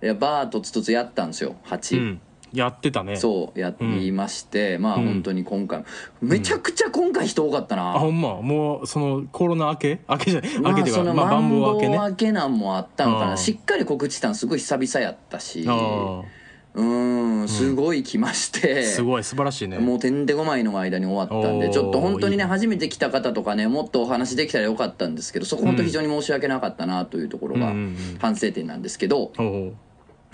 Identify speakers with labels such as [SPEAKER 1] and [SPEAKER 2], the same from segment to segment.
[SPEAKER 1] いやバーとつとつやったんですよ
[SPEAKER 2] う
[SPEAKER 1] 8、
[SPEAKER 2] ん。やってたね。う。
[SPEAKER 1] そうやりまして、まあ
[SPEAKER 2] うん
[SPEAKER 1] 本当に今回もめちゃくちゃ今回人多かったな、
[SPEAKER 2] あ、ほんま。もう、その、コロナ明け 明けじゃない。
[SPEAKER 1] ま
[SPEAKER 2] 明け
[SPEAKER 1] あ
[SPEAKER 2] て
[SPEAKER 1] そ
[SPEAKER 2] か、
[SPEAKER 1] の
[SPEAKER 2] まあ、
[SPEAKER 1] マ
[SPEAKER 2] バン
[SPEAKER 1] ン
[SPEAKER 2] ボ
[SPEAKER 1] ボ
[SPEAKER 2] ウ明けね。あ
[SPEAKER 1] 明けなんもあったのか
[SPEAKER 2] う
[SPEAKER 1] なんしっかり告知したんすごい久々やったし
[SPEAKER 2] あ
[SPEAKER 1] うーんすごい来まして、
[SPEAKER 2] ー。すごい、素晴らしいね。
[SPEAKER 1] もうてんてこまいの間に終わったんで
[SPEAKER 2] おー
[SPEAKER 1] ちょっと本当にね
[SPEAKER 2] いいね
[SPEAKER 1] 初めて来た方とかねもっとお話できたらよかったんですけどそこ本当非常に申し訳なかったなというところが
[SPEAKER 2] うんうんうん
[SPEAKER 1] 反省点なんですけど、
[SPEAKER 2] おう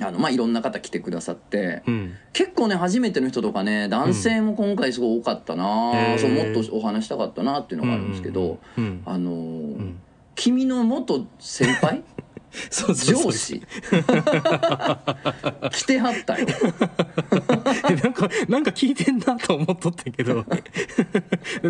[SPEAKER 1] あのまあいろんな方来てくださって、
[SPEAKER 2] うん。
[SPEAKER 1] 結構ね初めての人とかね男性も今回すごい多かったな、
[SPEAKER 2] へー
[SPEAKER 1] そうもっとお話したかったなっていうのがあるんですけど、
[SPEAKER 2] うんうん
[SPEAKER 1] あのー
[SPEAKER 2] ん
[SPEAKER 1] 君の元先輩
[SPEAKER 2] そう そ
[SPEAKER 1] 上
[SPEAKER 2] うそう
[SPEAKER 1] 司 来てはったよ
[SPEAKER 2] え なんかなんか聞いてんなと思っとった けどなん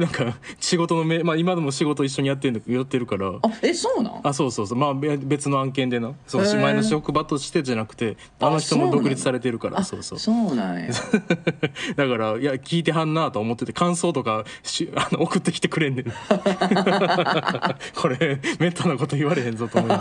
[SPEAKER 2] か仕事のめ、まあ、今でも仕事一緒にやってるやってるから
[SPEAKER 1] あえそうなん
[SPEAKER 2] あそうそうそうまあべ別の案件でなそう
[SPEAKER 1] へー
[SPEAKER 2] 前の職場としてじゃなくて
[SPEAKER 1] あ
[SPEAKER 2] あの人
[SPEAKER 1] そう
[SPEAKER 2] も
[SPEAKER 1] なんだ
[SPEAKER 2] 独立されてるから
[SPEAKER 1] あ
[SPEAKER 2] そうそう
[SPEAKER 1] そうなんや
[SPEAKER 2] だからいや聞いてはんなと思ってて感想とかし あの送ってきてくれんねん これめったなこと言われへんぞと思う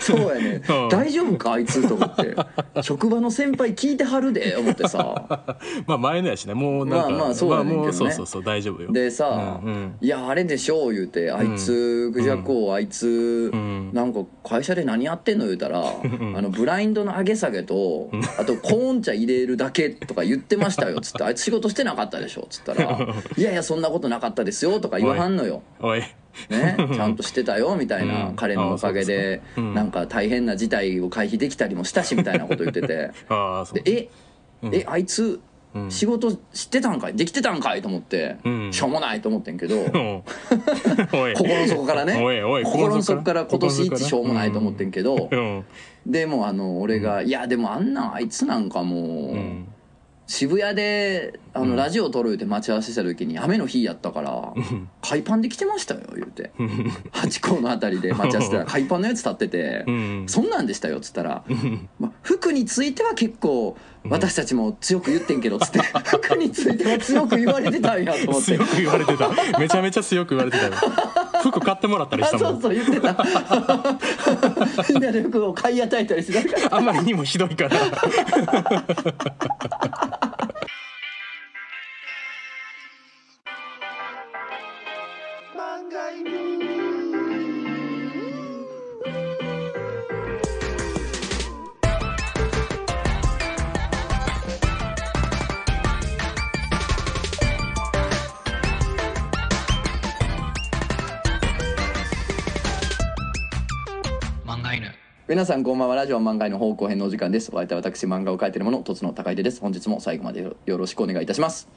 [SPEAKER 1] そうやね
[SPEAKER 2] うん
[SPEAKER 1] 大丈夫かあいつと思って職場の先輩聞いてはるで思ってさ
[SPEAKER 2] まあ前のやしねもうなんか
[SPEAKER 1] まあまあそうやねんけどね
[SPEAKER 2] もうそうそうそう大丈夫よ
[SPEAKER 1] でさ、
[SPEAKER 2] うんうん
[SPEAKER 1] いやあれでしょう」言うて「あいつクジャコあいつ、
[SPEAKER 2] ん
[SPEAKER 1] なんか会社で何やってんの?」言うたら、あのブラインドの上げ下げと、あとコーン茶入れるだけとか言ってましたよ」つって「あいつ仕事してなかったでしょ」つった ら「いやいやそんなことなかったですよ」とか言わはんのよ。
[SPEAKER 2] おい
[SPEAKER 1] ね、ちゃんとしてたよみたいな、
[SPEAKER 2] うん
[SPEAKER 1] 彼のおかげで
[SPEAKER 2] あそうですかうん
[SPEAKER 1] なんか大変な事態を回避できたりもしたしみたいなこと言ってて
[SPEAKER 2] ああそう
[SPEAKER 1] でえ、えあいつ仕事知ってたんかいできてたんかいと思って、
[SPEAKER 2] ん
[SPEAKER 1] しょうもないと思ってんけど、
[SPEAKER 2] うん おい
[SPEAKER 1] 心の底からね
[SPEAKER 2] おいおい
[SPEAKER 1] 心の底から今年一しょうもないと思ってんけど、
[SPEAKER 2] うん
[SPEAKER 1] でもあの俺が「いやでもあんなんあいつなんかもう、
[SPEAKER 2] うん
[SPEAKER 1] 渋谷であのラジオ撮る」って待ち合わせした時に雨の日やったから「海パンで来てましたよ」言うて八甲のあたりで待ち合わせしたら海パンのやつ立ってて
[SPEAKER 2] う
[SPEAKER 1] 「
[SPEAKER 2] ん
[SPEAKER 1] そんなんでしたよ」っつったら「まあ服については結構私たちも強く言ってんけど」 つって「服については強く言われてたんや」と思って
[SPEAKER 2] 強く言われてためちゃめちゃ強く言われてたよ服買ってもらったり
[SPEAKER 1] あ
[SPEAKER 2] した
[SPEAKER 1] そ
[SPEAKER 2] も
[SPEAKER 1] うんそう言ってた みんなで服を買い与えたりしてたから
[SPEAKER 2] あまりにもひどいから
[SPEAKER 1] 皆さんこんばんはラジオ漫画への方向編のお時間ですお相手は私漫画を描いている者とつの高井出です本日も最後までよよろしくお願いいたします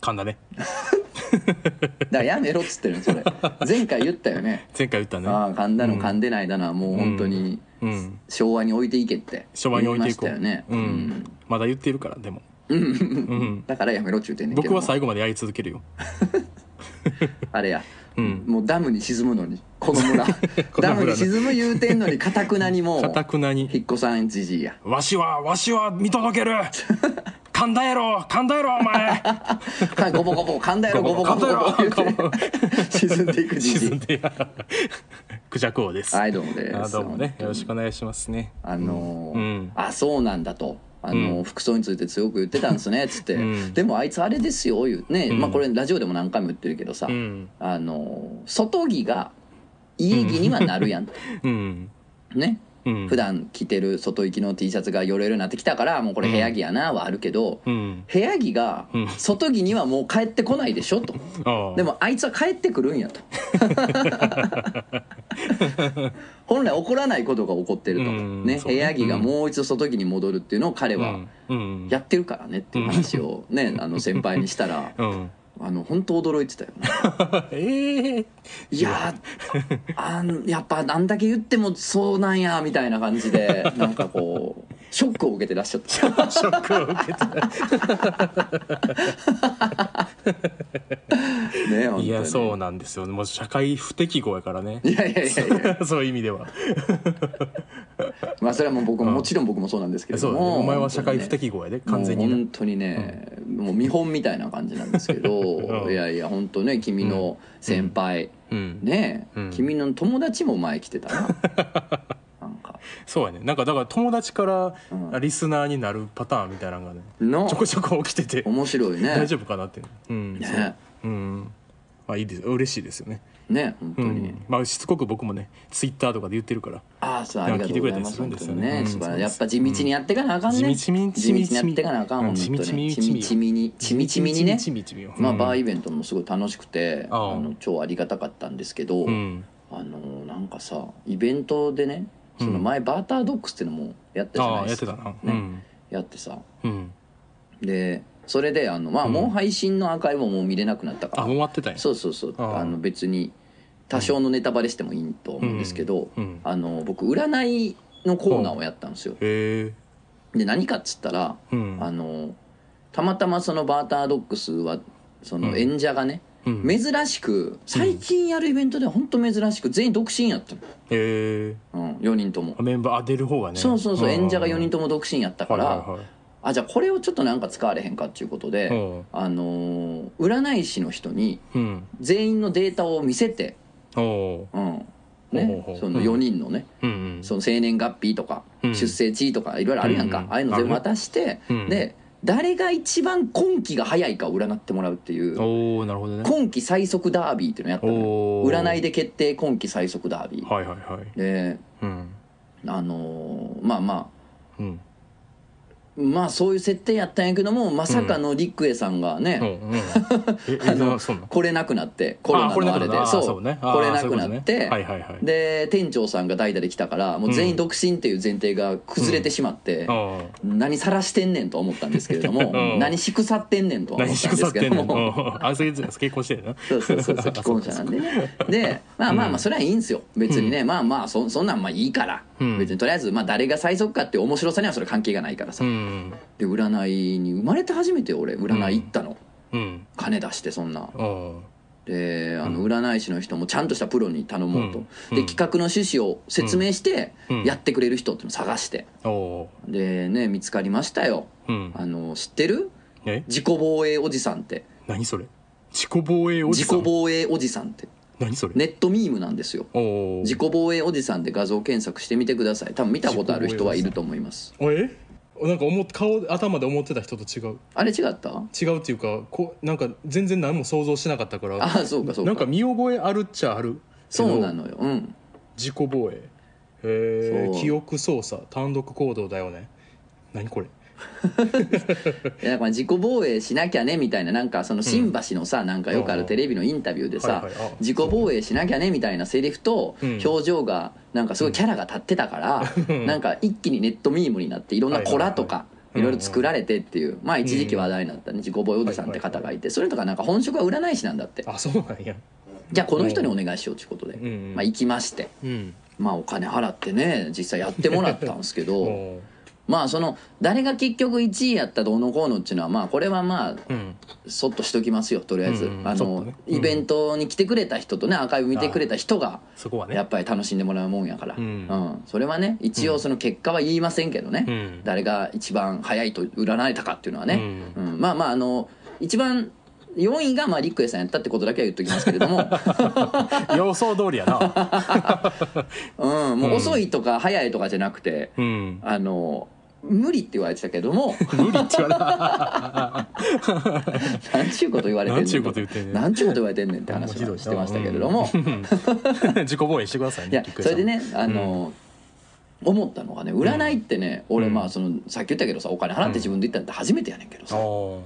[SPEAKER 2] 噛んだね
[SPEAKER 1] だからやめろっつってるのそれ前回言ったよね
[SPEAKER 2] 前回言ったね
[SPEAKER 1] ああ噛んだの噛んでないだな、もう本当に
[SPEAKER 2] うん
[SPEAKER 1] 昭和に置いていけって
[SPEAKER 2] 昭和に置いていこう
[SPEAKER 1] 言ましたよね、
[SPEAKER 2] うんまだ言ってるからでもうん
[SPEAKER 1] だからやめろっちゅうてんねんけど
[SPEAKER 2] 僕は最後までやり続けるよ
[SPEAKER 1] あれや、
[SPEAKER 2] うん
[SPEAKER 1] もうダムに沈むのにこの 村ダムに沈む言うてんのにかたくなにもう
[SPEAKER 2] かたくなに
[SPEAKER 1] 引っ越さんじじいや
[SPEAKER 2] 「わしはわしは見届 ける噛んだやろ噛んだやろお前
[SPEAKER 1] はいゴボゴボ噛んだや ろゴボゴボゴボ
[SPEAKER 2] 噛んだやろ
[SPEAKER 1] 言うて 沈んでいく じじ
[SPEAKER 2] 沈ん
[SPEAKER 1] い
[SPEAKER 2] でやがるクジャク王です
[SPEAKER 1] はいどうもです
[SPEAKER 2] あどうもねよろしくお願いしますね
[SPEAKER 1] あのー
[SPEAKER 2] うん
[SPEAKER 1] あそうなんだと。あのー服装について強く言ってたんですねっつって、
[SPEAKER 2] うん
[SPEAKER 1] でもあいつあれですよ言うね、まあこれラジオでも何回も言ってるけどさ、
[SPEAKER 2] うん
[SPEAKER 1] あのー外着が家着にはなるやん、
[SPEAKER 2] うん
[SPEAKER 1] ね、
[SPEAKER 2] うん
[SPEAKER 1] 普段着てる外行きの T シャツがよれるようになってきたからもうこれ部屋着やなはあるけど、
[SPEAKER 2] うん
[SPEAKER 1] 部屋着が
[SPEAKER 2] うん
[SPEAKER 1] 外着にはもう帰ってこないでしょと。
[SPEAKER 2] ああ
[SPEAKER 1] でもあいつは帰ってくるんや と本来起こらないことが起こってると、
[SPEAKER 2] うん
[SPEAKER 1] ね
[SPEAKER 2] そう
[SPEAKER 1] 部
[SPEAKER 2] ね
[SPEAKER 1] 屋着がもう一度外着に戻るっていうのを彼は
[SPEAKER 2] うんうん
[SPEAKER 1] やってるからねっていう話をね、あの先輩にした ら
[SPEAKER 2] うん
[SPEAKER 1] あの本当驚いてたよね
[SPEAKER 2] ええ
[SPEAKER 1] いやー あんやっぱあんだけ言ってもそうなんやみたいな感じ でなんかこうショックを受けてらっしゃった
[SPEAKER 2] ショックを受けて
[SPEAKER 1] ね本当に
[SPEAKER 2] いやそうなんですよもう社会不適合やからね
[SPEAKER 1] いやいやいやいや
[SPEAKER 2] そういう意味では
[SPEAKER 1] まあそれはもう僕ももちろん僕もそうなんですけれ
[SPEAKER 2] そ
[SPEAKER 1] ど
[SPEAKER 2] うだ
[SPEAKER 1] も、
[SPEAKER 2] ねお前は社会不適合やで完全に
[SPEAKER 1] もう
[SPEAKER 2] ね
[SPEAKER 1] 本当にね、もう見本みたいな感じなんですけど、
[SPEAKER 2] うん
[SPEAKER 1] いやいや本当ね君の先輩、
[SPEAKER 2] うん
[SPEAKER 1] ねえ、
[SPEAKER 2] うん
[SPEAKER 1] 君の友達も前来てたななんか
[SPEAKER 2] そうやねなんかだから友達か
[SPEAKER 1] うん
[SPEAKER 2] らリスナーになるパターンみたいなのがね
[SPEAKER 1] の
[SPEAKER 2] ちょこちょこ起きてて
[SPEAKER 1] 面白いね
[SPEAKER 2] 大丈夫かなってうんそう
[SPEAKER 1] ね
[SPEAKER 2] うんまあいいです嬉しいですよね
[SPEAKER 1] ね本当
[SPEAKER 2] う
[SPEAKER 1] に、
[SPEAKER 2] んまあしつこく僕もねツイッターとかで言ってるから
[SPEAKER 1] ああそうありがとうございます
[SPEAKER 2] なん
[SPEAKER 1] 本
[SPEAKER 2] か聞
[SPEAKER 1] 当
[SPEAKER 2] いてくれたりするんですよ
[SPEAKER 1] に
[SPEAKER 2] ね
[SPEAKER 1] ね、
[SPEAKER 2] うん
[SPEAKER 1] 素晴らし
[SPEAKER 2] そう
[SPEAKER 1] い
[SPEAKER 2] で
[SPEAKER 1] や
[SPEAKER 2] す
[SPEAKER 1] っぱ地道にやっていかなあかんね、
[SPEAKER 2] 地道に
[SPEAKER 1] 地道にやっていかなあかん、
[SPEAKER 2] うん
[SPEAKER 1] 本当に
[SPEAKER 2] 地道に
[SPEAKER 1] 地道に地道にね
[SPEAKER 2] 地道に地道に
[SPEAKER 1] まあ
[SPEAKER 2] うん
[SPEAKER 1] バーイベントもすごい楽しくて、
[SPEAKER 2] ああ
[SPEAKER 1] あの超ありがたかったんですけど、
[SPEAKER 2] うん
[SPEAKER 1] あのなんかさイベントでねその前、バータードックスってのもやったじゃない
[SPEAKER 2] ああ
[SPEAKER 1] で
[SPEAKER 2] やっ
[SPEAKER 1] す
[SPEAKER 2] て
[SPEAKER 1] か
[SPEAKER 2] たなう
[SPEAKER 1] ね
[SPEAKER 2] ん
[SPEAKER 1] やってさ
[SPEAKER 2] うん
[SPEAKER 1] でそれであのまあ
[SPEAKER 2] うん
[SPEAKER 1] もう配信のアーカイブももう見れなくなったか
[SPEAKER 2] あ
[SPEAKER 1] ら、
[SPEAKER 2] もう終わってたんや
[SPEAKER 1] そうそうそう
[SPEAKER 2] ああ
[SPEAKER 1] あの別に多少のネタバレしてもいいと思うんですけど、
[SPEAKER 2] うん
[SPEAKER 1] あの僕占いのコーナーをやったんですよ。
[SPEAKER 2] へえ
[SPEAKER 1] で何かっつったら
[SPEAKER 2] うん
[SPEAKER 1] あのたまたまそのバータードックスはその
[SPEAKER 2] うん
[SPEAKER 1] 演者がね、
[SPEAKER 2] うんへ
[SPEAKER 1] 珍しく最近やるイベントでは本当珍しく全員独身やったの、
[SPEAKER 2] え
[SPEAKER 1] うん、4人とも、
[SPEAKER 2] あメンバーあ出る方がね
[SPEAKER 1] そうそうそう演者が4人
[SPEAKER 2] と
[SPEAKER 1] とも独身やったから、あじゃあこれをちょっとなんか使われへんかっていうことで、
[SPEAKER 2] うん
[SPEAKER 1] あのー占い師の人に
[SPEAKER 2] うん
[SPEAKER 1] 全員のデータを見せて、
[SPEAKER 2] おお
[SPEAKER 1] うん
[SPEAKER 2] ほう
[SPEAKER 1] ね
[SPEAKER 2] ほうほう
[SPEAKER 1] そうの
[SPEAKER 2] ん
[SPEAKER 1] 4人のね、
[SPEAKER 2] うんうん
[SPEAKER 1] その生年月日とか、
[SPEAKER 2] うん
[SPEAKER 1] 出生地位とかいろいろあるやんか、
[SPEAKER 2] うんうん
[SPEAKER 1] ああいうの全部渡して、
[SPEAKER 2] あるね
[SPEAKER 1] で誰が一番今期が早いかを占ってもらうっていう
[SPEAKER 2] おおなるほどね
[SPEAKER 1] 今期最速ダービーっていうのやったのよ
[SPEAKER 2] おお
[SPEAKER 1] 占いで決定今期最速ダービー、
[SPEAKER 2] はいはいはい
[SPEAKER 1] で
[SPEAKER 2] うん
[SPEAKER 1] あのーまあま
[SPEAKER 2] うん
[SPEAKER 1] あまあそういう設定やったんやけどもまさかのリックエさんがね、
[SPEAKER 2] うんうんええなそうなの
[SPEAKER 1] 来れなくなってコロナのあれで
[SPEAKER 2] あ
[SPEAKER 1] そう
[SPEAKER 2] そうねあー
[SPEAKER 1] 来れなくな
[SPEAKER 2] そういう
[SPEAKER 1] っ
[SPEAKER 2] ことね
[SPEAKER 1] て
[SPEAKER 2] はいはいはい
[SPEAKER 1] で店長さんが代打で来たからもう全員独身っていう前提が崩れてしまって、
[SPEAKER 2] あ
[SPEAKER 1] 何さらしてんねんと思ったんですけれども、
[SPEAKER 2] うん
[SPEAKER 1] 何しくさってんねんと
[SPEAKER 2] あ
[SPEAKER 1] は思
[SPEAKER 2] 何
[SPEAKER 1] っ
[SPEAKER 2] した
[SPEAKER 1] ん
[SPEAKER 2] く
[SPEAKER 1] で
[SPEAKER 2] さ
[SPEAKER 1] す
[SPEAKER 2] っ
[SPEAKER 1] け
[SPEAKER 2] て
[SPEAKER 1] れ
[SPEAKER 2] ん
[SPEAKER 1] ど
[SPEAKER 2] ねん
[SPEAKER 1] も。
[SPEAKER 2] うんあそれ結婚してるな
[SPEAKER 1] そうそうそうそう既婚者なんでね でまあまあまあそれはいいんですよ別にね、まあまあそそんなんまあいいから、
[SPEAKER 2] うん
[SPEAKER 1] 別にとりあえずまあ誰が最速かっていう面白さにはそれ関係がないから
[SPEAKER 2] う
[SPEAKER 1] さ、
[SPEAKER 2] ん
[SPEAKER 1] で占いに生まれて初めて俺占い行ったの、
[SPEAKER 2] うん
[SPEAKER 1] 金出してそんな
[SPEAKER 2] うん
[SPEAKER 1] であの占い師の人もちゃんとしたプロに頼もうと、
[SPEAKER 2] うんう
[SPEAKER 1] で
[SPEAKER 2] ん
[SPEAKER 1] 企画の趣旨を説明して
[SPEAKER 2] うん
[SPEAKER 1] やってくれる人っていうのを探して
[SPEAKER 2] おお
[SPEAKER 1] でね見つかりましたよ
[SPEAKER 2] ーうん
[SPEAKER 1] あの知ってる
[SPEAKER 2] え
[SPEAKER 1] 自己防衛おじさんって
[SPEAKER 2] 何それ自己防衛おじ
[SPEAKER 1] 自
[SPEAKER 2] さ
[SPEAKER 1] 己
[SPEAKER 2] ん
[SPEAKER 1] 防衛おじさんって
[SPEAKER 2] 何それ
[SPEAKER 1] ネットミームなんですよ
[SPEAKER 2] おお
[SPEAKER 1] 自己防衛おじさんで画像検索してみてください多分見たことある人はいると思います
[SPEAKER 2] えなんか思っ顔頭で思ってた人と違う
[SPEAKER 1] あれ違った
[SPEAKER 2] 違うっていうかこうなんか全然何も想像してなかったから
[SPEAKER 1] ああそうかそうか
[SPEAKER 2] なんか見覚えあるっちゃあるけど
[SPEAKER 1] そうなのようん
[SPEAKER 2] 自己防衛へえ
[SPEAKER 1] そう
[SPEAKER 2] 記憶操作単独行動だよね何これ
[SPEAKER 1] いやだから自己防衛しなきゃねみたいななんかその新橋のさ、なんかよくあ
[SPEAKER 2] う
[SPEAKER 1] る
[SPEAKER 2] ん
[SPEAKER 1] テレビのインタビューでさ、
[SPEAKER 2] はいはいあ
[SPEAKER 1] 自己防衛しなきゃねみたいなセリフと
[SPEAKER 2] うん
[SPEAKER 1] 表情がなんかすごいキャラが立ってたから、 なんか一気にネットミームになっていろんなコラとか。
[SPEAKER 2] いはいいは
[SPEAKER 1] ろ
[SPEAKER 2] い
[SPEAKER 1] いろ作られてっていう、まあ一時期話題になったね、自己防衛おじさんって方がいて、それとかなんか本職は占い師なんだって。
[SPEAKER 2] あそうなんや
[SPEAKER 1] じゃあこの人にお願いしようということで、
[SPEAKER 2] うんうん
[SPEAKER 1] まあ行きまして、
[SPEAKER 2] うん
[SPEAKER 1] まあお金払ってね、実際やってもらったんですけ
[SPEAKER 2] お
[SPEAKER 1] ど、
[SPEAKER 2] ー
[SPEAKER 1] まあその誰が結局1位やったどうのこうのっていうのは、まあこれはまあ
[SPEAKER 2] うん
[SPEAKER 1] そっとしときますよとりあえず、
[SPEAKER 2] うんうん
[SPEAKER 1] あ
[SPEAKER 2] ちょっ
[SPEAKER 1] の、
[SPEAKER 2] とね
[SPEAKER 1] イベントに来てくれた人とねアーカイブ見てくれた人が
[SPEAKER 2] そこは
[SPEAKER 1] や
[SPEAKER 2] ね
[SPEAKER 1] っぱり楽しんでもらうもんやから、
[SPEAKER 2] うん
[SPEAKER 1] それはね一応その結果は言いませんけどね、
[SPEAKER 2] うん
[SPEAKER 1] 誰が一番早いと占えたかっていうのはね、
[SPEAKER 2] う
[SPEAKER 1] うんまあまああの一番4位がまあリックエさんやったってことだけは言っときますけれど も、
[SPEAKER 2] 予想通り やな
[SPEAKER 1] うん、もう遅いとか早いとかじゃなくて、
[SPEAKER 2] うん
[SPEAKER 1] あの無理って言われてたけども
[SPEAKER 2] 無理って言われ た
[SPEAKER 1] なんちゅうこと言われてん
[SPEAKER 2] 何ち
[SPEAKER 1] ね
[SPEAKER 2] ゅうんことと言ってんねん
[SPEAKER 1] なんちゅうこと言われてんねんって話
[SPEAKER 2] 面白い
[SPEAKER 1] は
[SPEAKER 2] な
[SPEAKER 1] してましたけれども、
[SPEAKER 2] うん自己防衛してください
[SPEAKER 1] い
[SPEAKER 2] ね
[SPEAKER 1] や
[SPEAKER 2] 菊江
[SPEAKER 1] そ
[SPEAKER 2] さん
[SPEAKER 1] れでねあの、思ったのがね占いってね、俺
[SPEAKER 2] うん
[SPEAKER 1] まあそのさっき言ったけどさお金払って自分で行ったのって初めてやねんけど
[SPEAKER 2] あ
[SPEAKER 1] さ、
[SPEAKER 2] ー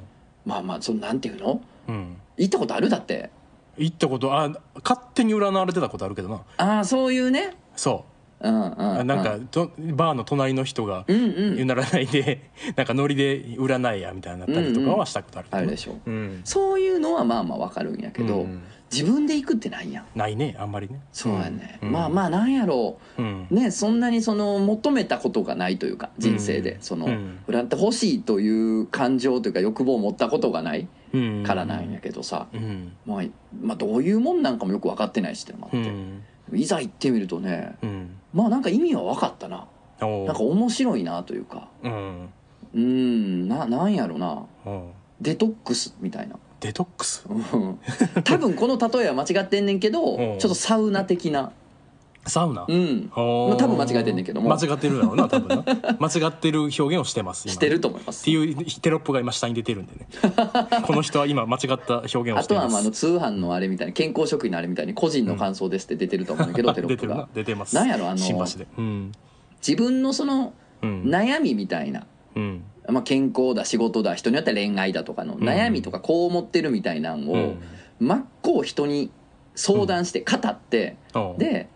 [SPEAKER 1] まあまあそのなんていうの
[SPEAKER 2] うん
[SPEAKER 1] 行ったことあるだって
[SPEAKER 2] 行ったことあ勝手に占われてたことあるけどな
[SPEAKER 1] ああそういうね
[SPEAKER 2] そ
[SPEAKER 1] うんうん、
[SPEAKER 2] う
[SPEAKER 1] う
[SPEAKER 2] なんかとバーの隣の人が
[SPEAKER 1] うんうん
[SPEAKER 2] 言うならないで なんかノリで占いやみたいになったりとかはしたことあるけ
[SPEAKER 1] あ
[SPEAKER 2] ど
[SPEAKER 1] る
[SPEAKER 2] な
[SPEAKER 1] でしょ
[SPEAKER 2] うん
[SPEAKER 1] そういうのはまあまあわかるんやけど、
[SPEAKER 2] うんうん
[SPEAKER 1] 自分で行くってないやん
[SPEAKER 2] ないねあんまりね
[SPEAKER 1] そうやね、
[SPEAKER 2] うん
[SPEAKER 1] まあまあなんやろ
[SPEAKER 2] うん
[SPEAKER 1] うねそんなにその求めたことがないというか人生で、
[SPEAKER 2] うん
[SPEAKER 1] その、
[SPEAKER 2] うん
[SPEAKER 1] 占ってほしいという感情というか欲望を持ったことがない
[SPEAKER 2] うん
[SPEAKER 1] からなんやけどさ、
[SPEAKER 2] うん
[SPEAKER 1] まあ、まあどういうもんなんかもよく分かってないしってのもあっ
[SPEAKER 2] う
[SPEAKER 1] て、
[SPEAKER 2] ん
[SPEAKER 1] いざ行ってみるとね
[SPEAKER 2] うん
[SPEAKER 1] まあなんか意味は分かったな
[SPEAKER 2] お
[SPEAKER 1] なんか面白いなというか
[SPEAKER 2] うん
[SPEAKER 1] うんななんやろな
[SPEAKER 2] うん
[SPEAKER 1] デトックスみたいな
[SPEAKER 2] デトックス
[SPEAKER 1] うん多分この例えは間違ってんねんけど
[SPEAKER 2] うん
[SPEAKER 1] ちょっとサウナ的な
[SPEAKER 2] サウナ
[SPEAKER 1] うん
[SPEAKER 2] ほー
[SPEAKER 1] まあ多分間違えてんねんけども
[SPEAKER 2] 間違ってるだろうな多 分な間違ってる表現をしてます今
[SPEAKER 1] してると思いま
[SPEAKER 2] っ
[SPEAKER 1] す
[SPEAKER 2] ていうテロップが今下に出てるんで ねこの人は今間違った表現をしています
[SPEAKER 1] あとはまああの通販のあれみたいな健康食品のあれみたいに個人の感想ですって出てると思うんだけど、テロ
[SPEAKER 2] 出
[SPEAKER 1] ッ
[SPEAKER 2] て
[SPEAKER 1] プ
[SPEAKER 2] るな
[SPEAKER 1] が
[SPEAKER 2] 出てます
[SPEAKER 1] なんやろあの
[SPEAKER 2] 新橋でうん
[SPEAKER 1] 自分のその
[SPEAKER 2] うん
[SPEAKER 1] 悩みみたいな、
[SPEAKER 2] うん
[SPEAKER 1] まあ、健康だ仕事だ人によっては恋愛だとかの悩みとかこう思ってるみたいなんを、
[SPEAKER 2] うん
[SPEAKER 1] 真っ向人に相談して語って、
[SPEAKER 2] おう
[SPEAKER 1] で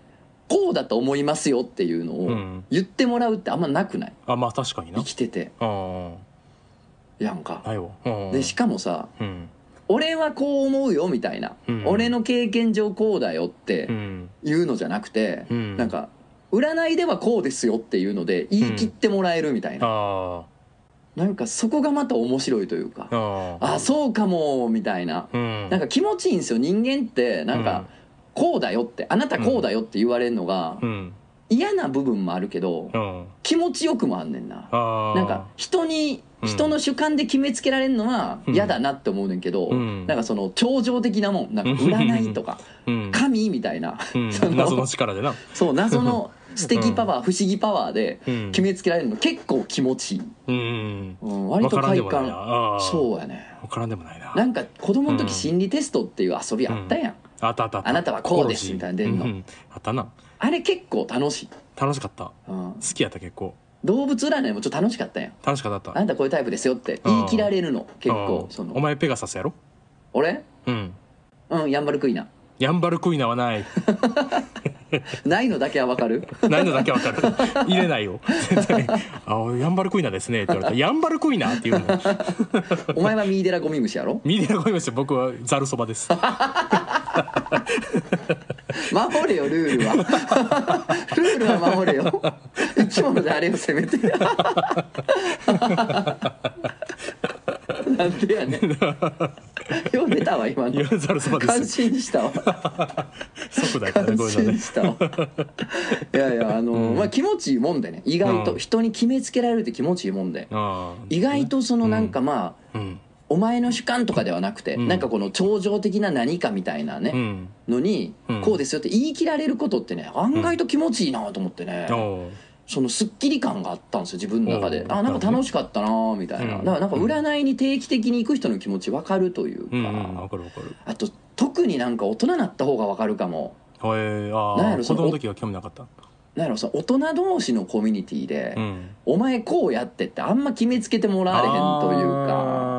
[SPEAKER 1] こうだと思いますよっていうの
[SPEAKER 2] う
[SPEAKER 1] を
[SPEAKER 2] ん
[SPEAKER 1] 言ってもらうってあんまなくない
[SPEAKER 2] あまあ確かにな
[SPEAKER 1] 生きてて
[SPEAKER 2] うん
[SPEAKER 1] やんか。
[SPEAKER 2] ないわうん
[SPEAKER 1] でしかもさ
[SPEAKER 2] うん
[SPEAKER 1] 俺はこう思うよみたいな、
[SPEAKER 2] うん
[SPEAKER 1] 俺の経験上こうだよって
[SPEAKER 2] うん
[SPEAKER 1] いうのじゃなくて、
[SPEAKER 2] うん
[SPEAKER 1] なんか占いではこうですよっていうので言い切ってもらえるみたいな、
[SPEAKER 2] あ
[SPEAKER 1] なんかそこがまた面白いというか、
[SPEAKER 2] ーあー
[SPEAKER 1] あそうかもみたいな、
[SPEAKER 2] うん
[SPEAKER 1] なんか気持ちいいんですよ人間ってなんか、こうだよってあなたこうだよって言われるのが
[SPEAKER 2] うん
[SPEAKER 1] 嫌な部分もあるけど
[SPEAKER 2] うん
[SPEAKER 1] 気持ちよくもあんねんな。
[SPEAKER 2] あー
[SPEAKER 1] なんか人に
[SPEAKER 2] うん
[SPEAKER 1] 人の主観で決めつけられるのは嫌だなって思うねんけど、
[SPEAKER 2] うん
[SPEAKER 1] なんかその超常的なもんなんか占いとか
[SPEAKER 2] う ん
[SPEAKER 1] 神みたいな
[SPEAKER 2] うん
[SPEAKER 1] その
[SPEAKER 2] 謎の力でな
[SPEAKER 1] そう謎の素敵パワー、不思議パワーで
[SPEAKER 2] うん
[SPEAKER 1] 決めつけられるの結構気持ちいい、
[SPEAKER 2] うん
[SPEAKER 1] うん、
[SPEAKER 2] わ
[SPEAKER 1] 割と
[SPEAKER 2] からんで
[SPEAKER 1] 快
[SPEAKER 2] もないな
[SPEAKER 1] 感
[SPEAKER 2] あー
[SPEAKER 1] そうやね
[SPEAKER 2] わからんでもないな
[SPEAKER 1] なんか子供の
[SPEAKER 2] うん
[SPEAKER 1] 時心理テストっていう遊びあったやん、
[SPEAKER 2] あったあったった
[SPEAKER 1] あなたはこうですみたいなの出んの
[SPEAKER 2] ううあったな
[SPEAKER 1] あれ結構楽しい、
[SPEAKER 2] 楽しかった好
[SPEAKER 1] うん、
[SPEAKER 2] きやった結構
[SPEAKER 1] 動物占いもちょっと楽しかったやん
[SPEAKER 2] 楽しかった
[SPEAKER 1] あなたこういうタイプですよって
[SPEAKER 2] うん
[SPEAKER 1] 言い切られるの結構
[SPEAKER 2] うん
[SPEAKER 1] そ
[SPEAKER 2] お
[SPEAKER 1] の
[SPEAKER 2] 前ペガサスやろ
[SPEAKER 1] 俺
[SPEAKER 2] うん
[SPEAKER 1] うんヤンバルクイナ
[SPEAKER 2] ヤンバルクイナはない
[SPEAKER 1] ないのだけはわかる
[SPEAKER 2] ないのだけわかる入れないよ全然あヤンバルクイナですねって言われたらヤンバルクイナっていうの
[SPEAKER 1] お前はミーデラゴミムシやろ
[SPEAKER 2] 見てごめんなさい僕はザルそばです
[SPEAKER 1] 守れよルールは ルールは守れよ生き物であれをせめて なんでやねんよう出たわ今
[SPEAKER 2] いや
[SPEAKER 1] の
[SPEAKER 2] ザルそばで
[SPEAKER 1] 感
[SPEAKER 2] す
[SPEAKER 1] 心したわ
[SPEAKER 2] 即だか
[SPEAKER 1] 感
[SPEAKER 2] らねごめん
[SPEAKER 1] 心
[SPEAKER 2] なさい
[SPEAKER 1] したわいやいやあの、まあ気持ちいいもんでね意外
[SPEAKER 2] う
[SPEAKER 1] と
[SPEAKER 2] ん
[SPEAKER 1] 人に決めつけられるって気持ちいいもんで
[SPEAKER 2] あー
[SPEAKER 1] 意外とそのなんかまあ、
[SPEAKER 2] うん
[SPEAKER 1] お前の主観とかではなくて、
[SPEAKER 2] うん
[SPEAKER 1] なんかこの超常的な何かみたいな
[SPEAKER 2] う
[SPEAKER 1] ね、
[SPEAKER 2] ん
[SPEAKER 1] のに、
[SPEAKER 2] うん
[SPEAKER 1] こうですよって言い切られることってね案外と気持ちいいなと思ってね、
[SPEAKER 2] おう
[SPEAKER 1] そのすっきり感があったんですよ自分の中で
[SPEAKER 2] おう
[SPEAKER 1] あなんか楽しかったなみたいな、
[SPEAKER 2] う
[SPEAKER 1] だ
[SPEAKER 2] ん
[SPEAKER 1] からなんか占いに定期的に行く人の気持ち分かるというか、
[SPEAKER 2] うんうんわかるわかる
[SPEAKER 1] あと特になんか大人になった方が分かるかも。
[SPEAKER 2] へえあ
[SPEAKER 1] なんや
[SPEAKER 2] あ
[SPEAKER 1] ろ
[SPEAKER 2] 子
[SPEAKER 1] その
[SPEAKER 2] 供の時は興味なかった
[SPEAKER 1] なんやろその大人同士のコミュニティで、
[SPEAKER 2] うん
[SPEAKER 1] お前こうやってってあんま決めつけてもらわれへんというか
[SPEAKER 2] あ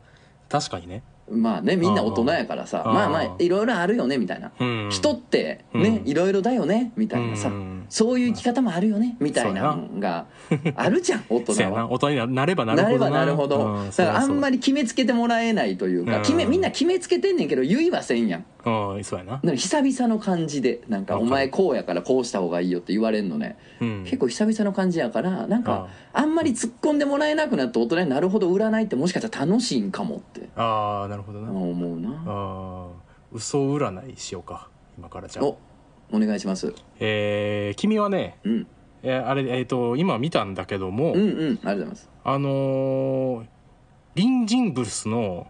[SPEAKER 2] ー確かにね
[SPEAKER 1] まあねみんな大人やからさ
[SPEAKER 2] あー
[SPEAKER 1] まあまあいろいろあるよねみたいな、
[SPEAKER 2] うん
[SPEAKER 1] 人ってね、
[SPEAKER 2] うん
[SPEAKER 1] いろいろだよねみたいなさ、
[SPEAKER 2] うん
[SPEAKER 1] そういう生き方もあるよねみたいなのがあるじゃん大
[SPEAKER 2] そうや
[SPEAKER 1] 人
[SPEAKER 2] な
[SPEAKER 1] は。
[SPEAKER 2] 大人になればなる
[SPEAKER 1] な
[SPEAKER 2] ほ
[SPEAKER 1] れ
[SPEAKER 2] ど
[SPEAKER 1] ばなるほど、
[SPEAKER 2] うん
[SPEAKER 1] だからあんま
[SPEAKER 2] り
[SPEAKER 1] り決めつけてもらえないというか、
[SPEAKER 2] うん
[SPEAKER 1] 決めみんな決めつけてんねんけど言いはせんやんだか
[SPEAKER 2] うんそうやな、
[SPEAKER 1] ら久々の感じでなんか「
[SPEAKER 2] わ
[SPEAKER 1] お
[SPEAKER 2] かる
[SPEAKER 1] 前こうやからこうした方がいいよ」って言われんのね、
[SPEAKER 2] うん、
[SPEAKER 1] 結構久々の感じやからなんかあんまり突っ込んでもらえなくなって大人になるほど占いってもしかしたら楽しいんかもって
[SPEAKER 2] ああなるほどな、あ
[SPEAKER 1] 思うな
[SPEAKER 2] あ嘘占いしようか今からじゃあ
[SPEAKER 1] おお願いします、
[SPEAKER 2] えー君はね
[SPEAKER 1] うん、
[SPEAKER 2] えーあれえっ、と今見たんだけども、
[SPEAKER 1] うんうんありがとうございます
[SPEAKER 2] あのーリンジンブルスの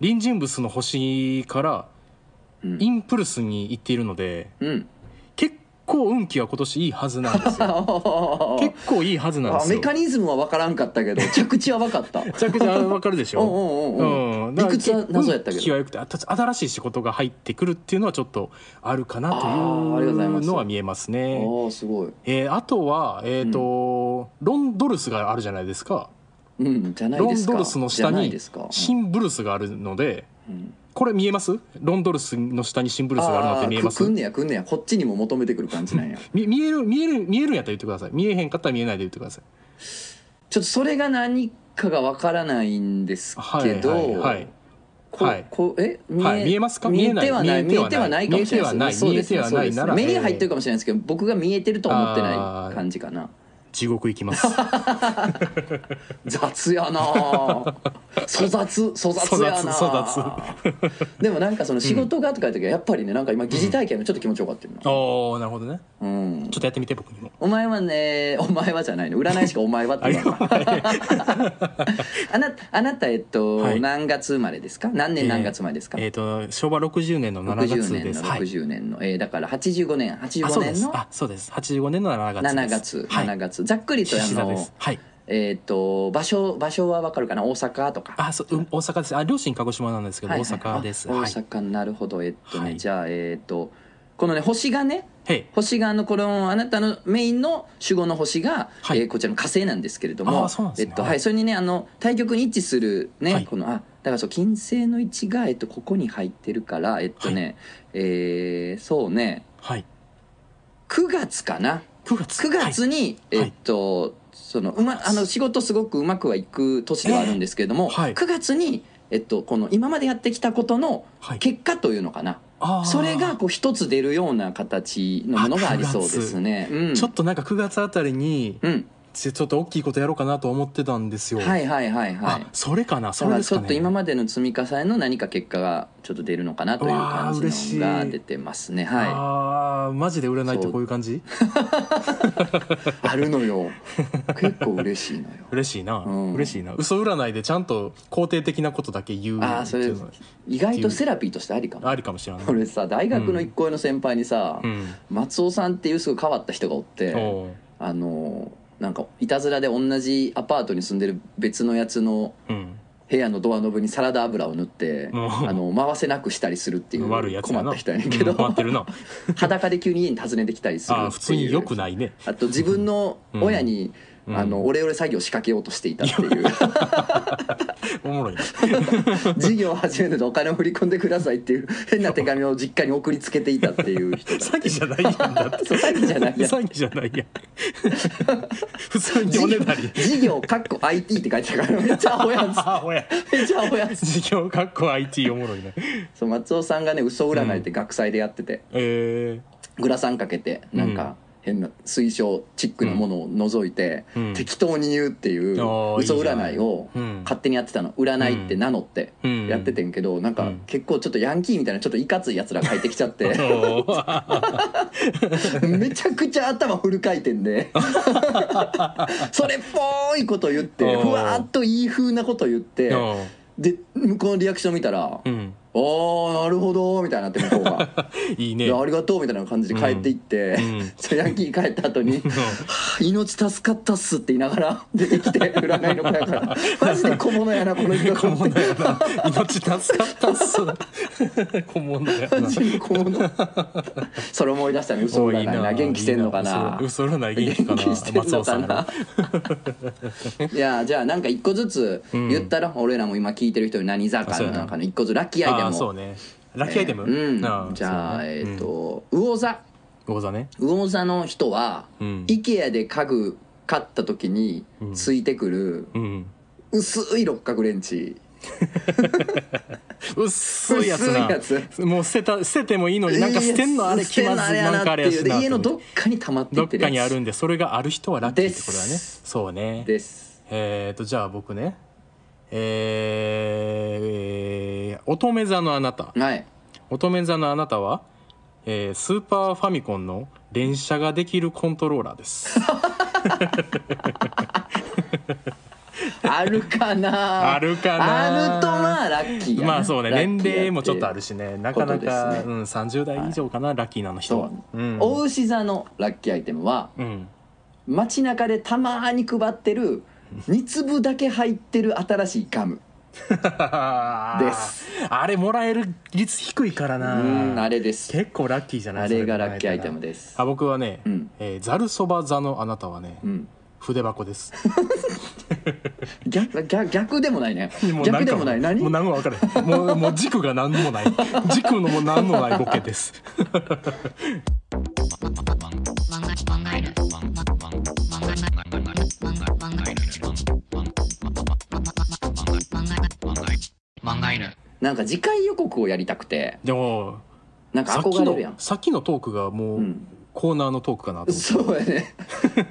[SPEAKER 2] リンジンブルスの星から
[SPEAKER 1] うん
[SPEAKER 2] インプルスに行っているので
[SPEAKER 1] うん
[SPEAKER 2] 結構運気は今年いいはずな んですよ結構いいはずなんで
[SPEAKER 1] あ
[SPEAKER 2] す
[SPEAKER 1] メ
[SPEAKER 2] よ
[SPEAKER 1] カニズムは分からんかった けど着地は分かった
[SPEAKER 2] めちゃくちゃわかるでし
[SPEAKER 1] う
[SPEAKER 2] ょ
[SPEAKER 1] んうんうんうん
[SPEAKER 2] うん、だから
[SPEAKER 1] 理屈は謎やったけど
[SPEAKER 2] 運気は良くてあた新しい仕事が入ってくるっていうのはちょっとあるかなとい
[SPEAKER 1] あーありがとうございうます
[SPEAKER 2] のは見えます
[SPEAKER 1] あ
[SPEAKER 2] ね。
[SPEAKER 1] ーすごい
[SPEAKER 2] えーあとは、えーとロンドルスがあるじゃないですか
[SPEAKER 1] うんじゃないですか
[SPEAKER 2] ロンドルスの
[SPEAKER 1] じ
[SPEAKER 2] 下
[SPEAKER 1] ゃない
[SPEAKER 2] に
[SPEAKER 1] ですか
[SPEAKER 2] シンブルスがあるので
[SPEAKER 1] うん
[SPEAKER 2] これ見えますロンドルスの下にシンブルスがあるのっ
[SPEAKER 1] あ
[SPEAKER 2] て
[SPEAKER 1] ー
[SPEAKER 2] 見え
[SPEAKER 1] く
[SPEAKER 2] ま
[SPEAKER 1] く
[SPEAKER 2] す
[SPEAKER 1] んねやくんねやこっちにも求めてくる感じなんや
[SPEAKER 2] み見える見える見えるんやったら言ってください見えへんかったら見えないで言ってください
[SPEAKER 1] ちょっとそれが何かが分からないんです
[SPEAKER 2] は
[SPEAKER 1] け
[SPEAKER 2] い
[SPEAKER 1] ど、
[SPEAKER 2] はいはい
[SPEAKER 1] こ
[SPEAKER 2] はい
[SPEAKER 1] こえ見え,、
[SPEAKER 2] はい見えますか
[SPEAKER 1] 見えてはない見
[SPEAKER 2] 見
[SPEAKER 1] え
[SPEAKER 2] え
[SPEAKER 1] て
[SPEAKER 2] て
[SPEAKER 1] は
[SPEAKER 2] は
[SPEAKER 1] な
[SPEAKER 2] ないい
[SPEAKER 1] かもしれないですね
[SPEAKER 2] 見えて
[SPEAKER 1] そうですね
[SPEAKER 2] はない見えてはないなら
[SPEAKER 1] そうですね目には入ってるかもしれないですけど僕が見えてると思ってない感じかな
[SPEAKER 2] 地獄行 きます
[SPEAKER 1] 雑やな あ粗雑粗雑やなあ でもなんかその仕事がとかいう時はやっぱりねなんか今疑似体験のちょっと気持ちよかったよな、
[SPEAKER 2] おーなるほどね
[SPEAKER 1] うん、
[SPEAKER 2] ちょっとやってみて僕にも
[SPEAKER 1] お前はねお前はじゃないの占い師がお前 はって言わない あなあなたえっと、
[SPEAKER 2] はい
[SPEAKER 1] 何月生まれですか何年何月生まれですか、
[SPEAKER 2] えっ、と昭和60年の7
[SPEAKER 1] 60
[SPEAKER 2] 月
[SPEAKER 1] 年
[SPEAKER 2] です
[SPEAKER 1] の
[SPEAKER 2] はい
[SPEAKER 1] 60年の、えーだから85年
[SPEAKER 2] あそ
[SPEAKER 1] 85
[SPEAKER 2] うで
[SPEAKER 1] 年
[SPEAKER 2] す
[SPEAKER 1] の
[SPEAKER 2] あそうです85年の7月で
[SPEAKER 1] 7月
[SPEAKER 2] すはい
[SPEAKER 1] 7月ざっくりとあ
[SPEAKER 2] 獅子座で
[SPEAKER 1] の
[SPEAKER 2] すはい
[SPEAKER 1] えっと場所場所はわかるかな大阪とか
[SPEAKER 2] あそううん大阪ですあ両親鹿児島なんですけど、
[SPEAKER 1] はいはい
[SPEAKER 2] 大阪です
[SPEAKER 1] あ
[SPEAKER 2] は
[SPEAKER 1] 大
[SPEAKER 2] い
[SPEAKER 1] 阪なるほどえっとね、
[SPEAKER 2] はい
[SPEAKER 1] じゃあえっとこのね星がね
[SPEAKER 2] へい
[SPEAKER 1] 星があのこのあなたのメインの主語の星が、
[SPEAKER 2] はい
[SPEAKER 1] えーこちらの火星なんですけれど
[SPEAKER 2] あ
[SPEAKER 1] も
[SPEAKER 2] ーそうなんですね
[SPEAKER 1] えっと
[SPEAKER 2] はい
[SPEAKER 1] はい、それにねあの対極に一致するね、
[SPEAKER 2] はい
[SPEAKER 1] このあだからそう金星の位置が、えっと、ここに入ってるからえっとね、えーそうね
[SPEAKER 2] はい
[SPEAKER 1] 9月かな
[SPEAKER 2] 9月
[SPEAKER 1] 9月に、
[SPEAKER 2] はい
[SPEAKER 1] えっとそのうまあの仕事すごくうまくはいく年ではあるんですけれども、
[SPEAKER 2] えーはい
[SPEAKER 1] 9月に、えっと、この今までやってきたことの
[SPEAKER 2] はい、はい
[SPEAKER 1] 結果というのかな、
[SPEAKER 2] あー
[SPEAKER 1] それがこう一つ出るような形のものがありそうですね。うん、
[SPEAKER 2] ちょっとなんか9月あたりに
[SPEAKER 1] うん、
[SPEAKER 2] ちちょっと大きいことやろうかなと思ってたんですよ
[SPEAKER 1] はいはいはいはい
[SPEAKER 2] あ。それかな
[SPEAKER 1] だ
[SPEAKER 2] そ
[SPEAKER 1] か
[SPEAKER 2] れ
[SPEAKER 1] ら
[SPEAKER 2] です
[SPEAKER 1] ちょ
[SPEAKER 2] か
[SPEAKER 1] っ
[SPEAKER 2] ね
[SPEAKER 1] と今までの積み重ねの何か結果がちょっと出るのかなという感
[SPEAKER 2] わあ嬉し
[SPEAKER 1] じ
[SPEAKER 2] い
[SPEAKER 1] のが出てますねはいあ
[SPEAKER 2] あーマジで売れないってこういう感じ
[SPEAKER 1] るの よ結構嬉しいのよ
[SPEAKER 2] 嬉しいな、
[SPEAKER 1] うん
[SPEAKER 2] 嬉しいな嘘占いでちゃんと肯定的なことだけ言う
[SPEAKER 1] あーそれ
[SPEAKER 2] っていうのは
[SPEAKER 1] 意外とセラピーとしてありかも
[SPEAKER 2] ありかもしれない、
[SPEAKER 1] 俺さ大学の一個上の先輩にさ、
[SPEAKER 2] うん
[SPEAKER 1] 松尾さんっていうすごい変わった人がおって、
[SPEAKER 2] おう
[SPEAKER 1] あのーなんかいたずらで同じアパートに住んでる別のやつの
[SPEAKER 2] うん
[SPEAKER 1] 部屋のドアノブにサラダ油を塗って
[SPEAKER 2] もう
[SPEAKER 1] あの回せなくしたりするっていう
[SPEAKER 2] 悪いやつ
[SPEAKER 1] 困
[SPEAKER 2] や
[SPEAKER 1] っ
[SPEAKER 2] な
[SPEAKER 1] た人やねんけど、
[SPEAKER 2] うん困ってるな
[SPEAKER 1] 裸で急に家に訪ねてきたりするってい
[SPEAKER 2] あ
[SPEAKER 1] う
[SPEAKER 2] ー普通に良くないね
[SPEAKER 1] あと自分の親に、
[SPEAKER 2] うん
[SPEAKER 1] あのオレオレ詐欺を仕掛けようとしていたっていう
[SPEAKER 2] おもろいな
[SPEAKER 1] 事業を始めるとお金を振り込んでくださいっていう変な手紙を実家に送りつけていたっていう 人が
[SPEAKER 2] 詐欺じゃないやんだって
[SPEAKER 1] そう詐欺 じゃないやん
[SPEAKER 2] 詐欺じゃないやん 普通にお
[SPEAKER 1] 事
[SPEAKER 2] ね
[SPEAKER 1] 業
[SPEAKER 2] だり
[SPEAKER 1] 事業かっこ IT って書いてたからめっちゃアホやん
[SPEAKER 2] あおや
[SPEAKER 1] めっちゃアホやん
[SPEAKER 2] 事業かっこ IT おもろいね
[SPEAKER 1] そう松尾さんがね嘘占いって学祭でやってて、
[SPEAKER 2] え
[SPEAKER 1] グラサンかけてなん
[SPEAKER 2] うん
[SPEAKER 1] か変な水晶チックなものを除いて、
[SPEAKER 2] うん
[SPEAKER 1] 適当に言うっていう
[SPEAKER 2] あー
[SPEAKER 1] 嘘占いを
[SPEAKER 2] いいじゃんうん
[SPEAKER 1] 勝手にやってたの占いって名乗って
[SPEAKER 2] うん
[SPEAKER 1] やっててんけど、なん
[SPEAKER 2] う
[SPEAKER 1] か
[SPEAKER 2] ん
[SPEAKER 1] 結構ちょっとヤンキーみたいなちょっといかついやつら帰ってきちゃって
[SPEAKER 2] ーおー
[SPEAKER 1] めちゃくちゃ頭フル回転 でそれっぽいこと言って
[SPEAKER 2] おー
[SPEAKER 1] ふわーっといい風なこと言って
[SPEAKER 2] おー
[SPEAKER 1] で向こうのリアクション見たら「
[SPEAKER 2] うん
[SPEAKER 1] あーなるほど」みたいになって向こうが。
[SPEAKER 2] いいね
[SPEAKER 1] でありがとうみたいな感じで帰っていって、
[SPEAKER 2] うんうん
[SPEAKER 1] そうヤンキー帰った後に「命助かったっす」って言いながら出てき て占いの小屋から「マジで小物やなこの人」
[SPEAKER 2] 小物やな命助かった っす小物やな
[SPEAKER 1] マジで小物それ思い出したね嘘
[SPEAKER 2] 多
[SPEAKER 1] 占
[SPEAKER 2] い
[SPEAKER 1] いな元気してんのかな
[SPEAKER 2] 嘘嘘占い元気かな
[SPEAKER 1] 元気してんのかな
[SPEAKER 2] 松尾さんやろ
[SPEAKER 1] いやじゃあなんか一個ずつ
[SPEAKER 2] ん
[SPEAKER 1] 言ったら、俺らも今聞いてる人に何座かの中の一個ずつラッキーアイテ
[SPEAKER 2] あ
[SPEAKER 1] ム
[SPEAKER 2] ー
[SPEAKER 1] を
[SPEAKER 2] そうねラッキーアイテム、
[SPEAKER 1] えー
[SPEAKER 2] あ
[SPEAKER 1] う
[SPEAKER 2] ー
[SPEAKER 1] ん、じゃあ、
[SPEAKER 2] そうね
[SPEAKER 1] えっ、と魚座
[SPEAKER 2] うん、魚座ね
[SPEAKER 1] 魚座の人は、
[SPEAKER 2] うん
[SPEAKER 1] IKEA で家具買った時についてくる
[SPEAKER 2] うん
[SPEAKER 1] 薄い六角レンチ、
[SPEAKER 2] 薄いやつな
[SPEAKER 1] 薄いや
[SPEAKER 2] もう捨てた捨ててもいいのになんか捨てんのあれ気まずい
[SPEAKER 1] な
[SPEAKER 2] なんん
[SPEAKER 1] か
[SPEAKER 2] か
[SPEAKER 1] あ
[SPEAKER 2] あ
[SPEAKER 1] れ
[SPEAKER 2] れ
[SPEAKER 1] や
[SPEAKER 2] や
[SPEAKER 1] し
[SPEAKER 2] し
[SPEAKER 1] な
[SPEAKER 2] な
[SPEAKER 1] で家のどっかに溜まってい
[SPEAKER 2] ど
[SPEAKER 1] っ
[SPEAKER 2] って
[SPEAKER 1] るや
[SPEAKER 2] か
[SPEAKER 1] つ
[SPEAKER 2] にあるんでそれがある人はラッキーってことだ
[SPEAKER 1] で
[SPEAKER 2] ね
[SPEAKER 1] す
[SPEAKER 2] そうね
[SPEAKER 1] です
[SPEAKER 2] えっ、ー、とじゃあ僕ねえー、えー乙女座のあなた
[SPEAKER 1] はい
[SPEAKER 2] 乙女座のあなたは、えースーパーファミコンの連射ができるコントローラーです。
[SPEAKER 1] あるかな
[SPEAKER 2] あるかな
[SPEAKER 1] あるとまあラッキーやな
[SPEAKER 2] まあそうね
[SPEAKER 1] ラッキーや
[SPEAKER 2] 年齢もちょっとあるしねなか
[SPEAKER 1] こ
[SPEAKER 2] な
[SPEAKER 1] とです
[SPEAKER 2] か、
[SPEAKER 1] ね
[SPEAKER 2] うん、30代以上かな、ラッキーなの人
[SPEAKER 1] そ
[SPEAKER 2] は。
[SPEAKER 1] う、
[SPEAKER 2] うん
[SPEAKER 1] お牛座のラッキーアイテムは
[SPEAKER 2] うん、
[SPEAKER 1] 街中でたまーに配ってる2粒だけ入ってる新しいガム
[SPEAKER 2] です。あれもらえる率低いから
[SPEAKER 1] う
[SPEAKER 2] な。
[SPEAKER 1] んあれです
[SPEAKER 2] 結構ラッキーじゃない
[SPEAKER 1] あれがラッキーアイテムです
[SPEAKER 2] あ僕はね、
[SPEAKER 1] うん
[SPEAKER 2] えーざるそば座のあなたはね、
[SPEAKER 1] うん
[SPEAKER 2] 筆箱です。
[SPEAKER 1] 逆逆逆でもないね
[SPEAKER 2] う
[SPEAKER 1] 逆
[SPEAKER 2] ん
[SPEAKER 1] で
[SPEAKER 2] か
[SPEAKER 1] もない
[SPEAKER 2] もう
[SPEAKER 1] 何
[SPEAKER 2] 何も分からない。もうもう軸が何もない。軸のもう何もないボケです。
[SPEAKER 1] なんか次回予告をやりたくて
[SPEAKER 2] でも
[SPEAKER 1] なんか
[SPEAKER 2] さっき
[SPEAKER 1] 憧れ
[SPEAKER 2] の
[SPEAKER 1] るやん
[SPEAKER 2] さっきのトークがもう、
[SPEAKER 1] うん
[SPEAKER 2] コーナーのトークかなと思って
[SPEAKER 1] そうや ね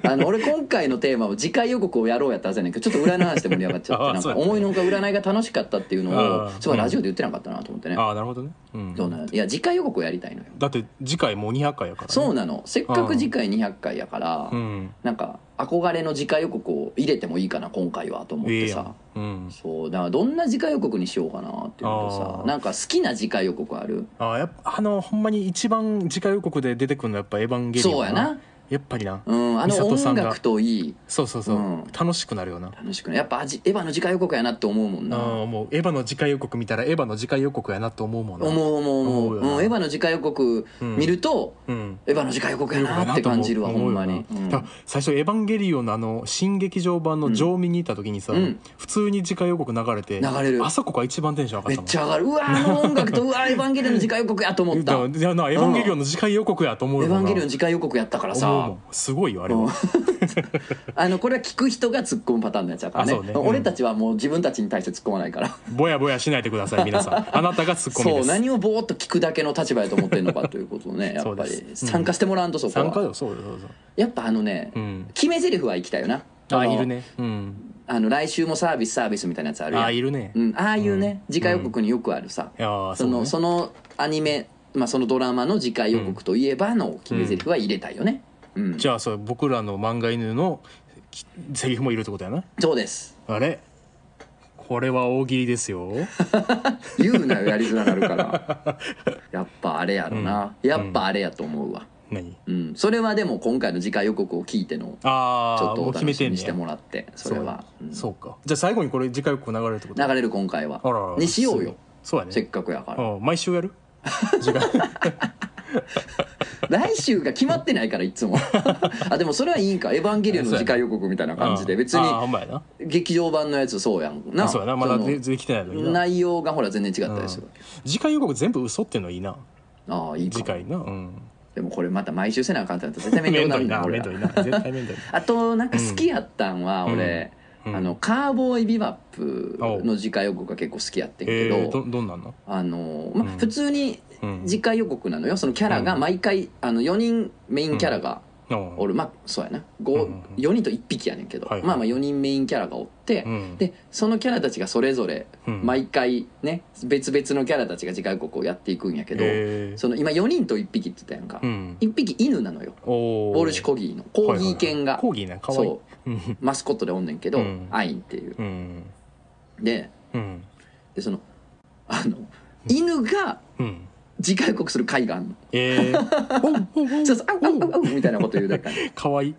[SPEAKER 1] あの俺今回のテーマを次回予告をやろうやったはずやねんけどちょっと占いの話で盛り上がっちゃっ
[SPEAKER 2] あ
[SPEAKER 1] て
[SPEAKER 2] あ
[SPEAKER 1] なん
[SPEAKER 2] そう
[SPEAKER 1] か
[SPEAKER 2] やね
[SPEAKER 1] 思いのほか占いが楽しかったっていうの
[SPEAKER 2] あ
[SPEAKER 1] を
[SPEAKER 2] あ
[SPEAKER 1] そういえばラジオで言ってなかったなと思ってね
[SPEAKER 2] ああなるほどね、うん、
[SPEAKER 1] そうなんいや次回予告をやりたいのよ
[SPEAKER 2] だって次回もう200回やから、ね、
[SPEAKER 1] そうなのせっかく次回200回やから
[SPEAKER 2] うん
[SPEAKER 1] なんか憧れの次回予告を入れてもいいかな今回はと思っ
[SPEAKER 2] ええ
[SPEAKER 1] て
[SPEAKER 2] や
[SPEAKER 1] さ
[SPEAKER 2] ん、うん、
[SPEAKER 1] そうだからどんな次回予告にしようかなっていうのと
[SPEAKER 2] あ
[SPEAKER 1] さ
[SPEAKER 2] あ
[SPEAKER 1] なんか好きな次回予告ある
[SPEAKER 2] ああやっぱあのほんまに一番次回予告で出てくるのはやっぱ「エヴァンゲリオン」
[SPEAKER 1] そうやな
[SPEAKER 2] やっぱりな、
[SPEAKER 1] うんあ
[SPEAKER 2] 美
[SPEAKER 1] の
[SPEAKER 2] 里さ
[SPEAKER 1] 音
[SPEAKER 2] んが
[SPEAKER 1] 楽といい
[SPEAKER 2] そうそうそう、
[SPEAKER 1] うん
[SPEAKER 2] 楽しくなるよな
[SPEAKER 1] 楽しくないやっぱ味エヴァの次回予告やなって思うもんな
[SPEAKER 2] ああもうエヴァの次回予告見たらエヴァの次回予告やなと思うもんな
[SPEAKER 1] 思う思う思
[SPEAKER 2] 思
[SPEAKER 1] う
[SPEAKER 2] うよな
[SPEAKER 1] うんエヴァの次回予告見ると、
[SPEAKER 2] うん
[SPEAKER 1] エヴァの次回予告やなって感じるわほんまに、
[SPEAKER 2] 思うよ
[SPEAKER 1] うん
[SPEAKER 2] なだから最初「エヴァンゲリオン」のあの新劇場版の上見に行った時にさ、
[SPEAKER 1] うん
[SPEAKER 2] 普通に次回予告流れて
[SPEAKER 1] 流れる
[SPEAKER 2] あそこが一番テンション上が
[SPEAKER 1] め
[SPEAKER 2] ったもん
[SPEAKER 1] っちゃ上がるうわあの音楽とうわーエヴァンゲリオンの次回予告やと思 った
[SPEAKER 2] だからいやなエヴァンゲリオンの次回予告やと思う
[SPEAKER 1] エ
[SPEAKER 2] よ
[SPEAKER 1] ヴ
[SPEAKER 2] な
[SPEAKER 1] ァンゲリオンの次回予告やったから
[SPEAKER 2] 思うも
[SPEAKER 1] さ
[SPEAKER 2] んすごいよあれは、
[SPEAKER 1] うん あのこれは聞く人が突っ込むパターンのやつだからね
[SPEAKER 2] あそうねうん
[SPEAKER 1] 俺たちはもう自分たちに対して突っ込まないから
[SPEAKER 2] ぼやぼやしないでください皆さ んあなたがツッコミ
[SPEAKER 1] そ
[SPEAKER 2] で
[SPEAKER 1] う
[SPEAKER 2] す
[SPEAKER 1] 何をぼーっと聞くだけの立場やと思ってんのかということをねやっ
[SPEAKER 2] そう
[SPEAKER 1] ぱ
[SPEAKER 2] で
[SPEAKER 1] り
[SPEAKER 2] す
[SPEAKER 1] 参加してもらわんとそこ
[SPEAKER 2] 参加
[SPEAKER 1] は
[SPEAKER 2] よそうよそうそう
[SPEAKER 1] やっぱあのね、
[SPEAKER 2] うん
[SPEAKER 1] 決め台詞は行きたいよな
[SPEAKER 2] あ
[SPEAKER 1] の
[SPEAKER 2] いるねうん
[SPEAKER 1] あの来週もサービスサービスみたいなやつあるやん
[SPEAKER 2] あいるね、
[SPEAKER 1] うん、ああいうね、次回予告によくあるさ、
[SPEAKER 2] いやー
[SPEAKER 1] そ
[SPEAKER 2] そう
[SPEAKER 1] のそ,、
[SPEAKER 2] ね
[SPEAKER 1] のアニメ、まあ、そのドラマの次回予告といえばの決め台詞は入れたいよね、うん
[SPEAKER 2] じゃあそう僕らの漫画犬のきセリフもいるってことやな
[SPEAKER 1] そうです
[SPEAKER 2] あれこれは大喜利です よ
[SPEAKER 1] 言うなよやりづらなるから やっぱあれやろな、やっぱあれやと思うわ、
[SPEAKER 2] 何
[SPEAKER 1] うん、それはでも今回の次回予告を聞いての
[SPEAKER 2] あ
[SPEAKER 1] ち
[SPEAKER 2] あ
[SPEAKER 1] ょっと
[SPEAKER 2] も
[SPEAKER 1] お
[SPEAKER 2] う決
[SPEAKER 1] 楽
[SPEAKER 2] め
[SPEAKER 1] してみ
[SPEAKER 2] ん
[SPEAKER 1] に
[SPEAKER 2] ね
[SPEAKER 1] しても
[SPEAKER 2] ら
[SPEAKER 1] らってそれは、うん
[SPEAKER 2] そうかじゃあ最後にこれ次回予告流れるってこと
[SPEAKER 1] 流れる今回は
[SPEAKER 2] あらら
[SPEAKER 1] にしようよ
[SPEAKER 2] そうや
[SPEAKER 1] せっ
[SPEAKER 2] ね
[SPEAKER 1] かくやから
[SPEAKER 2] うん毎週やる次回
[SPEAKER 1] 来週が決まってないからい つもあでもそれはいいんか「エヴァンゲリオン」の次回予告みたいな感じで
[SPEAKER 2] うん
[SPEAKER 1] 別に
[SPEAKER 2] あーほんまやな
[SPEAKER 1] 劇場版のやつそうやんな
[SPEAKER 2] あそうやなまだ
[SPEAKER 1] その
[SPEAKER 2] でできてないのにな
[SPEAKER 1] 内容がほら全然違ったりするわけ、
[SPEAKER 2] 次回予告全部嘘っていうのいいな
[SPEAKER 1] ああいいか
[SPEAKER 2] 次
[SPEAKER 1] も
[SPEAKER 2] 回なうん
[SPEAKER 1] でもこれまた毎週せなあかんってなったら絶対面
[SPEAKER 2] め
[SPEAKER 1] 倒
[SPEAKER 2] ん
[SPEAKER 1] にな
[SPEAKER 2] ど
[SPEAKER 1] る
[SPEAKER 2] い
[SPEAKER 1] な俺
[SPEAKER 2] なめん
[SPEAKER 1] ら
[SPEAKER 2] どいな絶対めんどい
[SPEAKER 1] あとなんか好きやったんは俺、
[SPEAKER 2] うん
[SPEAKER 1] あのカーボーイビバップの次回予告が結構好きやってんけ
[SPEAKER 2] え
[SPEAKER 1] ど、
[SPEAKER 2] ー、どどんなんの
[SPEAKER 1] あのまあ
[SPEAKER 2] うん
[SPEAKER 1] 普通に
[SPEAKER 2] うん
[SPEAKER 1] 次回予告なのよそのキャラが毎回あの4人メインキャラが
[SPEAKER 2] うん
[SPEAKER 1] おる、まあそうやな
[SPEAKER 2] うんうんうん
[SPEAKER 1] 4人と1匹やねんけど、
[SPEAKER 2] はいはい
[SPEAKER 1] まあまあ4人メインキャラがおって、
[SPEAKER 2] うん
[SPEAKER 1] でそのキャラたちがそれぞれ
[SPEAKER 2] うん
[SPEAKER 1] 毎回ね別々のキャラたちが次回予告をやっていくんやけど、
[SPEAKER 2] えー
[SPEAKER 1] その今4人と1匹って言ったやんか、
[SPEAKER 2] うん
[SPEAKER 1] 一1匹犬なのよ
[SPEAKER 2] お
[SPEAKER 1] ウォルシュ・コギーのコーギー犬が、
[SPEAKER 2] コーギーなかわいい
[SPEAKER 1] そう
[SPEAKER 2] うん
[SPEAKER 1] マスコットでおんねんけど、
[SPEAKER 2] うん
[SPEAKER 1] アインっていう
[SPEAKER 2] うん
[SPEAKER 1] で
[SPEAKER 2] うん
[SPEAKER 1] でそのあの犬が
[SPEAKER 2] うん
[SPEAKER 1] 次回予告する回があんの
[SPEAKER 2] えーおうおうおう
[SPEAKER 1] そうそう「あうあうあう」みたいなこと言うだけ
[SPEAKER 2] かわいい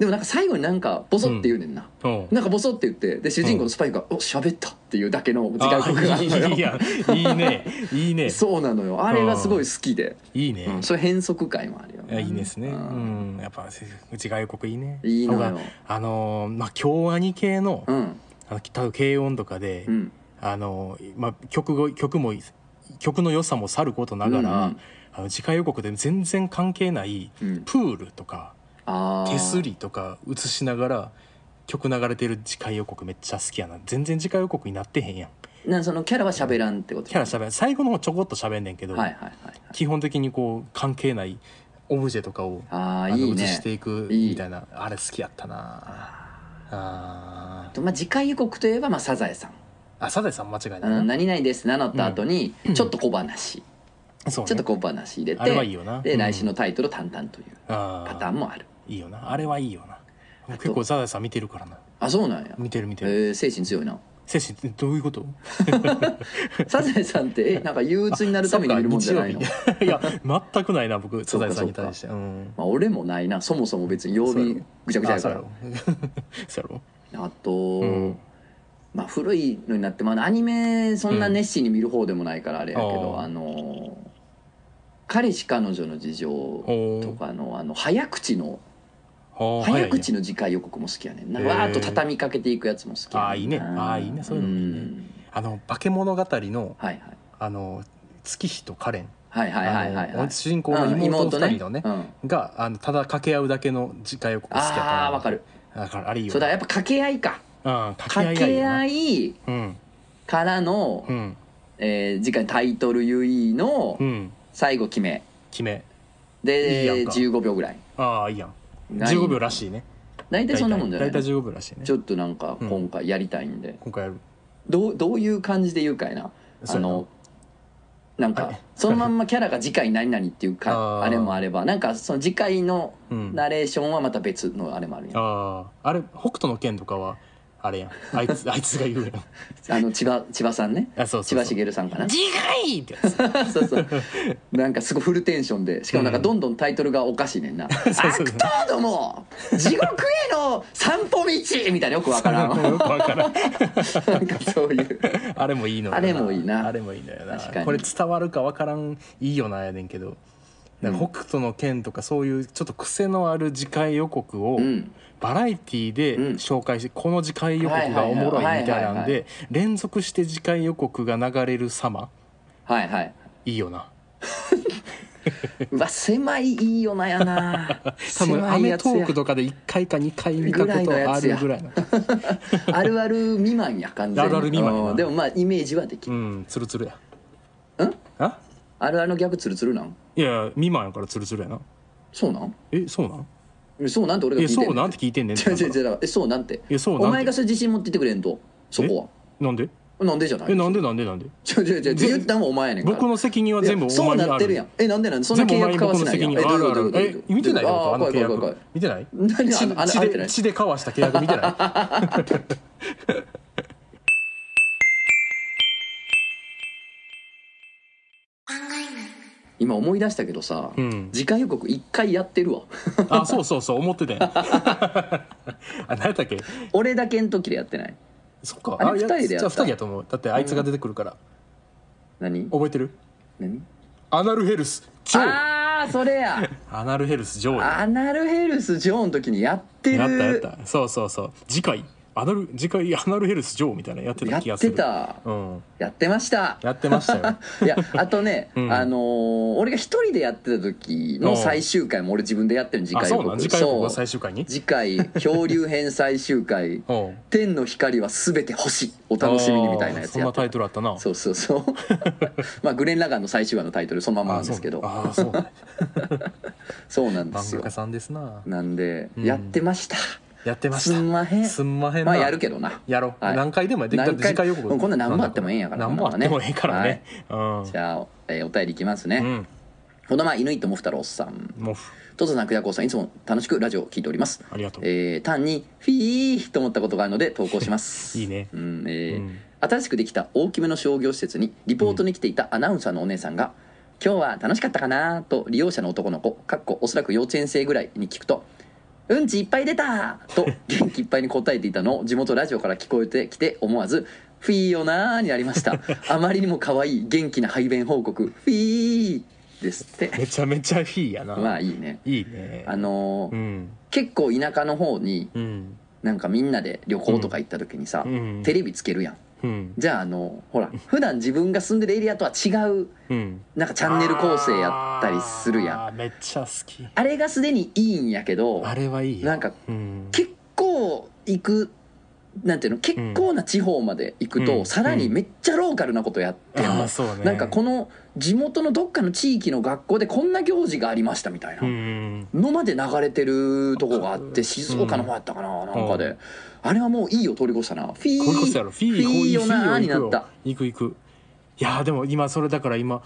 [SPEAKER 1] でもなんか最後になんかボソって言うねんな、
[SPEAKER 2] うん
[SPEAKER 1] なんかボソって言ってで主人公のスパイクが「お喋った」っていうだけの次回予
[SPEAKER 2] あ
[SPEAKER 1] 告があんの
[SPEAKER 2] いい
[SPEAKER 1] よ
[SPEAKER 2] やいいねいいね
[SPEAKER 1] そうなのよあれがすごい好きで、
[SPEAKER 2] いいね、
[SPEAKER 1] うん、それ変則回もあるよ
[SPEAKER 2] いやいいですね、う
[SPEAKER 1] うん
[SPEAKER 2] ん、やっぱ内外予告いいね
[SPEAKER 1] いいのよ
[SPEAKER 2] なんかあのーまあ京アニ系の
[SPEAKER 1] うん
[SPEAKER 2] あの多分軽音とかで、
[SPEAKER 1] うん
[SPEAKER 2] あのーまあ、曲が曲も曲の良さもさることながら、
[SPEAKER 1] うんうん
[SPEAKER 2] あの次回予告で全然関係ない
[SPEAKER 1] うん
[SPEAKER 2] プールとか
[SPEAKER 1] あー
[SPEAKER 2] 手すりとか映しながら曲流れてる次回予告めっちゃ好きやな全然次回予告になってへんやん
[SPEAKER 1] なんそのキャラは喋らんってこと
[SPEAKER 2] キャラしゃべん最後の方ちょこっとしゃべんねんけど、
[SPEAKER 1] はいはいはいはい
[SPEAKER 2] 基本的にこう関係ないオブジェとかを
[SPEAKER 1] ああ
[SPEAKER 2] あの
[SPEAKER 1] いい
[SPEAKER 2] 映
[SPEAKER 1] ね
[SPEAKER 2] していく
[SPEAKER 1] いい
[SPEAKER 2] みたいなあれ好きやったなあー
[SPEAKER 1] とまあ、次回予告といえば、まあ、サザエさん
[SPEAKER 2] あサザエさん間違い
[SPEAKER 1] 「あ
[SPEAKER 2] な
[SPEAKER 1] の
[SPEAKER 2] いな
[SPEAKER 1] 何々です」名乗った後にちょっと小話、
[SPEAKER 2] そうね
[SPEAKER 1] ちょっと小話入れて
[SPEAKER 2] あれはいいよな
[SPEAKER 1] で
[SPEAKER 2] うん
[SPEAKER 1] 来週のタイトル「淡々」という
[SPEAKER 2] あ
[SPEAKER 1] パター
[SPEAKER 2] ー
[SPEAKER 1] ンもある
[SPEAKER 2] いいよなあれはいいよな結構サザエさん見てるからな
[SPEAKER 1] あそうなんや、
[SPEAKER 2] 見てる見て
[SPEAKER 1] え
[SPEAKER 2] る
[SPEAKER 1] ー、精神強いな
[SPEAKER 2] 精神ってどういうこと
[SPEAKER 1] サザエさんってえなんか憂鬱になるために見るもんじゃないの
[SPEAKER 2] あそっか日曜日いや全くないな僕
[SPEAKER 1] そ
[SPEAKER 2] サ
[SPEAKER 1] うか
[SPEAKER 2] ザエさんに対してうん
[SPEAKER 1] まあ、俺もないなそもそも別に曜
[SPEAKER 2] そう
[SPEAKER 1] 日
[SPEAKER 2] やろ
[SPEAKER 1] ぐちゃぐちゃやか
[SPEAKER 2] あ
[SPEAKER 1] ら
[SPEAKER 2] そうやろ
[SPEAKER 1] あと、
[SPEAKER 2] そうやろうん
[SPEAKER 1] まあ、古いのになって、まあ、アニメそんな熱心に見る方でもないからあれやけど、
[SPEAKER 2] あー
[SPEAKER 1] あのー彼氏彼女の事情
[SPEAKER 2] お
[SPEAKER 1] と
[SPEAKER 2] ー
[SPEAKER 1] かのあの早口の
[SPEAKER 2] おー
[SPEAKER 1] 早口
[SPEAKER 2] いね
[SPEAKER 1] の次回予告も好きやねんな
[SPEAKER 2] へー
[SPEAKER 1] わーっと畳みかけていくやつも好きや
[SPEAKER 2] あーいいねあーいいねそういうのもいいね
[SPEAKER 1] ん
[SPEAKER 2] あの化け物語の
[SPEAKER 1] はいはい
[SPEAKER 2] あの月日とカレン
[SPEAKER 1] はいはいはいはいは
[SPEAKER 2] あ
[SPEAKER 1] い
[SPEAKER 2] の主人公の妹
[SPEAKER 1] うん
[SPEAKER 2] 二人のね
[SPEAKER 1] 妹うん
[SPEAKER 2] があのただ掛け合うだけの次回予告好きやったな
[SPEAKER 1] ああわかる
[SPEAKER 2] だからあれいいよ
[SPEAKER 1] そうだやっぱ掛け合いか
[SPEAKER 2] うん掛け合
[SPEAKER 1] 掛
[SPEAKER 2] いがいい
[SPEAKER 1] け
[SPEAKER 2] よな
[SPEAKER 1] 合い
[SPEAKER 2] うん
[SPEAKER 1] からの、
[SPEAKER 2] うん
[SPEAKER 1] えー次回タイトル優位の
[SPEAKER 2] うん
[SPEAKER 1] 最後決め
[SPEAKER 2] 決めいいやん
[SPEAKER 1] で
[SPEAKER 2] か
[SPEAKER 1] 15秒ぐらい
[SPEAKER 2] ああいいやん
[SPEAKER 1] ない
[SPEAKER 2] 15秒らしいね
[SPEAKER 1] 大体そんなもんじゃない
[SPEAKER 2] 大体15秒らしいね
[SPEAKER 1] ちょっとなんか今回やりたいんで、
[SPEAKER 2] 今回やる
[SPEAKER 1] どうどういう感じで言うかやな
[SPEAKER 2] そ
[SPEAKER 1] あ
[SPEAKER 2] うやな
[SPEAKER 1] のなん
[SPEAKER 2] あれ
[SPEAKER 1] かそのまんまキャラが次回何々っていう
[SPEAKER 2] あ
[SPEAKER 1] か
[SPEAKER 2] ー
[SPEAKER 1] あれもあればなんかその次回の
[SPEAKER 2] うん
[SPEAKER 1] ナレーションはまた別のあれもあるやん、
[SPEAKER 2] あああれ北斗の拳とかはあれやんあいつあいつが言うやん
[SPEAKER 1] あの千葉千葉さんね
[SPEAKER 2] あそうそ
[SPEAKER 1] 千葉
[SPEAKER 2] うそう
[SPEAKER 1] 茂さんかな
[SPEAKER 2] 次回ってやつ
[SPEAKER 1] そうそうなんかすごいフルテンションでしかもなんか
[SPEAKER 2] うん
[SPEAKER 1] どんどんタイトルがおかしいねんな「
[SPEAKER 2] そうそう
[SPEAKER 1] 悪党ども地獄への散歩道」みたいなよくわからん
[SPEAKER 2] よくわからん
[SPEAKER 1] なんかそういう
[SPEAKER 2] あれもいいのよ
[SPEAKER 1] あれもいいな
[SPEAKER 2] あれもいいのよな
[SPEAKER 1] 確かに
[SPEAKER 2] これ伝わるかわからんいいよなやねんけどなんか北斗の拳とかそういうちょっと癖のある次回予告を
[SPEAKER 1] うん
[SPEAKER 2] バラエティで
[SPEAKER 1] うん
[SPEAKER 2] 紹介して、この次回予告がおもろいみたいなん
[SPEAKER 1] はいはいはいはいはい
[SPEAKER 2] で連続して次回予告が流れる様
[SPEAKER 1] はいはい
[SPEAKER 2] いいよな
[SPEAKER 1] うわ狭いいいよなやな
[SPEAKER 2] 多分『ア
[SPEAKER 1] 狭い
[SPEAKER 2] メ
[SPEAKER 1] やつ
[SPEAKER 2] ト
[SPEAKER 1] や
[SPEAKER 2] ーク』とかで1回か2回見たことあるぐらいな
[SPEAKER 1] あるある未満や完全に
[SPEAKER 2] あるある未満やな
[SPEAKER 1] うんでもまあイメージはでき
[SPEAKER 2] う
[SPEAKER 1] る、
[SPEAKER 2] んツルツルや
[SPEAKER 1] うん、
[SPEAKER 2] あ
[SPEAKER 1] あるあるの逆ツルツルなん
[SPEAKER 2] いやいや未満やからツルツルやな
[SPEAKER 1] そうなん
[SPEAKER 2] えそうなん
[SPEAKER 1] えそうなんて俺が聞
[SPEAKER 2] え
[SPEAKER 1] いてんね
[SPEAKER 2] そうなんて聞いてんねん
[SPEAKER 1] 違う違う違うだからえそうなんて
[SPEAKER 2] えそうなんて
[SPEAKER 1] お前がそれ自信持って言ってくれんとそこ
[SPEAKER 2] なんで
[SPEAKER 1] はなんでじゃない
[SPEAKER 2] えなんでなんでなんで
[SPEAKER 1] 違う違う違う言ったんはお前やねんから
[SPEAKER 2] 僕の責任は全部お
[SPEAKER 1] いやそ
[SPEAKER 2] 前
[SPEAKER 1] う
[SPEAKER 2] にある
[SPEAKER 1] なってるやんえなんでなんでそんな
[SPEAKER 2] 全部
[SPEAKER 1] 契
[SPEAKER 2] お
[SPEAKER 1] 約
[SPEAKER 2] 前に
[SPEAKER 1] 交わ
[SPEAKER 2] 僕
[SPEAKER 1] せ
[SPEAKER 2] の
[SPEAKER 1] ないやん
[SPEAKER 2] 責任はあるあ
[SPEAKER 1] どういうこ
[SPEAKER 2] る
[SPEAKER 1] と
[SPEAKER 2] え見てない
[SPEAKER 1] どういう
[SPEAKER 2] の
[SPEAKER 1] こと
[SPEAKER 2] あ
[SPEAKER 1] あ
[SPEAKER 2] の契
[SPEAKER 1] ー怖い怖い怖い
[SPEAKER 2] 約見てない
[SPEAKER 1] 何あのあの
[SPEAKER 2] 血
[SPEAKER 1] 入ってな
[SPEAKER 2] で
[SPEAKER 1] い
[SPEAKER 2] 血で交わした契約見 てない
[SPEAKER 1] 今思い出したけどさ、
[SPEAKER 2] うん
[SPEAKER 1] 次回予告一回やってる わ
[SPEAKER 2] あそうそうそう思ってたよ あ何やったっけ
[SPEAKER 1] 俺だけの時でやってない
[SPEAKER 2] そっか
[SPEAKER 1] あれ
[SPEAKER 2] いや
[SPEAKER 1] 二人でやった
[SPEAKER 2] じゃあ二人やと思うだってあいつが出てくるから
[SPEAKER 1] 何
[SPEAKER 2] 覚えてる
[SPEAKER 1] 何
[SPEAKER 2] アナルヘルスジョー
[SPEAKER 1] ああそれや
[SPEAKER 2] アナルヘルスジョーや
[SPEAKER 1] アナルヘルスジョーの時にやってる
[SPEAKER 2] やったやったそうそうそう次回アナル次回アナルヘルスジョーみたいなのやってた気
[SPEAKER 1] や
[SPEAKER 2] が
[SPEAKER 1] っ
[SPEAKER 2] す
[SPEAKER 1] て
[SPEAKER 2] る
[SPEAKER 1] た
[SPEAKER 2] うん
[SPEAKER 1] やってました
[SPEAKER 2] やってましたよ
[SPEAKER 1] いやあとね、
[SPEAKER 2] うん
[SPEAKER 1] あのー俺が一人でやってた時の最終回も俺自分でやってるの 次
[SPEAKER 2] あ
[SPEAKER 1] 回
[SPEAKER 2] そ
[SPEAKER 1] 予
[SPEAKER 2] うなん
[SPEAKER 1] 告
[SPEAKER 2] 次回予告は
[SPEAKER 1] そう
[SPEAKER 2] 最終回に
[SPEAKER 1] 次回漂流編最終回
[SPEAKER 2] おう
[SPEAKER 1] 「天の光は全て星」お楽しみにみたいなやつ
[SPEAKER 2] あーそん
[SPEAKER 1] や
[SPEAKER 2] な
[SPEAKER 1] っ
[SPEAKER 2] タ
[SPEAKER 1] て
[SPEAKER 2] イトルあったな
[SPEAKER 1] そうそうそう まあグレン・ラガンの最終話のタイトルそのままなんですけど
[SPEAKER 2] あーそうあーそうね
[SPEAKER 1] そうなんです
[SPEAKER 2] 漫
[SPEAKER 1] よ
[SPEAKER 2] 画家さんですな
[SPEAKER 1] なんで、
[SPEAKER 2] うん
[SPEAKER 1] やってました
[SPEAKER 2] やってました
[SPEAKER 1] すんまへん
[SPEAKER 2] すんまへん
[SPEAKER 1] ま
[SPEAKER 2] な
[SPEAKER 1] あやるけどな
[SPEAKER 2] やろう、
[SPEAKER 1] はい
[SPEAKER 2] 何回でもやってだって
[SPEAKER 1] 何回
[SPEAKER 2] 次回予告
[SPEAKER 1] うんこんなん何本あってもええんやから
[SPEAKER 2] 何本あってもええからね、
[SPEAKER 1] じゃあ、えーお便りいきますね、
[SPEAKER 2] うん、うん、
[SPEAKER 1] この前犬井ともふたろうさん
[SPEAKER 2] もう
[SPEAKER 1] とぞさん久田こうさんいつも楽しくラジオを聞いております
[SPEAKER 2] ありがとう、
[SPEAKER 1] えー単にフィーと思ったことがあるので投稿します
[SPEAKER 2] いいね
[SPEAKER 1] うんえー
[SPEAKER 2] うん
[SPEAKER 1] 新しくできた大きめの商業施設にリポートに来ていたアナウンサーのお姉さんが「今日は楽しかったかな?」と利用者の男の子かっこおそらく幼稚園生ぐらいに聞くと「うんちいっぱい出た!」 と元気いっぱいに答えていたのを地元ラジオから聞こえてきて思わず「フィーよなー」になりました あまりにも可愛い元気な排便報告「フィー」ですって
[SPEAKER 2] めちゃめちゃフィーやな、
[SPEAKER 1] まあいいね
[SPEAKER 2] いいね
[SPEAKER 1] あのー
[SPEAKER 2] うん
[SPEAKER 1] 結構田舎の方に
[SPEAKER 2] うん
[SPEAKER 1] なんかみんなで旅行とか行った時にさ、
[SPEAKER 2] うん
[SPEAKER 1] テレビつけるやん
[SPEAKER 2] うん
[SPEAKER 1] じゃああのほら普段自分が住んでるエリアとは違う
[SPEAKER 2] うん
[SPEAKER 1] なんかチャンネル構成やったりするやんあ
[SPEAKER 2] あーめっちゃ好き
[SPEAKER 1] れがすでにいいんやけど
[SPEAKER 2] あれはいいよ
[SPEAKER 1] なんか
[SPEAKER 2] うん
[SPEAKER 1] 結構行くなんていうの結構な地方まで行くと、
[SPEAKER 2] うん
[SPEAKER 1] さらにめっちゃローカルなことやってんの
[SPEAKER 2] あーそうね
[SPEAKER 1] なんかこの地元のどっかの地域の学校でこんな行事がありましたみたいな、
[SPEAKER 2] うん
[SPEAKER 1] のまで流れてるとこがあって静岡の方やったかな、なんかで、
[SPEAKER 2] うん
[SPEAKER 1] あれはもういいよ通り越したなフィー
[SPEAKER 2] これこそやろフィー
[SPEAKER 1] フィーよなー
[SPEAKER 2] フィ
[SPEAKER 1] に
[SPEAKER 2] ーよ
[SPEAKER 1] なった
[SPEAKER 2] 行くよ行く行くいやーでも今それだから今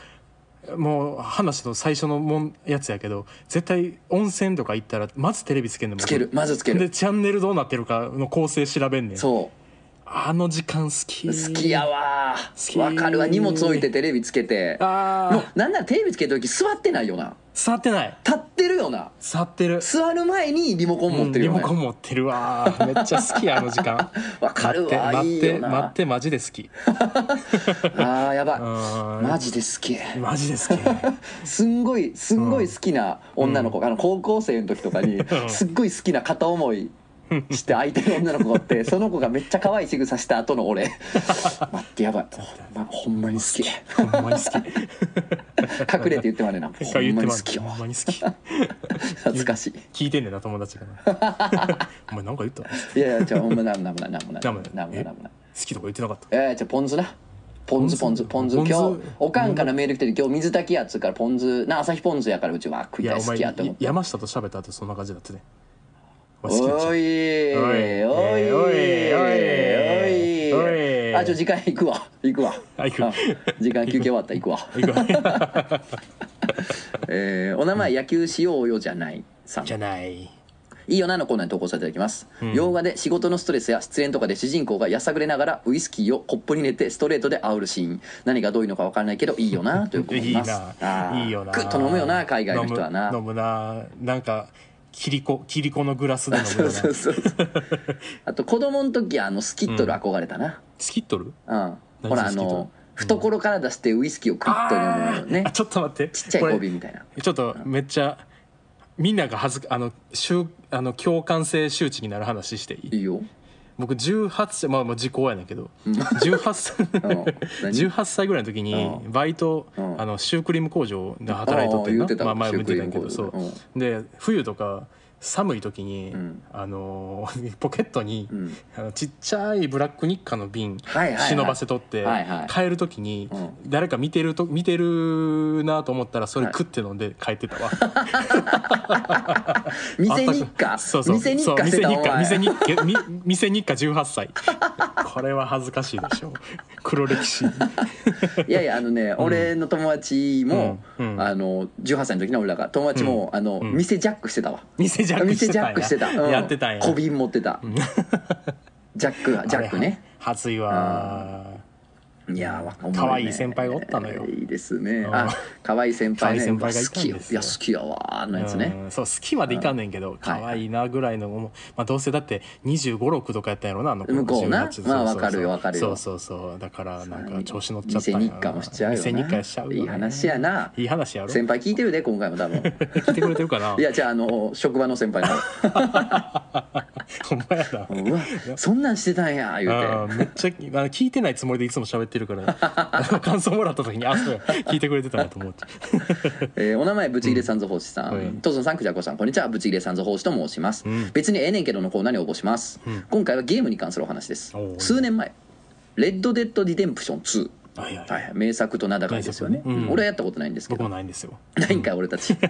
[SPEAKER 2] もう話の最初のもんやつやけど絶対温泉とか行ったらまずテレビつけんでも
[SPEAKER 1] つけるまずつけ
[SPEAKER 2] で
[SPEAKER 1] る
[SPEAKER 2] チャンネルどうなってるかの構成調べんねん
[SPEAKER 1] そ
[SPEAKER 2] あの時間好き
[SPEAKER 1] う好きやわ
[SPEAKER 2] 好
[SPEAKER 1] ー
[SPEAKER 2] き
[SPEAKER 1] わかるわ荷物置いてテレビつけて
[SPEAKER 2] あ
[SPEAKER 1] もう
[SPEAKER 2] あ
[SPEAKER 1] なんならテレビつけた時座ってないよな
[SPEAKER 2] 触ってない
[SPEAKER 1] 立ってるよな
[SPEAKER 2] 触ってる
[SPEAKER 1] 座る前にリモコン持ってるよ
[SPEAKER 2] うん
[SPEAKER 1] ね
[SPEAKER 2] リモコン持ってるわーめっちゃ好きやあの時間
[SPEAKER 1] わかるわ
[SPEAKER 2] 待っ
[SPEAKER 1] いい
[SPEAKER 2] て待っ
[SPEAKER 1] よ
[SPEAKER 2] て
[SPEAKER 1] な
[SPEAKER 2] 待ってマジで好き
[SPEAKER 1] あーやばいマ
[SPEAKER 2] マ
[SPEAKER 1] ジで好き
[SPEAKER 2] マジで好き
[SPEAKER 1] すんごいすんごい好きな女の子、あの高校生の時とか に
[SPEAKER 2] ん
[SPEAKER 1] すっごい好きな片思いして相手の女の子がお ってその子がめっちゃ可愛い仕草した後の 俺待ってやばいほん,、ま、ほんまに好き
[SPEAKER 2] ほんまに 好き
[SPEAKER 1] 隠れて言ってまうねんなほんまに好きよ
[SPEAKER 2] ほんまに好き
[SPEAKER 1] 懐かしい
[SPEAKER 2] 聞いてんねんな友達がな お前なんか言った好
[SPEAKER 1] いやいやじゃあほんまなんもなんもなんもなんもない
[SPEAKER 2] なん
[SPEAKER 1] な
[SPEAKER 2] もなん
[SPEAKER 1] も
[SPEAKER 2] い
[SPEAKER 1] ないなんもない
[SPEAKER 2] きとか言ってなかった
[SPEAKER 1] えーじゃあポン酢なポン酢ポン酢ポン酢
[SPEAKER 2] ポン
[SPEAKER 1] 今日
[SPEAKER 2] 酢
[SPEAKER 1] おかんからメール来てる今日水炊きやっつうからポン酢な朝日ポン酢やからうちは食
[SPEAKER 2] い
[SPEAKER 1] いた
[SPEAKER 2] や
[SPEAKER 1] い
[SPEAKER 2] お
[SPEAKER 1] 好
[SPEAKER 2] 前
[SPEAKER 1] きやと思って
[SPEAKER 2] 山下と喋った後そんな感じだってねお前好きやっちゃ
[SPEAKER 1] お
[SPEAKER 2] う
[SPEAKER 1] いお
[SPEAKER 2] おい
[SPEAKER 1] い
[SPEAKER 2] お
[SPEAKER 1] お
[SPEAKER 2] い
[SPEAKER 1] い
[SPEAKER 2] おい
[SPEAKER 1] お
[SPEAKER 2] おい
[SPEAKER 1] いあちょ時間行くわ行くわ
[SPEAKER 2] あ行く
[SPEAKER 1] あ時間休憩終わった行く わ
[SPEAKER 2] いいか
[SPEAKER 1] えーお名前野球しようよじゃないさん
[SPEAKER 2] じゃない
[SPEAKER 1] いいよなのコーナーに投稿させていただきます、洋画で仕事のストレスや失恋とかで主人公がやさぐれながらウイスキーをコップに入れてストレートで煽るシーン何がどういうのか分からないけどいいよ なということ
[SPEAKER 2] い
[SPEAKER 1] に
[SPEAKER 2] い
[SPEAKER 1] なりますあ
[SPEAKER 2] な
[SPEAKER 1] ー
[SPEAKER 2] いいよな
[SPEAKER 1] グッと飲むよな海外の人はな
[SPEAKER 2] 飲む飲むななんかキリコキリコのグラスで飲む
[SPEAKER 1] そ
[SPEAKER 2] よ
[SPEAKER 1] う
[SPEAKER 2] な
[SPEAKER 1] そうそう そうあと子供の時あのスキットル憧れたな、
[SPEAKER 2] スキットル
[SPEAKER 1] うん
[SPEAKER 2] 何
[SPEAKER 1] ほらあ
[SPEAKER 2] そのスキットル
[SPEAKER 1] の懐から出してウイスキーをクッと飲むのね
[SPEAKER 2] あちょっと待って
[SPEAKER 1] ちっちゃい
[SPEAKER 2] これ
[SPEAKER 1] 小瓶みたいな
[SPEAKER 2] ちょっとめっちゃみんなが恥ずかあのしゅあの共感性周知になる話していい
[SPEAKER 1] いいよ
[SPEAKER 2] 僕18歳まあまあ時効やねんけど18歳
[SPEAKER 1] ん何
[SPEAKER 2] 18歳ぐらいの時に
[SPEAKER 1] う
[SPEAKER 2] バイト
[SPEAKER 1] うん
[SPEAKER 2] あのシュークリーム工場で働いとって
[SPEAKER 1] ああ言
[SPEAKER 2] な
[SPEAKER 1] うてた
[SPEAKER 2] まあ前も言ってたんやけど
[SPEAKER 1] シ
[SPEAKER 2] そ
[SPEAKER 1] ュークリーム工場
[SPEAKER 2] うで冬とか寒い時に、
[SPEAKER 1] ん
[SPEAKER 2] あのー ポケットに、
[SPEAKER 1] ん
[SPEAKER 2] あのちっちゃいブラック日課の瓶
[SPEAKER 1] はいはいはい
[SPEAKER 2] 忍ばせとって、
[SPEAKER 1] はいはい
[SPEAKER 2] 帰る時に、
[SPEAKER 1] う
[SPEAKER 2] 誰か見てると見てるなと思ったらそれ食って飲んで帰ってたわ。
[SPEAKER 1] 店日課
[SPEAKER 2] そうそう
[SPEAKER 1] 店日
[SPEAKER 2] そう
[SPEAKER 1] 課してたお前
[SPEAKER 2] 店日課店日課み 店日課18歳これは恥ずかしいでしょう 黒歴史
[SPEAKER 1] いやいやあのね、俺の友達も、
[SPEAKER 2] うんうん
[SPEAKER 1] あの18歳の時の俺らが友達も、あの、
[SPEAKER 2] ん
[SPEAKER 1] 店ジャックしてたわ
[SPEAKER 2] 店ジャックし
[SPEAKER 1] 店
[SPEAKER 2] て
[SPEAKER 1] ジャ
[SPEAKER 2] たんや
[SPEAKER 1] ックしてた、うん
[SPEAKER 2] やってたんや
[SPEAKER 1] 小瓶持ってた、ジャ ックジャックね
[SPEAKER 2] あれは恥ずいわ
[SPEAKER 1] いやわかん
[SPEAKER 2] 可愛い先輩がおったのよ
[SPEAKER 1] いいですね
[SPEAKER 2] うん
[SPEAKER 1] あ可愛い先輩ね
[SPEAKER 2] 可愛い先輩がいたんで
[SPEAKER 1] うわ好きよい
[SPEAKER 2] すよ
[SPEAKER 1] や好きやわあのやつね、
[SPEAKER 2] うんそう好きまでいかんねんけど可愛いなぐらいのもうまあどうせだって2 5 6とかやったんやろなあの頃
[SPEAKER 1] 向こうな
[SPEAKER 2] 18そうそうそう
[SPEAKER 1] まあわかるよわかるよ
[SPEAKER 2] そうそうそうだからなんか調子乗っちゃった
[SPEAKER 1] 店
[SPEAKER 2] んや
[SPEAKER 1] 日課もしちゃうよな
[SPEAKER 2] 店日課しちゃうよね
[SPEAKER 1] いい話やない
[SPEAKER 2] い話やろ
[SPEAKER 1] 先輩聞いてるで今回も 多分
[SPEAKER 2] 聞いてくれてるかない
[SPEAKER 1] やじゃああの職場の先輩 の
[SPEAKER 2] ほんまやな
[SPEAKER 1] うわそんなんしてたんや言
[SPEAKER 2] あ
[SPEAKER 1] う
[SPEAKER 2] ーめっちゃあの聞いてないつもりでいつも喋ってるか らあの感想もらった時にあそうや聞いてくれてたなと思っ
[SPEAKER 1] て、
[SPEAKER 2] て
[SPEAKER 1] えーお名前ブチギレさんぞ法師さ
[SPEAKER 2] うん
[SPEAKER 1] んとぞんさんくじゃこさんこんにちはブチギレさんぞ法師と申します、
[SPEAKER 2] うん
[SPEAKER 1] 別にええねんけどのコーナーに応募します、今回はゲームに関するお話です
[SPEAKER 2] おー
[SPEAKER 1] 数年前レッドデッド・ディデンプション2
[SPEAKER 2] はいはい
[SPEAKER 1] 大変名作と名高いですよね
[SPEAKER 2] 名作ねうん
[SPEAKER 1] 俺はやったことないんですけ
[SPEAKER 2] 僕
[SPEAKER 1] ど
[SPEAKER 2] もないんですよ
[SPEAKER 1] ないんかい俺た ち、え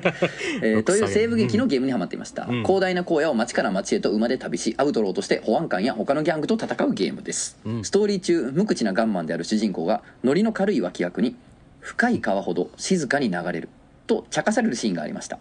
[SPEAKER 1] ーという西部劇のゲームにはまっていました、
[SPEAKER 2] ん
[SPEAKER 1] 広大な荒野を町から町へと馬で旅しアウトローとして保安官や他のギャングと戦うゲームです、
[SPEAKER 2] うん
[SPEAKER 1] ストーリー中無口なガンマンである主人公がノリの軽い脇役に「深い川ほど静かに流れる」と茶化されるシーンがありました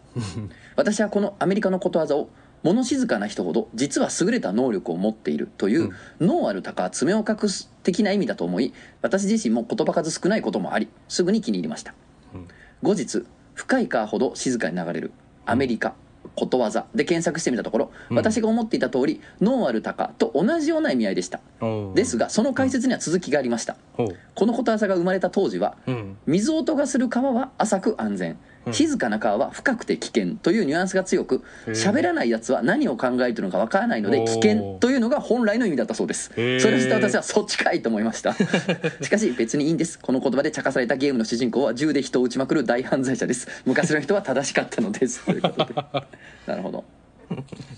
[SPEAKER 1] 私はこのアメリカのことわざを物静かな人ほど実は優れた能力を持っているという脳ある鷹は爪を隠す的な意味だと思い私自身も言葉数少ないこともありすぐに気に入りました
[SPEAKER 2] うん
[SPEAKER 1] 後日深い川ほど静かに流れるアメリカ、ことわざで検索してみたところ、
[SPEAKER 2] うん
[SPEAKER 1] 私が思っていた通り脳ある鷹と同じような意味合いでした
[SPEAKER 2] おう
[SPEAKER 1] ですがその解説には続きがありました
[SPEAKER 2] おう
[SPEAKER 1] このことわざが生まれた当時は
[SPEAKER 2] うん
[SPEAKER 1] 水音がする川は浅く安全
[SPEAKER 2] うん
[SPEAKER 1] 静かな川は深くて危険というニュアンスが強く
[SPEAKER 2] へえ
[SPEAKER 1] 喋らないやつは何を考えてるのかわからないので
[SPEAKER 2] おー
[SPEAKER 1] 危険というのが本来の意味だったそうですそ
[SPEAKER 2] へえ
[SPEAKER 1] れを知った私はそっちかいと思いました しかし別にいいんですこの言葉で茶化されたゲームの主人公は銃で人を撃ちまくる大犯罪者です昔の人は正しかったのですということ でなるほど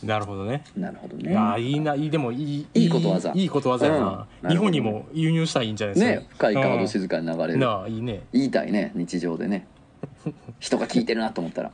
[SPEAKER 2] なるほどね
[SPEAKER 1] なるほど
[SPEAKER 2] ああ
[SPEAKER 1] ね
[SPEAKER 2] いいないいでもいい
[SPEAKER 1] いいことわざ
[SPEAKER 2] いいことわざやな、
[SPEAKER 1] うん
[SPEAKER 2] 日本にも輸入したらいいんじゃないですか
[SPEAKER 1] ね深い川の静かに流れる
[SPEAKER 2] なあいいね
[SPEAKER 1] 言いたいね日常で ね人が聞いてるなと思ったら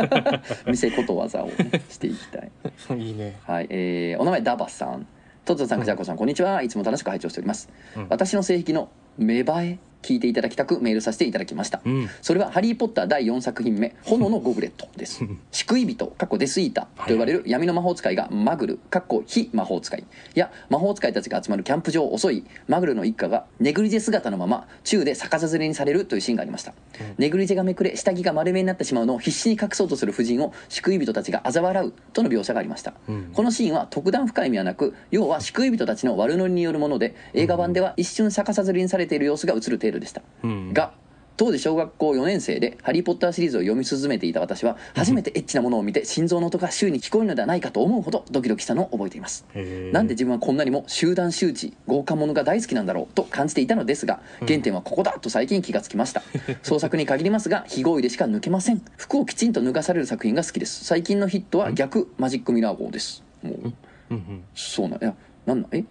[SPEAKER 1] 店ことわざをね、 していきた い
[SPEAKER 2] いいね
[SPEAKER 1] はい、えーお名前ダバさんトツさんクジャコさんこんにちはいつも楽しく拝聴しております、
[SPEAKER 2] うん
[SPEAKER 1] 私の性癖の芽生え聞いていただきたくメールさせていただきました、
[SPEAKER 2] うん
[SPEAKER 1] それは「ハリー・ポッター」第4作品目「炎のゴブレット」です救い人過去デスイーターと呼ばれる闇の魔法使いがマグル過去非魔法使いや魔法使いたちが集まるキャンプ場を襲いマグルの一家がネグリジェ姿のまま宙で逆さずれにされるというシーンがありました、ネグリジェがめくれ下着が丸めになってしまうのを必死に隠そうとする婦人を救い人たちが嘲笑うとの描写がありました、
[SPEAKER 2] うん
[SPEAKER 1] このシーンは特段深い意味はなく要は救い人たちの悪ノリによるもので映画版では一瞬逆さずりにされている様子が映る程度でした、
[SPEAKER 2] うん
[SPEAKER 1] が当時小学校4年生で「ハリー・ポッター」シリーズを読み進めていた私は初めてエッチなものを見て心臓の音が周囲に聞こえるのではないかと思うほどドキドキしたのを覚えています
[SPEAKER 2] へえ
[SPEAKER 1] なんで自分はこんなにも集団周知豪華者が大好きなんだろうと感じていたのですが原点はここだと最近気がつきました 創作に限りますが非合意でしか抜けません服をきちんと脱がされる作品が好きです最近のヒットは逆マジックミラー号ですもう
[SPEAKER 2] うんうん
[SPEAKER 1] そうなんいやなんなんえ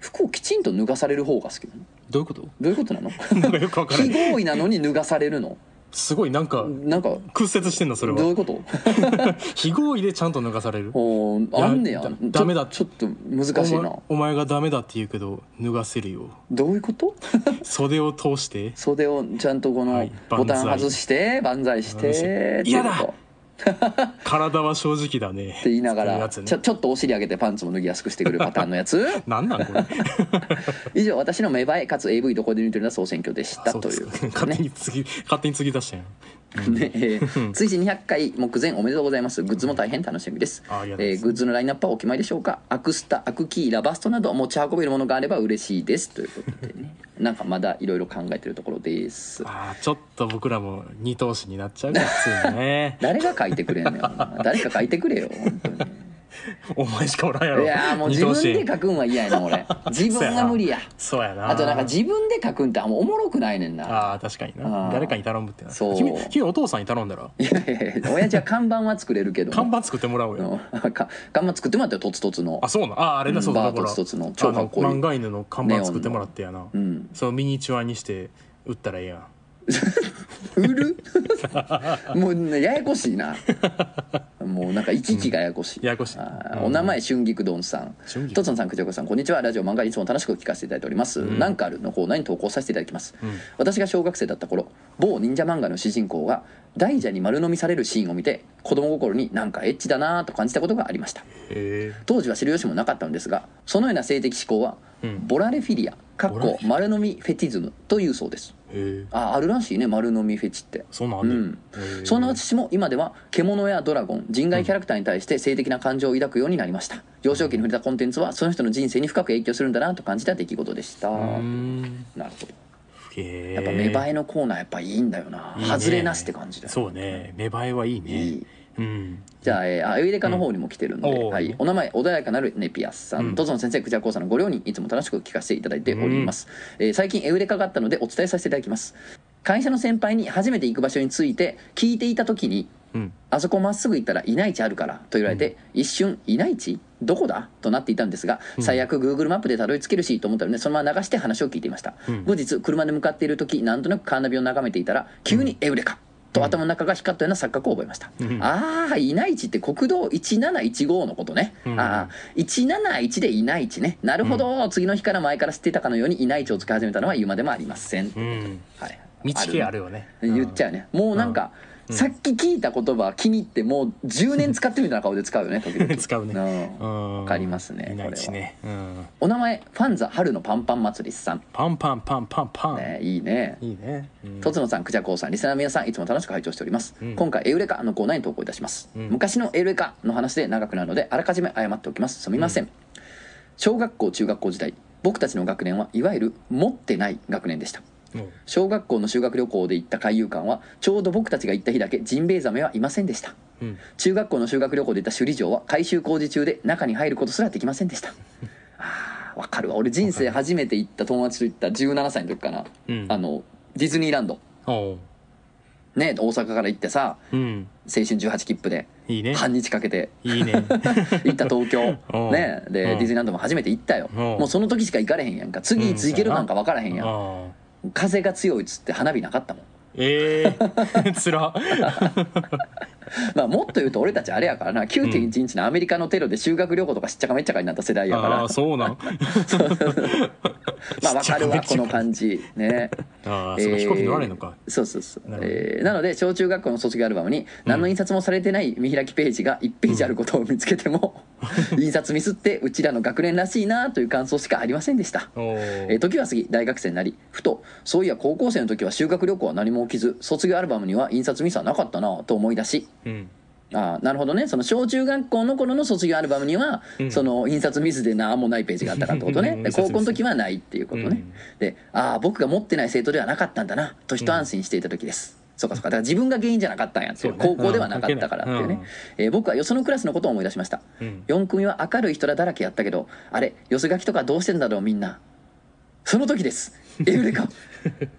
[SPEAKER 1] 服をきちんと脱がされる方が好きなの
[SPEAKER 2] どういうこと
[SPEAKER 1] どういうことなの
[SPEAKER 2] なんかよくわから
[SPEAKER 1] 非
[SPEAKER 2] ない
[SPEAKER 1] 合意なのに脱がされるの
[SPEAKER 2] すごいなんか
[SPEAKER 1] なんか
[SPEAKER 2] 屈折してんなそれ
[SPEAKER 1] どういう
[SPEAKER 2] は
[SPEAKER 1] こと
[SPEAKER 2] 非合意でちゃんと脱がされる
[SPEAKER 1] おー
[SPEAKER 2] いや
[SPEAKER 1] あんねや
[SPEAKER 2] だ
[SPEAKER 1] ちょ
[SPEAKER 2] ダメだ
[SPEAKER 1] ちょっと難しい
[SPEAKER 2] お
[SPEAKER 1] な
[SPEAKER 2] 前お前がダメだって言うけど脱がせるよ
[SPEAKER 1] どういうこと
[SPEAKER 2] 袖を通して
[SPEAKER 1] 袖をちゃんとこ
[SPEAKER 2] は
[SPEAKER 1] の
[SPEAKER 2] い
[SPEAKER 1] ボタン外して万歳して
[SPEAKER 2] 嫌だ
[SPEAKER 1] っていうこと
[SPEAKER 2] 体は正直だね
[SPEAKER 1] って言いながら、
[SPEAKER 2] つってる
[SPEAKER 1] ち
[SPEAKER 2] やつ
[SPEAKER 1] ょ
[SPEAKER 2] ね
[SPEAKER 1] ちょっとお尻上げてパンツも脱ぎやすくしてくるパターンのやつ
[SPEAKER 2] なんな んこれ
[SPEAKER 1] 以上私の芽生えかつ AV どこで見てるな総選挙でした
[SPEAKER 2] そう
[SPEAKER 1] と
[SPEAKER 2] で
[SPEAKER 1] い
[SPEAKER 2] す
[SPEAKER 1] う
[SPEAKER 2] 勝手に次勝手に次出したやん
[SPEAKER 1] ねえ ー、追試200回目前おめでとうございますグッズも大変楽しみです
[SPEAKER 2] あありがとうござ
[SPEAKER 1] え
[SPEAKER 2] いま
[SPEAKER 1] ー
[SPEAKER 2] す
[SPEAKER 1] グッズのラインナップはお決まりでしょうかアクスタアクキーラバストなど持ち運べるものがあれば嬉しいですということで ねなんかまだいろいろ考えてるところです
[SPEAKER 2] あーちょっと僕らも二等身になっちゃうからついにね
[SPEAKER 1] 誰が書いてくれんのよ 誰か書いてくれよ本当に
[SPEAKER 2] お前しかおらんやろ
[SPEAKER 1] いやーもう自分で書くんは嫌や な俺自分が無理や
[SPEAKER 2] そうやな
[SPEAKER 1] あとなんか自分で書くんってあんまおもろくないねんな
[SPEAKER 2] あー確かに
[SPEAKER 1] あ
[SPEAKER 2] な
[SPEAKER 1] ー
[SPEAKER 2] 誰かに頼むってな
[SPEAKER 1] そう
[SPEAKER 2] 君君お父さんに頼んだら
[SPEAKER 1] いやいやいや親父は看板は作れるけど
[SPEAKER 2] 看板作ってもらおう
[SPEAKER 1] う
[SPEAKER 2] よ
[SPEAKER 1] んか看板作ってもらったよとつとつの
[SPEAKER 2] あそうなんあーあれ
[SPEAKER 1] う
[SPEAKER 2] だ
[SPEAKER 1] ん
[SPEAKER 2] そうだ
[SPEAKER 1] バ
[SPEAKER 2] だ
[SPEAKER 1] ー
[SPEAKER 2] か
[SPEAKER 1] ト
[SPEAKER 2] ら
[SPEAKER 1] ツトツの超かっこいい
[SPEAKER 2] あの漫画犬の看板作ってもらってやな
[SPEAKER 1] うん
[SPEAKER 2] そのミニチュアにして売ったらええやん
[SPEAKER 1] 売るもうねややこしい なもうなんか行き来がややこしい、
[SPEAKER 2] ややこしい
[SPEAKER 1] あ
[SPEAKER 2] う
[SPEAKER 1] ー
[SPEAKER 2] ん
[SPEAKER 1] お名前春菊丼さん
[SPEAKER 2] 春菊
[SPEAKER 1] とつのさんくじょこさんこんにちはラジオ漫画いつも楽しく聞かせていただいております、
[SPEAKER 2] ん
[SPEAKER 1] なんかあるのコーナーに投稿させていただきます、
[SPEAKER 2] ん
[SPEAKER 1] 私が小学生だった頃某忍者漫画の主人公が大蛇に丸飲みされるシーンを見て子供心になんかエッチだなぁと感じたことがありました
[SPEAKER 2] へ
[SPEAKER 1] 当時は知る由もなかったのですがそのような性的思考は、
[SPEAKER 2] うん
[SPEAKER 1] ボラレフィリアかっ
[SPEAKER 2] ボラレ
[SPEAKER 1] こ丸飲みフェチズムというそうです
[SPEAKER 2] えへえ
[SPEAKER 1] ああるらしいね丸飲みフェチって
[SPEAKER 2] そうなんだ
[SPEAKER 1] うん
[SPEAKER 2] へえ
[SPEAKER 1] そんな私も今では獣やドラゴン人外キャラクターに対して性的な感情を抱くようになりました幼少期に触れたコンテンツはその人の人生に深く影響するんだなと感じた出来事でした
[SPEAKER 2] う
[SPEAKER 1] なる
[SPEAKER 2] ん
[SPEAKER 1] ほど
[SPEAKER 2] へえ
[SPEAKER 1] やっぱ芽生えのコーナーやっぱいいんだよない
[SPEAKER 2] いね
[SPEAKER 1] 外れなしって感じだよ
[SPEAKER 2] そうね芽生えはいい
[SPEAKER 1] い
[SPEAKER 2] ね
[SPEAKER 1] い
[SPEAKER 2] うん
[SPEAKER 1] じゃあ、えー、あエウレカの方にも来てるんで、
[SPEAKER 2] うんおー
[SPEAKER 1] はい、お名前穏やかなるネピアスさ
[SPEAKER 2] うん
[SPEAKER 1] ん、とぞの先生クジャコウさんのご両人いつも楽しく聞かせていただいております、えー最近エウレカがあったのでお伝えさせていただきます会社の先輩に初めて行く場所について聞いていた時に
[SPEAKER 2] うん
[SPEAKER 1] あそこまっすぐ行ったらいない地あるからと言われて、一瞬いない地どこだとなっていたんですが最悪 Google マップでたどり着けるしと思ったのでそのまま流して話を聞いていました、
[SPEAKER 2] うん
[SPEAKER 1] 後日車で向かっている時なんとなくカーナビを眺めていたら急に「エウレカ!」と頭の中が光ったような錯覚を覚えました、
[SPEAKER 2] うん
[SPEAKER 1] ああいない地って国道1715のことね、
[SPEAKER 2] うん
[SPEAKER 1] ああ171でいない地ねなるほど、次の日から前から知っていたかのようにいない地を使い始めたのは言うまでもありません、
[SPEAKER 2] うん
[SPEAKER 1] はい
[SPEAKER 2] 道系あるよね
[SPEAKER 1] 言っちゃうねもうなんか、
[SPEAKER 2] うん
[SPEAKER 1] さっき聞いた言葉気に入ってもう10年使ってるみたいな顔で使うよね時々
[SPEAKER 2] 使うね
[SPEAKER 1] ん
[SPEAKER 2] わ
[SPEAKER 1] わかりますね
[SPEAKER 2] いないしねうん
[SPEAKER 1] お名前ファンザ春のパンパン祭りさん、
[SPEAKER 2] パンパンパンパンパン、
[SPEAKER 1] ね、いいね
[SPEAKER 2] いいね、うん
[SPEAKER 1] とつのさん、くじゃこうさん、リスナーの皆さん、いつも楽しく拝聴しております。
[SPEAKER 2] うん
[SPEAKER 1] 今回、エウレカのコーナーに投稿いたします。
[SPEAKER 2] うん
[SPEAKER 1] 昔のエウレカの話で長くなるので、あらかじめ謝っておきます。すみません。小学校、中学校時代、僕たちの学年はいわゆる持ってない学年でした。
[SPEAKER 2] うん
[SPEAKER 1] 小学校の修学旅行で行った海遊館は、ちょうど僕たちが行った日だけジンベエザメはいませんでした。
[SPEAKER 2] うん
[SPEAKER 1] 中学校の修学旅行で行った首里城は改修工事中で中に入ることすらできませんでしたあーわかるわ俺人生初めて行った友達と行った17歳の時かな、
[SPEAKER 2] うん
[SPEAKER 1] あのディズニーランド
[SPEAKER 2] おう
[SPEAKER 1] ね大阪から行ってさ
[SPEAKER 2] うん
[SPEAKER 1] 青春18切符で
[SPEAKER 2] いいね
[SPEAKER 1] 半日かけて
[SPEAKER 2] い いね
[SPEAKER 1] 行った東京
[SPEAKER 2] おう
[SPEAKER 1] ねで
[SPEAKER 2] う
[SPEAKER 1] デ
[SPEAKER 2] ん
[SPEAKER 1] ィズニーランドも初めて行ったよ
[SPEAKER 2] おう
[SPEAKER 1] もうその時しか行かれへんやんか次いつ行けるなんか分からへんやん
[SPEAKER 2] ああ
[SPEAKER 1] 風が強いっつって花火なかったもん
[SPEAKER 2] ええー、 つら
[SPEAKER 1] まあもっと言うと俺たちあれやからな9.11のアメリカのテロで修学旅行とかしっちゃかめっちゃかになった世代やか
[SPEAKER 2] あ
[SPEAKER 1] ら
[SPEAKER 2] あそ うなん
[SPEAKER 1] まあわかるわこ
[SPEAKER 2] し っちゃかめっちゃか
[SPEAKER 1] の感じね
[SPEAKER 2] ああそうか飛行機乗られんのか、
[SPEAKER 1] えーそうそうそう
[SPEAKER 2] な
[SPEAKER 1] な,、
[SPEAKER 2] るほど
[SPEAKER 1] えーなので小中学校の卒業アルバムに何の印刷もされてない見開きページが1ページあることを見つけても、印刷ミスってうちらの学年らしいなという感想しかありませんでした、
[SPEAKER 2] おお
[SPEAKER 1] えー時は過ぎ大学生になりふとそういや高校生の時は修学旅行は何も起きず卒業アルバムには印刷ミスはなかったなと思い出し
[SPEAKER 2] うん
[SPEAKER 1] あーなるほどねその小中学校の頃の卒業アルバムには、
[SPEAKER 2] うん
[SPEAKER 1] その印刷ミスで何もないページがあったかってこと
[SPEAKER 2] う
[SPEAKER 1] ね
[SPEAKER 2] ん
[SPEAKER 1] で高校の時はないっていうことね、
[SPEAKER 2] うん
[SPEAKER 1] でああ僕が持ってない生徒ではなかったんだなと一安心していた時です、そうかそうかだから自分が原因じゃなかったんやっていう
[SPEAKER 2] そうね
[SPEAKER 1] 高校ではなかったからっていうね、えー僕はよそのクラスのことを思い出しました
[SPEAKER 2] うん
[SPEAKER 1] 4組は明るい人らだらけやったけどあれ寄せ書きとかどうしてんだろうみんなその時ですエウレ カ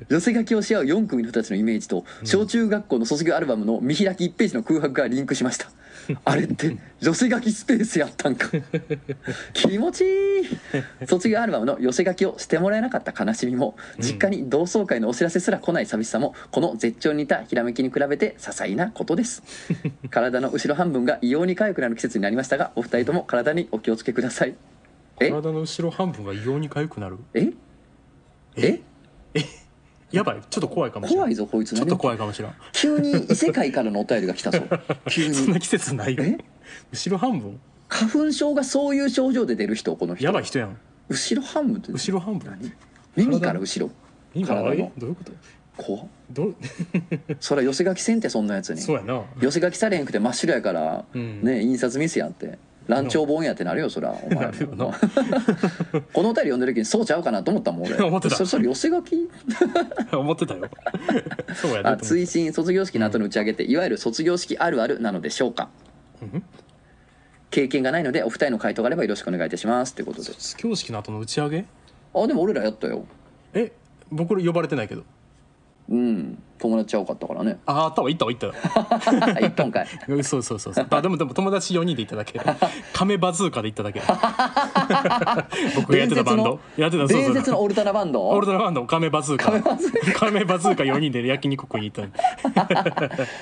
[SPEAKER 1] 寄せ書きをし合う4組の人たちのイメージと小中学校の卒業アルバムの見開き1ページの空白がリンクしました、あれって寄せ書きスペースやったんか気持ちいい 卒業アルバムの寄せ書きをしてもらえなかった悲しみも実家に同窓会のお知らせすら来ない寂しさもこの絶頂に似たひらめきに比べて些細なことです 体の後ろ半分が異様に痒くなる季節になりましたがお二人とも体にお気をつけくださいえ
[SPEAKER 2] 体の後ろ半分が異様に痒くなる
[SPEAKER 1] ええ
[SPEAKER 2] やばいちょっと怖いかもしれな
[SPEAKER 1] 怖
[SPEAKER 2] い
[SPEAKER 1] いぞこいつ
[SPEAKER 2] ちょっと
[SPEAKER 1] 何
[SPEAKER 2] 怖いかもしれん
[SPEAKER 1] 急に異世界からのお便りが来 たぞ急
[SPEAKER 2] そん
[SPEAKER 1] に
[SPEAKER 2] な季節ないよ
[SPEAKER 1] え
[SPEAKER 2] 後ろ半分
[SPEAKER 1] 花粉症がそういう症状で出る人この人
[SPEAKER 2] やばい人やん
[SPEAKER 1] 後ろ半分って
[SPEAKER 2] 後ろ半分
[SPEAKER 1] 耳から後ろ
[SPEAKER 2] 今
[SPEAKER 1] 体の
[SPEAKER 2] えどういうこと
[SPEAKER 1] 怖っ
[SPEAKER 2] どう
[SPEAKER 1] そりゃ寄せ書きせんってそんなやつに
[SPEAKER 2] そうやな
[SPEAKER 1] 寄せ書きされへんくて真っ白やから、
[SPEAKER 2] うん
[SPEAKER 1] ね印刷ミスやんって乱調本やってなるよそり ゃお前
[SPEAKER 2] なるよな
[SPEAKER 1] もこのお便り読んでる時にそうちゃうかなと思ったもん俺
[SPEAKER 2] 思ってた
[SPEAKER 1] そそれ寄せ書き
[SPEAKER 2] 思ってたよそうや
[SPEAKER 1] あ
[SPEAKER 2] なと思っ
[SPEAKER 1] 追伸卒業式の後の打ち上げって、いわゆる卒業式あるあるなのでしょうか
[SPEAKER 2] たうん
[SPEAKER 1] 経験がないのでお二人の回答があればよろしくお願いいたしますってことで
[SPEAKER 2] 卒業式の後の打ち上げ
[SPEAKER 1] あでも俺らやったよ
[SPEAKER 2] え僕ら呼ばれてないけど
[SPEAKER 1] うん友達ちゃうかったからね
[SPEAKER 2] ああったわ行ったわ行ったわ
[SPEAKER 1] 行ったんかい
[SPEAKER 2] うんそうそうそうそうあでもでも友達4人で行っただけ 亀バズーカで行っただけ 僕がやってたバンドやってたそうそ
[SPEAKER 1] 伝
[SPEAKER 2] う
[SPEAKER 1] 説のオルタナバンド
[SPEAKER 2] オルタナバンド亀バズーカ亀バズーカ4人で焼肉食いに行った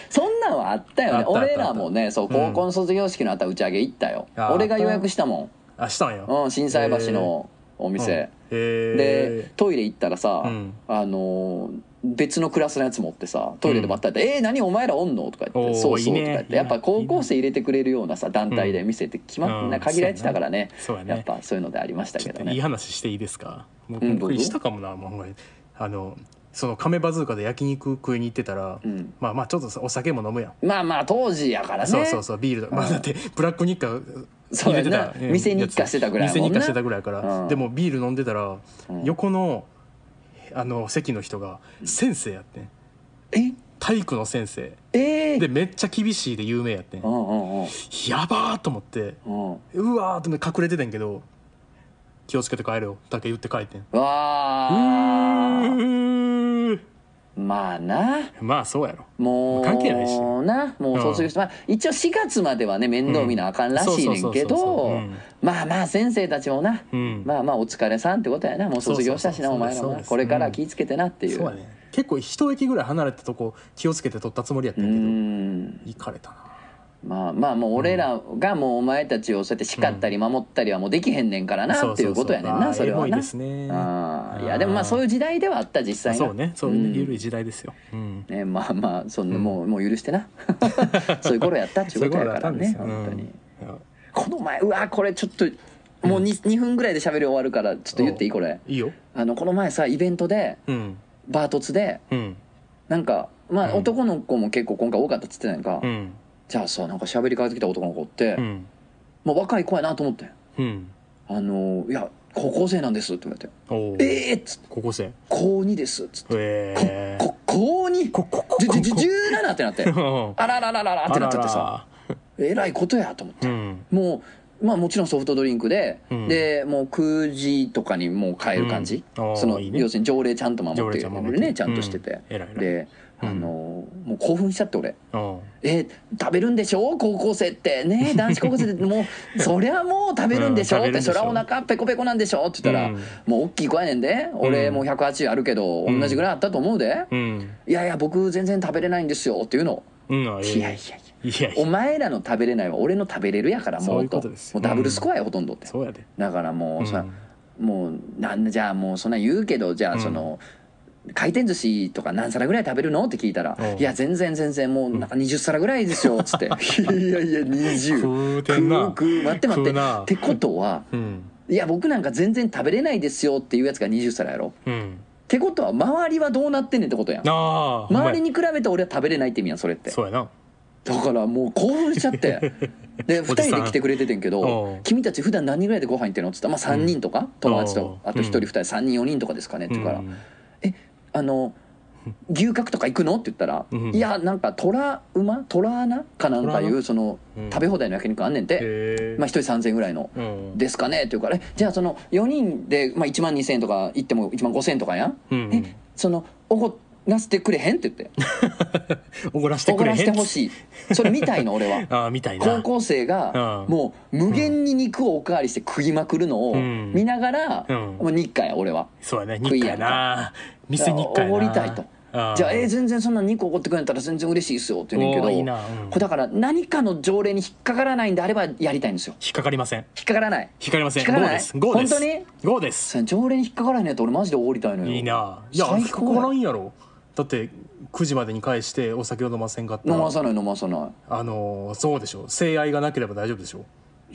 [SPEAKER 1] そんなんはあったよ
[SPEAKER 2] あっ
[SPEAKER 1] ね
[SPEAKER 2] たあった
[SPEAKER 1] 俺らもねそう高校の卒業式の後打ち上げ行ったよ、
[SPEAKER 2] あー
[SPEAKER 1] 俺が予約したも
[SPEAKER 2] のあしたんや
[SPEAKER 1] ん、うん、震災橋のお店、
[SPEAKER 2] え
[SPEAKER 1] でトイレ行ったらさ、
[SPEAKER 2] うん
[SPEAKER 1] あのー別のクラスのやつ持ってさトイレで待ってて「えー、何お前らおんの?」とか言っ
[SPEAKER 2] おー
[SPEAKER 1] て「そうそう」
[SPEAKER 2] いい
[SPEAKER 1] とか
[SPEAKER 2] ね
[SPEAKER 1] 言ってやっぱ高校生入れてくれるようなさ団体で店って決まっ、
[SPEAKER 2] うん
[SPEAKER 1] な限られてたからね,、
[SPEAKER 2] そうや
[SPEAKER 1] やっ
[SPEAKER 2] ね
[SPEAKER 1] ぱそういうのでありました
[SPEAKER 2] ち
[SPEAKER 1] け
[SPEAKER 2] ょっ
[SPEAKER 1] ど
[SPEAKER 2] といい
[SPEAKER 1] ね
[SPEAKER 2] 話していいですか僕
[SPEAKER 1] うん
[SPEAKER 2] びっ
[SPEAKER 1] どうぞ
[SPEAKER 2] くりしたかもなもうほんまにあのその亀バズーカで焼肉食いに行ってたら、
[SPEAKER 1] うん
[SPEAKER 2] まあまあちょっとさお酒も飲むやん
[SPEAKER 1] まあまあ当時やからね
[SPEAKER 2] そうそうそうビールだ、まあ、だってブラック日課
[SPEAKER 1] そうやな
[SPEAKER 2] うん
[SPEAKER 1] 店日課してたぐらいやもんな
[SPEAKER 2] 店日課してたぐらいやから、
[SPEAKER 1] うん
[SPEAKER 2] でもビール飲んでたら、
[SPEAKER 1] うん
[SPEAKER 2] 横のあの席の人が先生やってん
[SPEAKER 1] え
[SPEAKER 2] 体育の先生
[SPEAKER 1] えー
[SPEAKER 2] でめっちゃ厳しいで有名やってん
[SPEAKER 1] うんうんうん
[SPEAKER 2] やばーと思って
[SPEAKER 1] うん
[SPEAKER 2] うわーと思って隠れてたんやけど気をつけて帰れよだけ言って帰ってん
[SPEAKER 1] わ
[SPEAKER 2] う
[SPEAKER 1] あ
[SPEAKER 2] ー
[SPEAKER 1] まあな
[SPEAKER 2] まあそうやろ
[SPEAKER 1] もう
[SPEAKER 2] 関係ないし
[SPEAKER 1] なもう卒業して、まあ、一応4月まではね面倒見なあかんらしいねんけ
[SPEAKER 2] うんそうそうそうそうう
[SPEAKER 1] ど
[SPEAKER 2] ん
[SPEAKER 1] まあまあ先生たちもな、
[SPEAKER 2] うん
[SPEAKER 1] まあまあお疲れさんってことやなもう卒業したしな
[SPEAKER 2] そ
[SPEAKER 1] お
[SPEAKER 2] うそ
[SPEAKER 1] 前
[SPEAKER 2] うそう
[SPEAKER 1] ら
[SPEAKER 2] そう
[SPEAKER 1] も
[SPEAKER 2] で
[SPEAKER 1] な
[SPEAKER 2] す
[SPEAKER 1] これから気ぃつけてなっていう
[SPEAKER 2] そうやね結構一駅ぐらい離れたとこ気をつけて取ったつもりやった
[SPEAKER 1] うん
[SPEAKER 2] やけど
[SPEAKER 1] ん
[SPEAKER 2] 行かれたな
[SPEAKER 1] まあまあもう俺らがもうお前たちをそうやって叱ったり守ったりはもうできへんねんからなっていうことやねんなそれは
[SPEAKER 2] エモい
[SPEAKER 1] な
[SPEAKER 2] ですね
[SPEAKER 1] あーいやでもまあそう
[SPEAKER 2] い
[SPEAKER 1] いう時代ではあった実際な
[SPEAKER 2] そうねそういう
[SPEAKER 1] うん
[SPEAKER 2] ね緩い時代ですよ、うん、
[SPEAKER 1] ねまあまあそんなもう,、もう許してな そういう頃やったっていうことやからね
[SPEAKER 2] そういう
[SPEAKER 1] 本
[SPEAKER 2] 頃だっ
[SPEAKER 1] 当
[SPEAKER 2] たん
[SPEAKER 1] に、
[SPEAKER 2] ですようんいや
[SPEAKER 1] この前うわこれちょっともう 2, 2分ぐらいで喋り終わるからちょっと言っていいこれ
[SPEAKER 2] いいよ
[SPEAKER 1] あのこの前さイベントで
[SPEAKER 2] うん
[SPEAKER 1] バートツで
[SPEAKER 2] うん
[SPEAKER 1] なんかまあ
[SPEAKER 2] うん
[SPEAKER 1] 男の子も結構今回多かったっつってないんか、
[SPEAKER 2] うん
[SPEAKER 1] じゃあさなんか喋りかけてきた男の子って、
[SPEAKER 2] うん
[SPEAKER 1] もう若い子やなと思ってん
[SPEAKER 2] うん
[SPEAKER 1] あのいや高校生なんですって言われて
[SPEAKER 2] おお
[SPEAKER 1] 「ええっつって
[SPEAKER 2] 高校生
[SPEAKER 1] 「高2です」っつって
[SPEAKER 2] え
[SPEAKER 1] 「こ高 2?
[SPEAKER 2] こここ
[SPEAKER 1] じじじ17」ってな って「
[SPEAKER 2] こ
[SPEAKER 1] あららららら」ってなっちゃってさえらいことやと思って
[SPEAKER 2] う、ん
[SPEAKER 1] もうまあもちろんソフトドリンクで、
[SPEAKER 2] うん
[SPEAKER 1] でもう9時とかにもう帰る感じ、
[SPEAKER 2] うんあー
[SPEAKER 1] その
[SPEAKER 2] いいね
[SPEAKER 1] 要するに条例ちゃんと守
[SPEAKER 2] 常
[SPEAKER 1] っ
[SPEAKER 2] 連
[SPEAKER 1] て
[SPEAKER 2] ちゃんも
[SPEAKER 1] るねちゃんとしてて、
[SPEAKER 2] えらいえらい
[SPEAKER 1] で、あのもう興奮しちゃって俺
[SPEAKER 2] うん
[SPEAKER 1] 「え食べるんでしょ高校生ってねえ男子高校生っても うそりゃもう食べるんでしょ」
[SPEAKER 2] うん
[SPEAKER 1] っ
[SPEAKER 2] 食べ
[SPEAKER 1] て「
[SPEAKER 2] るんでしょ
[SPEAKER 1] そりゃお腹ペコペコなんでしょ」って言ったら「
[SPEAKER 2] うん
[SPEAKER 1] もう大きい子やねんで俺もう180あるけど
[SPEAKER 2] うん
[SPEAKER 1] 同じぐらいあったと思うで、
[SPEAKER 2] うん
[SPEAKER 1] いやいや僕全然食べれないんですよ」っていうのを
[SPEAKER 2] うん
[SPEAKER 1] 「
[SPEAKER 2] あええ
[SPEAKER 1] いやいやいや」
[SPEAKER 2] いやい
[SPEAKER 1] お
[SPEAKER 2] や
[SPEAKER 1] 前らの食べれないは俺の食べれるやからも
[SPEAKER 2] そういうう
[SPEAKER 1] と
[SPEAKER 2] ことです
[SPEAKER 1] もうダブルスコアやほとんどって、
[SPEAKER 2] そうやで
[SPEAKER 1] だからもうさ、
[SPEAKER 2] うん
[SPEAKER 1] もうなんじゃあもうそんなん言うけどじゃあその、回転寿司とか何皿ぐらい食べるのって聞いたら「
[SPEAKER 2] おう
[SPEAKER 1] いや全然全然もうなんか20皿ぐらいですよ」っ つって「いやいや20」
[SPEAKER 2] 食うてんな
[SPEAKER 1] 食う食う待って待って
[SPEAKER 2] 食うな
[SPEAKER 1] ってことは
[SPEAKER 2] うん
[SPEAKER 1] 「いや僕なんか全然食べれないですよ」っていうやつが20皿やろ
[SPEAKER 2] うん
[SPEAKER 1] ってことは周りはどうなってんねんってことやん
[SPEAKER 2] なあほんまや
[SPEAKER 1] 周りに比べて俺は食べれないって意味やんそれって
[SPEAKER 2] そうやな
[SPEAKER 1] だからもう興奮しちゃって で2
[SPEAKER 2] おじさ
[SPEAKER 1] 人
[SPEAKER 2] ん
[SPEAKER 1] で来てくれててんけ
[SPEAKER 2] お
[SPEAKER 1] ど「
[SPEAKER 2] う
[SPEAKER 1] 君たち普段何人ぐらいでご飯行ってんの?」っつったら「まあ、3人とか、友達と
[SPEAKER 2] おう
[SPEAKER 1] あと1人
[SPEAKER 2] うん
[SPEAKER 1] 2人3人4人とかですかね」って言うから「
[SPEAKER 2] うん
[SPEAKER 1] あの牛角とか行くの?」って言ったら「
[SPEAKER 2] うん
[SPEAKER 1] いやなんか虎馬虎穴かなんかい
[SPEAKER 2] 虎
[SPEAKER 1] うその、
[SPEAKER 2] うん
[SPEAKER 1] 食べ放題の焼肉あんねんて、
[SPEAKER 2] へえ
[SPEAKER 1] まあ、1人3,000円ぐらいの。
[SPEAKER 2] うん
[SPEAKER 1] ですかねって言うから「えじゃあその4人で、まあ、1万2,000円とか行っても1万5,000円とかやん、
[SPEAKER 2] うん
[SPEAKER 1] えそのおごらせてくれへんって言っ て
[SPEAKER 2] 怒らせて
[SPEAKER 1] 怒
[SPEAKER 2] くれ
[SPEAKER 1] ら
[SPEAKER 2] へん
[SPEAKER 1] せてほしいそれ見たいの俺は
[SPEAKER 2] ああみたい
[SPEAKER 1] 高
[SPEAKER 2] な
[SPEAKER 1] 校生が
[SPEAKER 2] うん
[SPEAKER 1] もう無限に肉をおかわりして食いまくるのを
[SPEAKER 2] うん
[SPEAKER 1] 見ながら、
[SPEAKER 2] うん
[SPEAKER 1] もう日課や俺は。
[SPEAKER 2] そうやね
[SPEAKER 1] 食い
[SPEAKER 2] 日課
[SPEAKER 1] や
[SPEAKER 2] や
[SPEAKER 1] んか
[SPEAKER 2] な店日課やな
[SPEAKER 1] おごりたいと
[SPEAKER 2] あー
[SPEAKER 1] じゃあ、えー全然そんな肉おごってくれたら全然嬉しいですよって言うねんけ
[SPEAKER 2] お
[SPEAKER 1] ど
[SPEAKER 2] ーいいなうん
[SPEAKER 1] これだから何かの条例に引っかからないんであればやりたいんですよ
[SPEAKER 2] 引っかかりません
[SPEAKER 1] 引っかからない
[SPEAKER 2] 引っかかりません
[SPEAKER 1] 引っかか
[SPEAKER 2] ゴー
[SPEAKER 1] ら
[SPEAKER 2] で
[SPEAKER 1] ない
[SPEAKER 2] すゴーです
[SPEAKER 1] 本当に
[SPEAKER 2] ゴーです
[SPEAKER 1] それ条例に引っかからないやつ俺マジでおごりたいのよ
[SPEAKER 2] いいないや
[SPEAKER 1] 最
[SPEAKER 2] 引っか
[SPEAKER 1] 高
[SPEAKER 2] から
[SPEAKER 1] や
[SPEAKER 2] んやろだって9時までに返してお酒を飲ませんかった
[SPEAKER 1] 飲ま
[SPEAKER 2] ら
[SPEAKER 1] さない飲まさない
[SPEAKER 2] あのーそうでしょ性愛がなければ大丈夫でしょ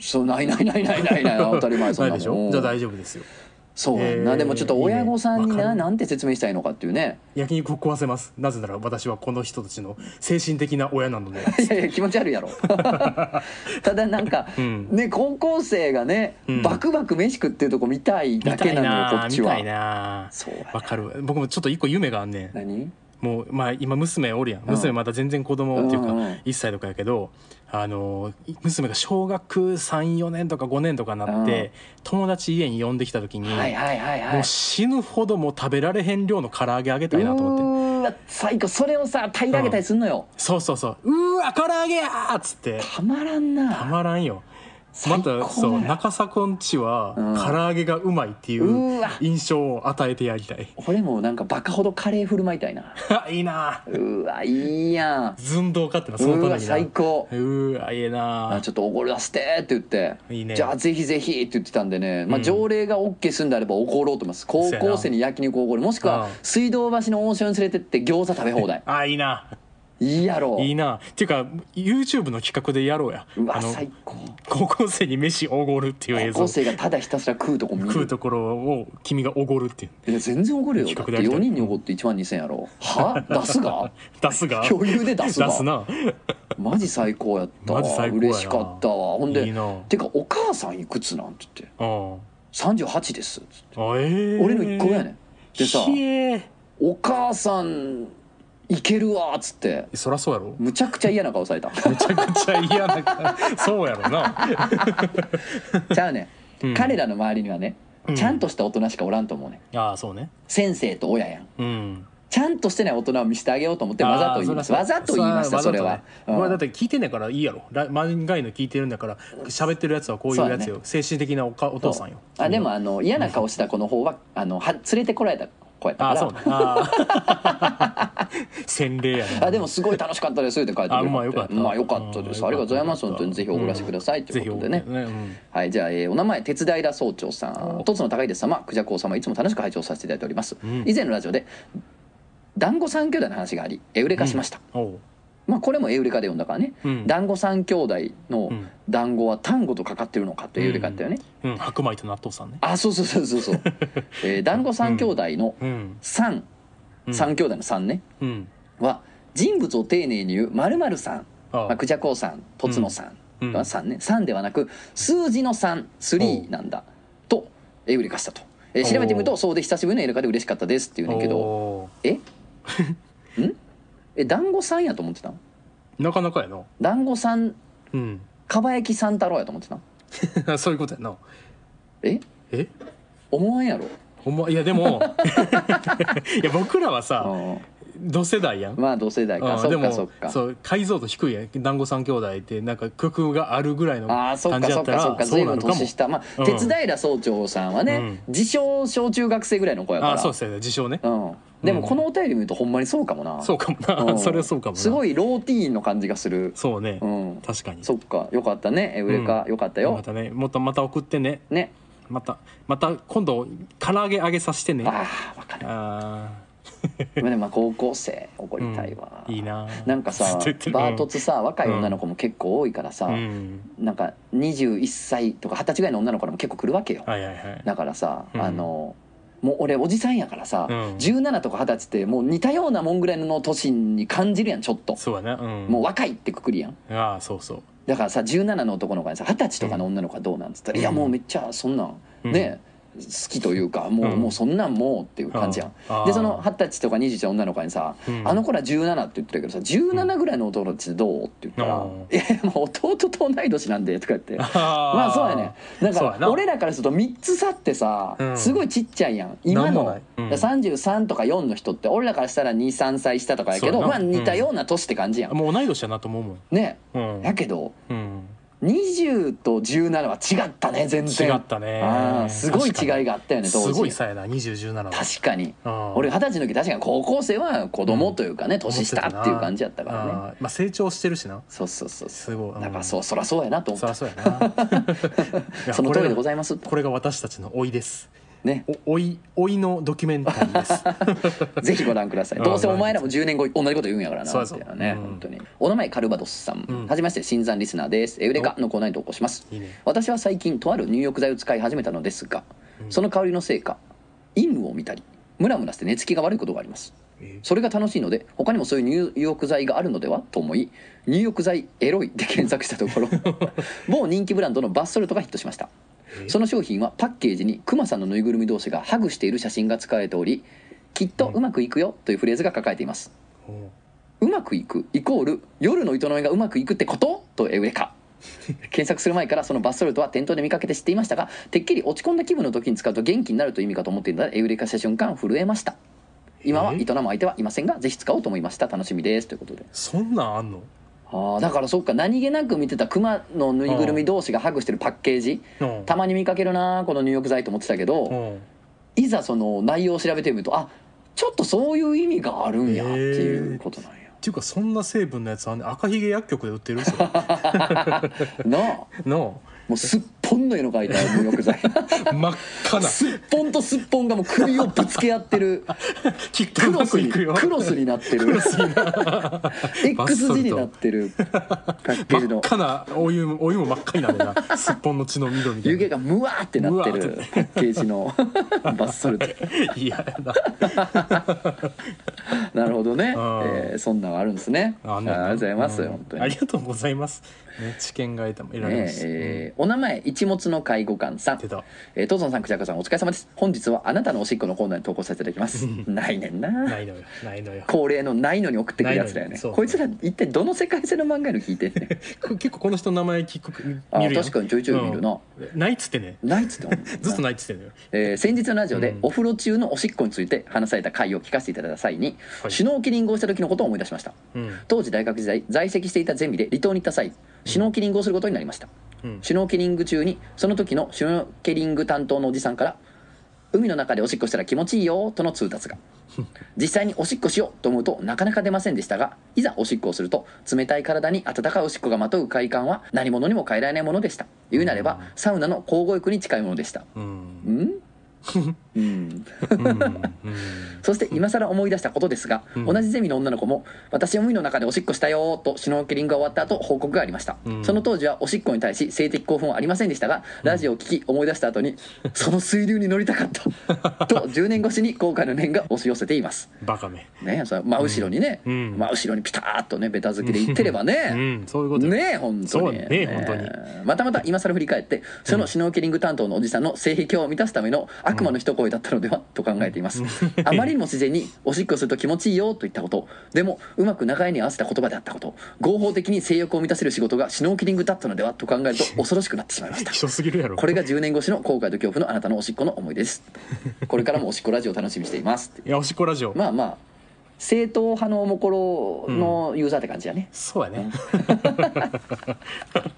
[SPEAKER 1] そうないないないないないない当たり前そん
[SPEAKER 2] な
[SPEAKER 1] ないもん
[SPEAKER 2] でしょじゃあ大丈夫ですよ
[SPEAKER 1] そうやん
[SPEAKER 2] え
[SPEAKER 1] な
[SPEAKER 2] ー
[SPEAKER 1] でもちょっと親御さんに
[SPEAKER 2] いいねわ
[SPEAKER 1] な
[SPEAKER 2] かる
[SPEAKER 1] なんて説明したいのかっていうね
[SPEAKER 2] 焼肉を壊せますなぜなら私はこの人たちの精神的な親なので
[SPEAKER 1] いやいや気持ち悪い やろただなんか、
[SPEAKER 2] ん
[SPEAKER 1] ね高校生がね、
[SPEAKER 2] うん
[SPEAKER 1] バクバク飯食ってるとこ見たいだ
[SPEAKER 2] 見た
[SPEAKER 1] け
[SPEAKER 2] い
[SPEAKER 1] な
[SPEAKER 2] な
[SPEAKER 1] のよこっち
[SPEAKER 2] 見たい
[SPEAKER 1] は
[SPEAKER 2] な
[SPEAKER 1] そうやね
[SPEAKER 2] わかる僕もちょっと一個夢があんねん
[SPEAKER 1] 何
[SPEAKER 2] もうまあ今娘おるやん
[SPEAKER 1] ん
[SPEAKER 2] 娘まだ全然子供っていうか
[SPEAKER 1] うんうん
[SPEAKER 2] 1歳とかやけどあのい娘が小学34年とか5年とかなって友達家に呼んできた時に
[SPEAKER 1] はいはいはいはい
[SPEAKER 2] もう死ぬほどもう食べられへん量の唐揚げあげたいなと思って
[SPEAKER 1] うーわ最高それをさ平らげたりすんのよ、
[SPEAKER 2] そうそうそううーわ唐揚げやーっつって
[SPEAKER 1] たまらん
[SPEAKER 2] た
[SPEAKER 1] な
[SPEAKER 2] まらんよ
[SPEAKER 1] 最
[SPEAKER 2] ま
[SPEAKER 1] 高だよ
[SPEAKER 2] たそう中迫んちは
[SPEAKER 1] うん
[SPEAKER 2] 唐揚げがうまいっていう
[SPEAKER 1] ー
[SPEAKER 2] う
[SPEAKER 1] わ
[SPEAKER 2] 印象を与えてやりたい
[SPEAKER 1] 俺もなんかバカほどカレー振る舞いたいない
[SPEAKER 2] いなー
[SPEAKER 1] うわいいやん
[SPEAKER 2] 寸胴かってなそうの
[SPEAKER 1] わ
[SPEAKER 2] 隣にな
[SPEAKER 1] 最高
[SPEAKER 2] うーわいいな
[SPEAKER 1] あ
[SPEAKER 2] ー
[SPEAKER 1] ちょっとおごらせてって言って
[SPEAKER 2] いいね
[SPEAKER 1] じゃあぜひぜひって言ってたんでね、まあ、
[SPEAKER 2] うん
[SPEAKER 1] 条例が OK するんであればおごろうと思います高
[SPEAKER 2] そうや
[SPEAKER 1] 校
[SPEAKER 2] な
[SPEAKER 1] 生に焼肉おごるもしく
[SPEAKER 2] う
[SPEAKER 1] は
[SPEAKER 2] ん
[SPEAKER 1] 水道橋の温泉に連れてって餃子食べ放題
[SPEAKER 2] あいい ない
[SPEAKER 1] いやろ
[SPEAKER 2] いいなっていうか YouTube の企画でやろうや
[SPEAKER 1] うわ
[SPEAKER 2] あの
[SPEAKER 1] 最高
[SPEAKER 2] 高校生に飯おごるっていう映
[SPEAKER 1] 高
[SPEAKER 2] 像
[SPEAKER 1] 校生がただひたすら食うとこ見
[SPEAKER 2] 食う
[SPEAKER 1] る
[SPEAKER 2] ところを君がおごるっていう
[SPEAKER 1] いや全然おごるよだっ
[SPEAKER 2] 企
[SPEAKER 1] て
[SPEAKER 2] 画でやりたい
[SPEAKER 1] 4人におごって1万2000やろは出すが
[SPEAKER 2] 出すが
[SPEAKER 1] 余裕で出
[SPEAKER 2] 出
[SPEAKER 1] すが
[SPEAKER 2] すな
[SPEAKER 1] マジ最高やったわ
[SPEAKER 2] マジ最高やな
[SPEAKER 1] 嬉しかったわほんで
[SPEAKER 2] いいな
[SPEAKER 1] てかお母さんいくつなん?」って言って
[SPEAKER 2] うん
[SPEAKER 1] 「38です」って
[SPEAKER 2] あえー、
[SPEAKER 1] 俺の1個目やねんでさ
[SPEAKER 2] ひえー
[SPEAKER 1] 「お母さんいけるわ」っつって
[SPEAKER 2] そらそうやろ
[SPEAKER 1] むちゃくちゃ嫌な顔 された
[SPEAKER 2] めちゃくちゃ嫌な顔そうやろな
[SPEAKER 1] ちゃうね、
[SPEAKER 2] うん
[SPEAKER 1] ん、彼らの周りにはね
[SPEAKER 2] うん
[SPEAKER 1] ちゃんとした大人しかおらんと思うねん
[SPEAKER 2] ああそうね
[SPEAKER 1] 先生と親やん
[SPEAKER 2] うん
[SPEAKER 1] ちゃんとしてない大人を見せてあげようと思ってわざと言います
[SPEAKER 2] あー
[SPEAKER 1] わざと言いましたそれは、
[SPEAKER 2] う
[SPEAKER 1] うん
[SPEAKER 2] だって聞いてんねんからいいやろら漫画の聞いてるんだから喋ってるやつはこういうやつよ、精神的なおかお父さんよ
[SPEAKER 1] あでもあの嫌な顔した子の方はあのは連れてこられた子やった
[SPEAKER 2] あ
[SPEAKER 1] から
[SPEAKER 2] あそうねあー 洗礼やな
[SPEAKER 1] あでもすごい楽しかったですって書いてくれて
[SPEAKER 2] あまあよかった
[SPEAKER 1] まあよかったです
[SPEAKER 2] うん
[SPEAKER 1] ありがとうございます
[SPEAKER 2] よ
[SPEAKER 1] 本
[SPEAKER 2] かった
[SPEAKER 1] 当にぜひおごらせてくださいと
[SPEAKER 2] ぜ
[SPEAKER 1] い
[SPEAKER 2] ひ
[SPEAKER 1] うこ
[SPEAKER 2] お
[SPEAKER 1] とでね、
[SPEAKER 2] うん
[SPEAKER 1] はいじゃあ、えーお名前鉄平総長さんとつの高いです様クジャコウ様いつも楽しく拝聴させていただいております、
[SPEAKER 2] うん
[SPEAKER 1] 以前のラジオで団子三兄弟の話がありエウレカしました、
[SPEAKER 2] おう
[SPEAKER 1] まあこれもエウレカで読んだからね、
[SPEAKER 2] うん
[SPEAKER 1] 団子三兄弟の
[SPEAKER 2] うん
[SPEAKER 1] 団子は単語とかかってるのかというエウレカだったよね、
[SPEAKER 2] うん白米と納豆さんね
[SPEAKER 1] あそうそうそうそう そう、えー、団子三兄弟の
[SPEAKER 2] うん
[SPEAKER 1] 三、
[SPEAKER 2] うん
[SPEAKER 1] 三兄弟の三ね
[SPEAKER 2] うん
[SPEAKER 1] は人物を丁寧に言う〇〇さん
[SPEAKER 2] あ
[SPEAKER 1] まあ、クジャコウさん、とつのさ
[SPEAKER 2] うん
[SPEAKER 1] んは3ね、3ではなく数字の3、3なんだとエウレカしたと、えー調べてみる
[SPEAKER 2] お
[SPEAKER 1] と
[SPEAKER 2] ー
[SPEAKER 1] そうで久しぶりのエウレカで嬉しかったですって言うねんけど
[SPEAKER 2] お
[SPEAKER 1] えんえ団子さんやと思ってたん
[SPEAKER 2] ーなかなかやな
[SPEAKER 1] 団子さん
[SPEAKER 2] うん
[SPEAKER 1] かばやき三太郎やと思ってたん
[SPEAKER 2] そういうことやな
[SPEAKER 1] え
[SPEAKER 2] え
[SPEAKER 1] 思わんやろ
[SPEAKER 2] ほんまいや でもいや僕らはさ
[SPEAKER 1] あ
[SPEAKER 2] 同世代やん、
[SPEAKER 1] まあ同世代か
[SPEAKER 2] うん
[SPEAKER 1] そ
[SPEAKER 2] で
[SPEAKER 1] っかそっ
[SPEAKER 2] も
[SPEAKER 1] か
[SPEAKER 2] そう解像度低いやん団子三兄弟ってなんか曲があるぐらいの
[SPEAKER 1] ああそっ
[SPEAKER 2] 感
[SPEAKER 1] か
[SPEAKER 2] じ
[SPEAKER 1] そ
[SPEAKER 2] だ
[SPEAKER 1] っか
[SPEAKER 2] った
[SPEAKER 1] らそっか
[SPEAKER 2] そう
[SPEAKER 1] 随
[SPEAKER 2] な
[SPEAKER 1] 分
[SPEAKER 2] るかも
[SPEAKER 1] 年下まあ
[SPEAKER 2] うん
[SPEAKER 1] 鉄平総長さんはね、
[SPEAKER 2] う
[SPEAKER 1] 自称小中学生ぐらいの子やか
[SPEAKER 2] あ
[SPEAKER 1] ら
[SPEAKER 2] あそうですよね自称ね
[SPEAKER 1] うん、でもこのお便り見るとほんまにそうかもな
[SPEAKER 2] そうかも
[SPEAKER 1] う
[SPEAKER 2] なん それはそうかもな
[SPEAKER 1] すごいローティーンの感じがする
[SPEAKER 2] そうね
[SPEAKER 1] うん
[SPEAKER 2] 確かに
[SPEAKER 1] そっかよかったねエウレカ、
[SPEAKER 2] う
[SPEAKER 1] よかった
[SPEAKER 2] ま
[SPEAKER 1] よ
[SPEAKER 2] たねもっとまた送ってね
[SPEAKER 1] ね
[SPEAKER 2] またまた今度唐揚げ揚げさせてねあ
[SPEAKER 1] ああ分かる
[SPEAKER 2] あ
[SPEAKER 1] まあでもまあ高校生怒りたいわ、
[SPEAKER 2] ーいいな
[SPEAKER 1] なんか さ
[SPEAKER 2] ずっと言ってる
[SPEAKER 1] バートツさ若い女の子も結構多いからさ、
[SPEAKER 2] うん
[SPEAKER 1] なんか21歳とか二十歳ぐらいの女の子らも結構来るわけよ、
[SPEAKER 2] はいはいはい
[SPEAKER 1] だからさ、
[SPEAKER 2] うん
[SPEAKER 1] あのもう俺おじさんやからさ、
[SPEAKER 2] うん
[SPEAKER 1] 17とか二十歳ってもう似たようなもんぐらいの年に感じるやんちょっと、
[SPEAKER 2] そうやなうん
[SPEAKER 1] もう若いってくくりやん
[SPEAKER 2] ああそうそう
[SPEAKER 1] だからさ17の男の子にさ二十歳とかの女の子はどうなんつったら「いやもうめっちゃそんなん、
[SPEAKER 2] うん
[SPEAKER 1] ねきというかもう,、
[SPEAKER 2] うん
[SPEAKER 1] もうそんなんもうっていう感じや
[SPEAKER 2] あ
[SPEAKER 1] ん
[SPEAKER 2] ー
[SPEAKER 1] でその二十歳とか20歳の女の子にさ、
[SPEAKER 2] うん
[SPEAKER 1] あの子ら17って言ってるけどさ17ぐらいの弟たちどう?」って言ったら「
[SPEAKER 2] うん
[SPEAKER 1] いやいやもう弟と同い年なんで」とか言ってま
[SPEAKER 2] ま
[SPEAKER 1] あそうやねなん
[SPEAKER 2] そうやな
[SPEAKER 1] か俺らからすると3つ差ってさ
[SPEAKER 2] うん
[SPEAKER 1] すごいちっちゃいやん今
[SPEAKER 2] なんもな
[SPEAKER 1] の
[SPEAKER 2] いうん
[SPEAKER 1] 33とか4の人って俺らからしたら23歳下とかやけど
[SPEAKER 2] そう
[SPEAKER 1] まあ
[SPEAKER 2] やな
[SPEAKER 1] 似たような年って感じやん
[SPEAKER 2] もう同い年やなと思うもん
[SPEAKER 1] ね
[SPEAKER 2] うん
[SPEAKER 1] やけど
[SPEAKER 2] うん、
[SPEAKER 1] 20と17は違ったね全然
[SPEAKER 2] 違ったね
[SPEAKER 1] あーすごい
[SPEAKER 2] 確かに
[SPEAKER 1] 違いがあったよね当時
[SPEAKER 2] すごい差やな2017は
[SPEAKER 1] 確かに
[SPEAKER 2] うん
[SPEAKER 1] 俺二十歳の時確かに高校生は子供というかね年下っていう感じやったからね
[SPEAKER 2] あーまあ成長してるしな
[SPEAKER 1] そうそうそうそ
[SPEAKER 2] すごい、
[SPEAKER 1] うだから
[SPEAKER 2] う
[SPEAKER 1] そ
[SPEAKER 2] ん
[SPEAKER 1] うそらそうやなと思っ
[SPEAKER 2] そ
[SPEAKER 1] た
[SPEAKER 2] りゃそ うやないや
[SPEAKER 1] その通りでご
[SPEAKER 2] これが
[SPEAKER 1] ざいますと
[SPEAKER 2] これが私たちの老いです
[SPEAKER 1] ね
[SPEAKER 2] お老い老いのドキュメンタリーで す
[SPEAKER 1] ぜひご覧ください。
[SPEAKER 2] あ
[SPEAKER 1] どうせお前らも10年後同じこと言うんやからな
[SPEAKER 2] そう
[SPEAKER 1] っ
[SPEAKER 2] そ
[SPEAKER 1] て
[SPEAKER 2] う
[SPEAKER 1] いうのね、
[SPEAKER 2] うん
[SPEAKER 1] 本当に。お名前カルバドスさん、
[SPEAKER 2] うん
[SPEAKER 1] はじめまして新参リスナーです。エウレカのコーナーに投稿します。
[SPEAKER 2] いいね
[SPEAKER 1] 私は最近とある入浴剤を使い始めたのですが、
[SPEAKER 2] うん
[SPEAKER 1] その香りのせいか陰夢を見たりムラムラして寝つきが悪いことがあります。
[SPEAKER 2] え
[SPEAKER 1] それが楽しいので他にもそういう入浴剤があるのではと思い入浴剤エロいで検索したところ 某人気ブランドのバスソルトがヒットしました
[SPEAKER 2] え
[SPEAKER 1] その商品はパッケージにクマさんのぬいぐるみ同士がハグしている写真が使われておりきっとうまくいくよというフレーズが書かれています
[SPEAKER 2] お
[SPEAKER 1] う
[SPEAKER 2] う
[SPEAKER 1] まくいくイコール夜の営みがうまくいくってこととエウレ カ検索する前からそのバスソルトは店頭で見かけて知っていましたがてっきり落ち込んだ気分の時に使うと元気になるという意味かと思っていたのでエウレカした瞬間震えました今は営
[SPEAKER 2] え
[SPEAKER 1] む相手はいませんがぜひ使おうと思いました楽しみですということで
[SPEAKER 2] そんなんあんの
[SPEAKER 1] ああだからそっか何気なく見てたクマのぬいぐるみ同士がハグしてるパッケージ
[SPEAKER 2] うん
[SPEAKER 1] たまに見かけるなーこの入浴剤と思ってたけど
[SPEAKER 2] うん
[SPEAKER 1] いざその内容を調べてみるとあちょっとそういう意味があるんやっていうことなんや、
[SPEAKER 2] っていうかそんな成分のやつあんねん赤ひげ薬局で売ってるそ れ
[SPEAKER 1] なあ
[SPEAKER 2] の
[SPEAKER 1] もうすっぽんの絵の描いた入浴剤
[SPEAKER 2] 真っ赤な
[SPEAKER 1] すっぽんとすっぽんがもう首をぶつけ合って る
[SPEAKER 2] きっと
[SPEAKER 1] ク
[SPEAKER 2] う
[SPEAKER 1] ロ
[SPEAKER 2] ま
[SPEAKER 1] ス
[SPEAKER 2] く
[SPEAKER 1] に
[SPEAKER 2] いくよ
[SPEAKER 1] クロスになってる X 字になってるパッケージ
[SPEAKER 2] 真っ
[SPEAKER 1] の
[SPEAKER 2] 赤なお湯もお湯も真っ赤にな るなすっぽんの血の緑みたい
[SPEAKER 1] 湯
[SPEAKER 2] な
[SPEAKER 1] 気がムワーってなって
[SPEAKER 2] う
[SPEAKER 1] る
[SPEAKER 2] わー
[SPEAKER 1] パッケージのバスソルト
[SPEAKER 2] いややな
[SPEAKER 1] なるほどね、え
[SPEAKER 2] うん
[SPEAKER 1] ーそんなんあるんですねあ
[SPEAKER 2] あ
[SPEAKER 1] り
[SPEAKER 2] んねんな
[SPEAKER 1] がとうございます、
[SPEAKER 2] うん
[SPEAKER 1] 本当に
[SPEAKER 2] ありがとうございますね知見が得た得られま
[SPEAKER 1] ね
[SPEAKER 2] し
[SPEAKER 1] え
[SPEAKER 2] た
[SPEAKER 1] えーお名前一物の介護官さん
[SPEAKER 2] 出た
[SPEAKER 1] えー、トソンさんクジャカさんお疲れ様です本日はあなたのおしっこのコーナーに投稿させていただきますないねんな
[SPEAKER 2] ないのよないのよ
[SPEAKER 1] 恒例のないのに送ってくるやつだよ
[SPEAKER 2] な
[SPEAKER 1] ね
[SPEAKER 2] いのにそう
[SPEAKER 1] こいつら一体どの世界線の漫画の聞いてんねん
[SPEAKER 2] こ結構この人の名前聞く
[SPEAKER 1] あ
[SPEAKER 2] 見るやん
[SPEAKER 1] 確かにちょいちょい見るな、
[SPEAKER 2] うんないっつってね
[SPEAKER 1] ないっつって思う
[SPEAKER 2] ずっとないっつってんのよ
[SPEAKER 1] えー先日のラジオで、
[SPEAKER 2] うん
[SPEAKER 1] お風呂中のおしっこについて話された回を聞かせていただいた際に、
[SPEAKER 2] はい
[SPEAKER 1] シュノーケリングをした時のことを思い出しました
[SPEAKER 2] うん
[SPEAKER 1] 当時大学時代在籍していたゼミで離島に行った際シュノーケリングをすることになりました
[SPEAKER 2] うん
[SPEAKER 1] シュノーケリング中にその時のシュノーケリング担当のおじさんから「海の中でおしっこしたら気持ちいいよ」との通達が実際におしっこしようと思うとなかなか出ませんでしたがいざおしっこをすると冷たい体に温かいおしっこがまとう快感は何者にも変えられないものでした言うなればサウナの交互浴に近いものでした
[SPEAKER 2] うん
[SPEAKER 1] んうん
[SPEAKER 2] うんうん
[SPEAKER 1] そして今更思い出したことですが、
[SPEAKER 2] うん
[SPEAKER 1] 同じゼミの女の子も「私海の中でおしっこしたよ」とシュノーケリングが終わった後報告がありました、
[SPEAKER 2] うん
[SPEAKER 1] その当時はおしっこに対し性的興奮はありませんでしたがラジオを聞き思い出した後に「その水流に乗りたかった」と10年越しに後悔の念が押し寄せています
[SPEAKER 2] バカめ
[SPEAKER 1] ねその真後ろにね、
[SPEAKER 2] うんうん
[SPEAKER 1] 真後ろにピターッとねベタ付きで言ってればね、
[SPEAKER 2] うんそういうことよ
[SPEAKER 1] ねえ本当に
[SPEAKER 2] そうねえ本当に
[SPEAKER 1] またまた今更振り返ってそのシュノーケリング担当のおじさんの性癖を満たすための悪魔の一声だったのでは、と考えていますあまりにも自然におしっこすると気持ちいいよと言ったことでもうまく流れに合わせた言葉であったこと合法的に性欲を満たせる仕事がシュノーケリングだったのではと考えると恐ろしくなってしまいま した
[SPEAKER 2] ひどすぎるやろ
[SPEAKER 1] これが10年越しの後悔と恐怖のあなたのおしっこの思い出ですこれからもおしっこラジオを楽しみにしています
[SPEAKER 2] いやおしっこラジオ
[SPEAKER 1] まあまあ正統派のおもころのユーザーって感じだね、
[SPEAKER 2] そうやねそうなん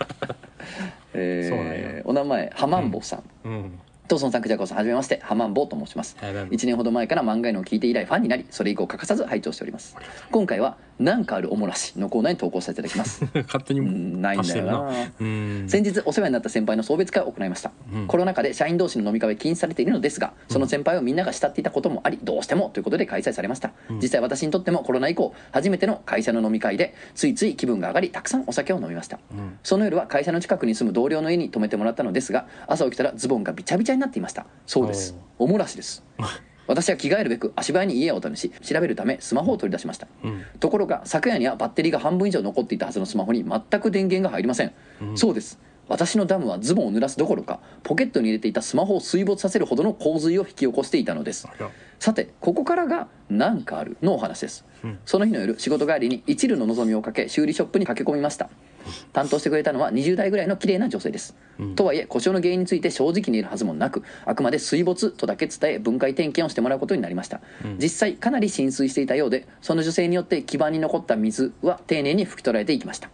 [SPEAKER 1] えー
[SPEAKER 2] や
[SPEAKER 1] お名前ハマンボさん、
[SPEAKER 2] うん
[SPEAKER 1] トーソンさんクジャコさんはじめましてハマンボと申します
[SPEAKER 2] ありがとうございます
[SPEAKER 1] 1年ほど前から漫画へのを聞いて以来ファンになりそれ以降欠かさず拝聴しております今回は「なんかあるおもらし」のコーナーに投稿させていただきます
[SPEAKER 2] 勝手に
[SPEAKER 1] うんないん
[SPEAKER 2] 貸し
[SPEAKER 1] だ
[SPEAKER 2] て
[SPEAKER 1] よ
[SPEAKER 2] る
[SPEAKER 1] な
[SPEAKER 2] うん
[SPEAKER 1] 先日お世話になった先輩の送別会を行いました、
[SPEAKER 2] うん
[SPEAKER 1] コロナ禍で社員同士の飲み会は禁止されているのですがその先輩をみんなが慕っていたこともありどうしてもということで開催されました、
[SPEAKER 2] ん
[SPEAKER 1] 実際私にとってもコロナ以降初めての会社の飲み会でついつい気分が上がりたくさんお酒を飲みました
[SPEAKER 2] うん
[SPEAKER 1] その夜は会社の近くに住む同僚の家に泊めてもらったのですが朝起きたらズボンがびちゃびちゃになっていましたそうですおもらしです 私は着替えるべく足早に家を試し調べるためスマホを取り出しました
[SPEAKER 2] うん
[SPEAKER 1] ところが昨夜にはバッテリーが半分以上残っていたはずのスマホに全く電源が入りません、そうです私のダムはズボンを濡らすどころかポケットに入れていたスマホを水没させるほどの洪水を引き起こしていたのです
[SPEAKER 2] いや
[SPEAKER 1] さてここからが「なんかある」のお話です、
[SPEAKER 2] うん
[SPEAKER 1] その日の夜仕事帰りに一縷の望みをかけ修理ショップに駆け込みました担当してくれたのは20代ぐらいの綺麗な女性です、とはいえ故障の原因について正直に言えるはずもなくあくまで水没とだけ伝え分解点検をしてもらうことになりました、実際かなり浸水していたようでその女性によって基盤に残った水は丁寧に拭き取られていきました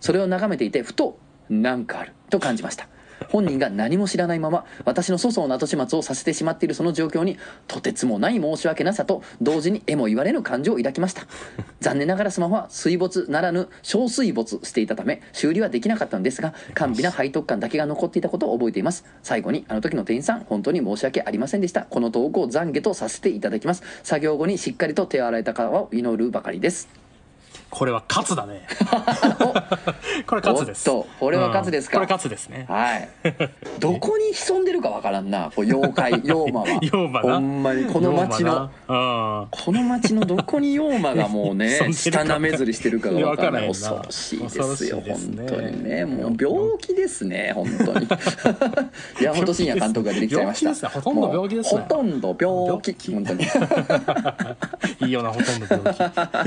[SPEAKER 1] それを眺めていてふと「なんかある」と感じました本人が何も知らないまま私の粗相な後始末をさせてしまっているその状況にとてつもない申し訳なさと同時にえも言われぬ感情を抱きました残念ながらスマホは水没ならぬ小水没していたため修理はできなかったのですが甘美な背徳感だけが残っていたことを覚えています最後にあの時の店員さん本当に申し訳ありませんでしたこの投稿を懺悔とさせていただきます作業後にしっかりと手を洗えたかを祈るばかりです
[SPEAKER 2] これは勝つ だねこれ勝つです
[SPEAKER 1] おっとこれは勝つですか
[SPEAKER 2] うんこれ勝つですね
[SPEAKER 1] はい。どこに潜んでるかわからんな。こう妖 怪、妖魔は。
[SPEAKER 2] 妖魔な
[SPEAKER 1] ほんまに、この町の。
[SPEAKER 2] の
[SPEAKER 1] この町のどこに妖魔がもう
[SPEAKER 2] 潜んで
[SPEAKER 1] ね、
[SPEAKER 2] るか
[SPEAKER 1] 下なめずりしてるかがわからない。
[SPEAKER 2] いやわか
[SPEAKER 1] 恐
[SPEAKER 2] らんな
[SPEAKER 1] ろしいですよ、
[SPEAKER 2] 恐ろしいです
[SPEAKER 1] 本
[SPEAKER 2] ね
[SPEAKER 1] 当にね。もう病気ですね、本当 に。山本慎也監督が出てきちゃいました。
[SPEAKER 2] 病気ですねほとんど病気です
[SPEAKER 1] も
[SPEAKER 2] ね
[SPEAKER 1] うほとんど病気。本 当に。
[SPEAKER 2] いいよなほとんど 病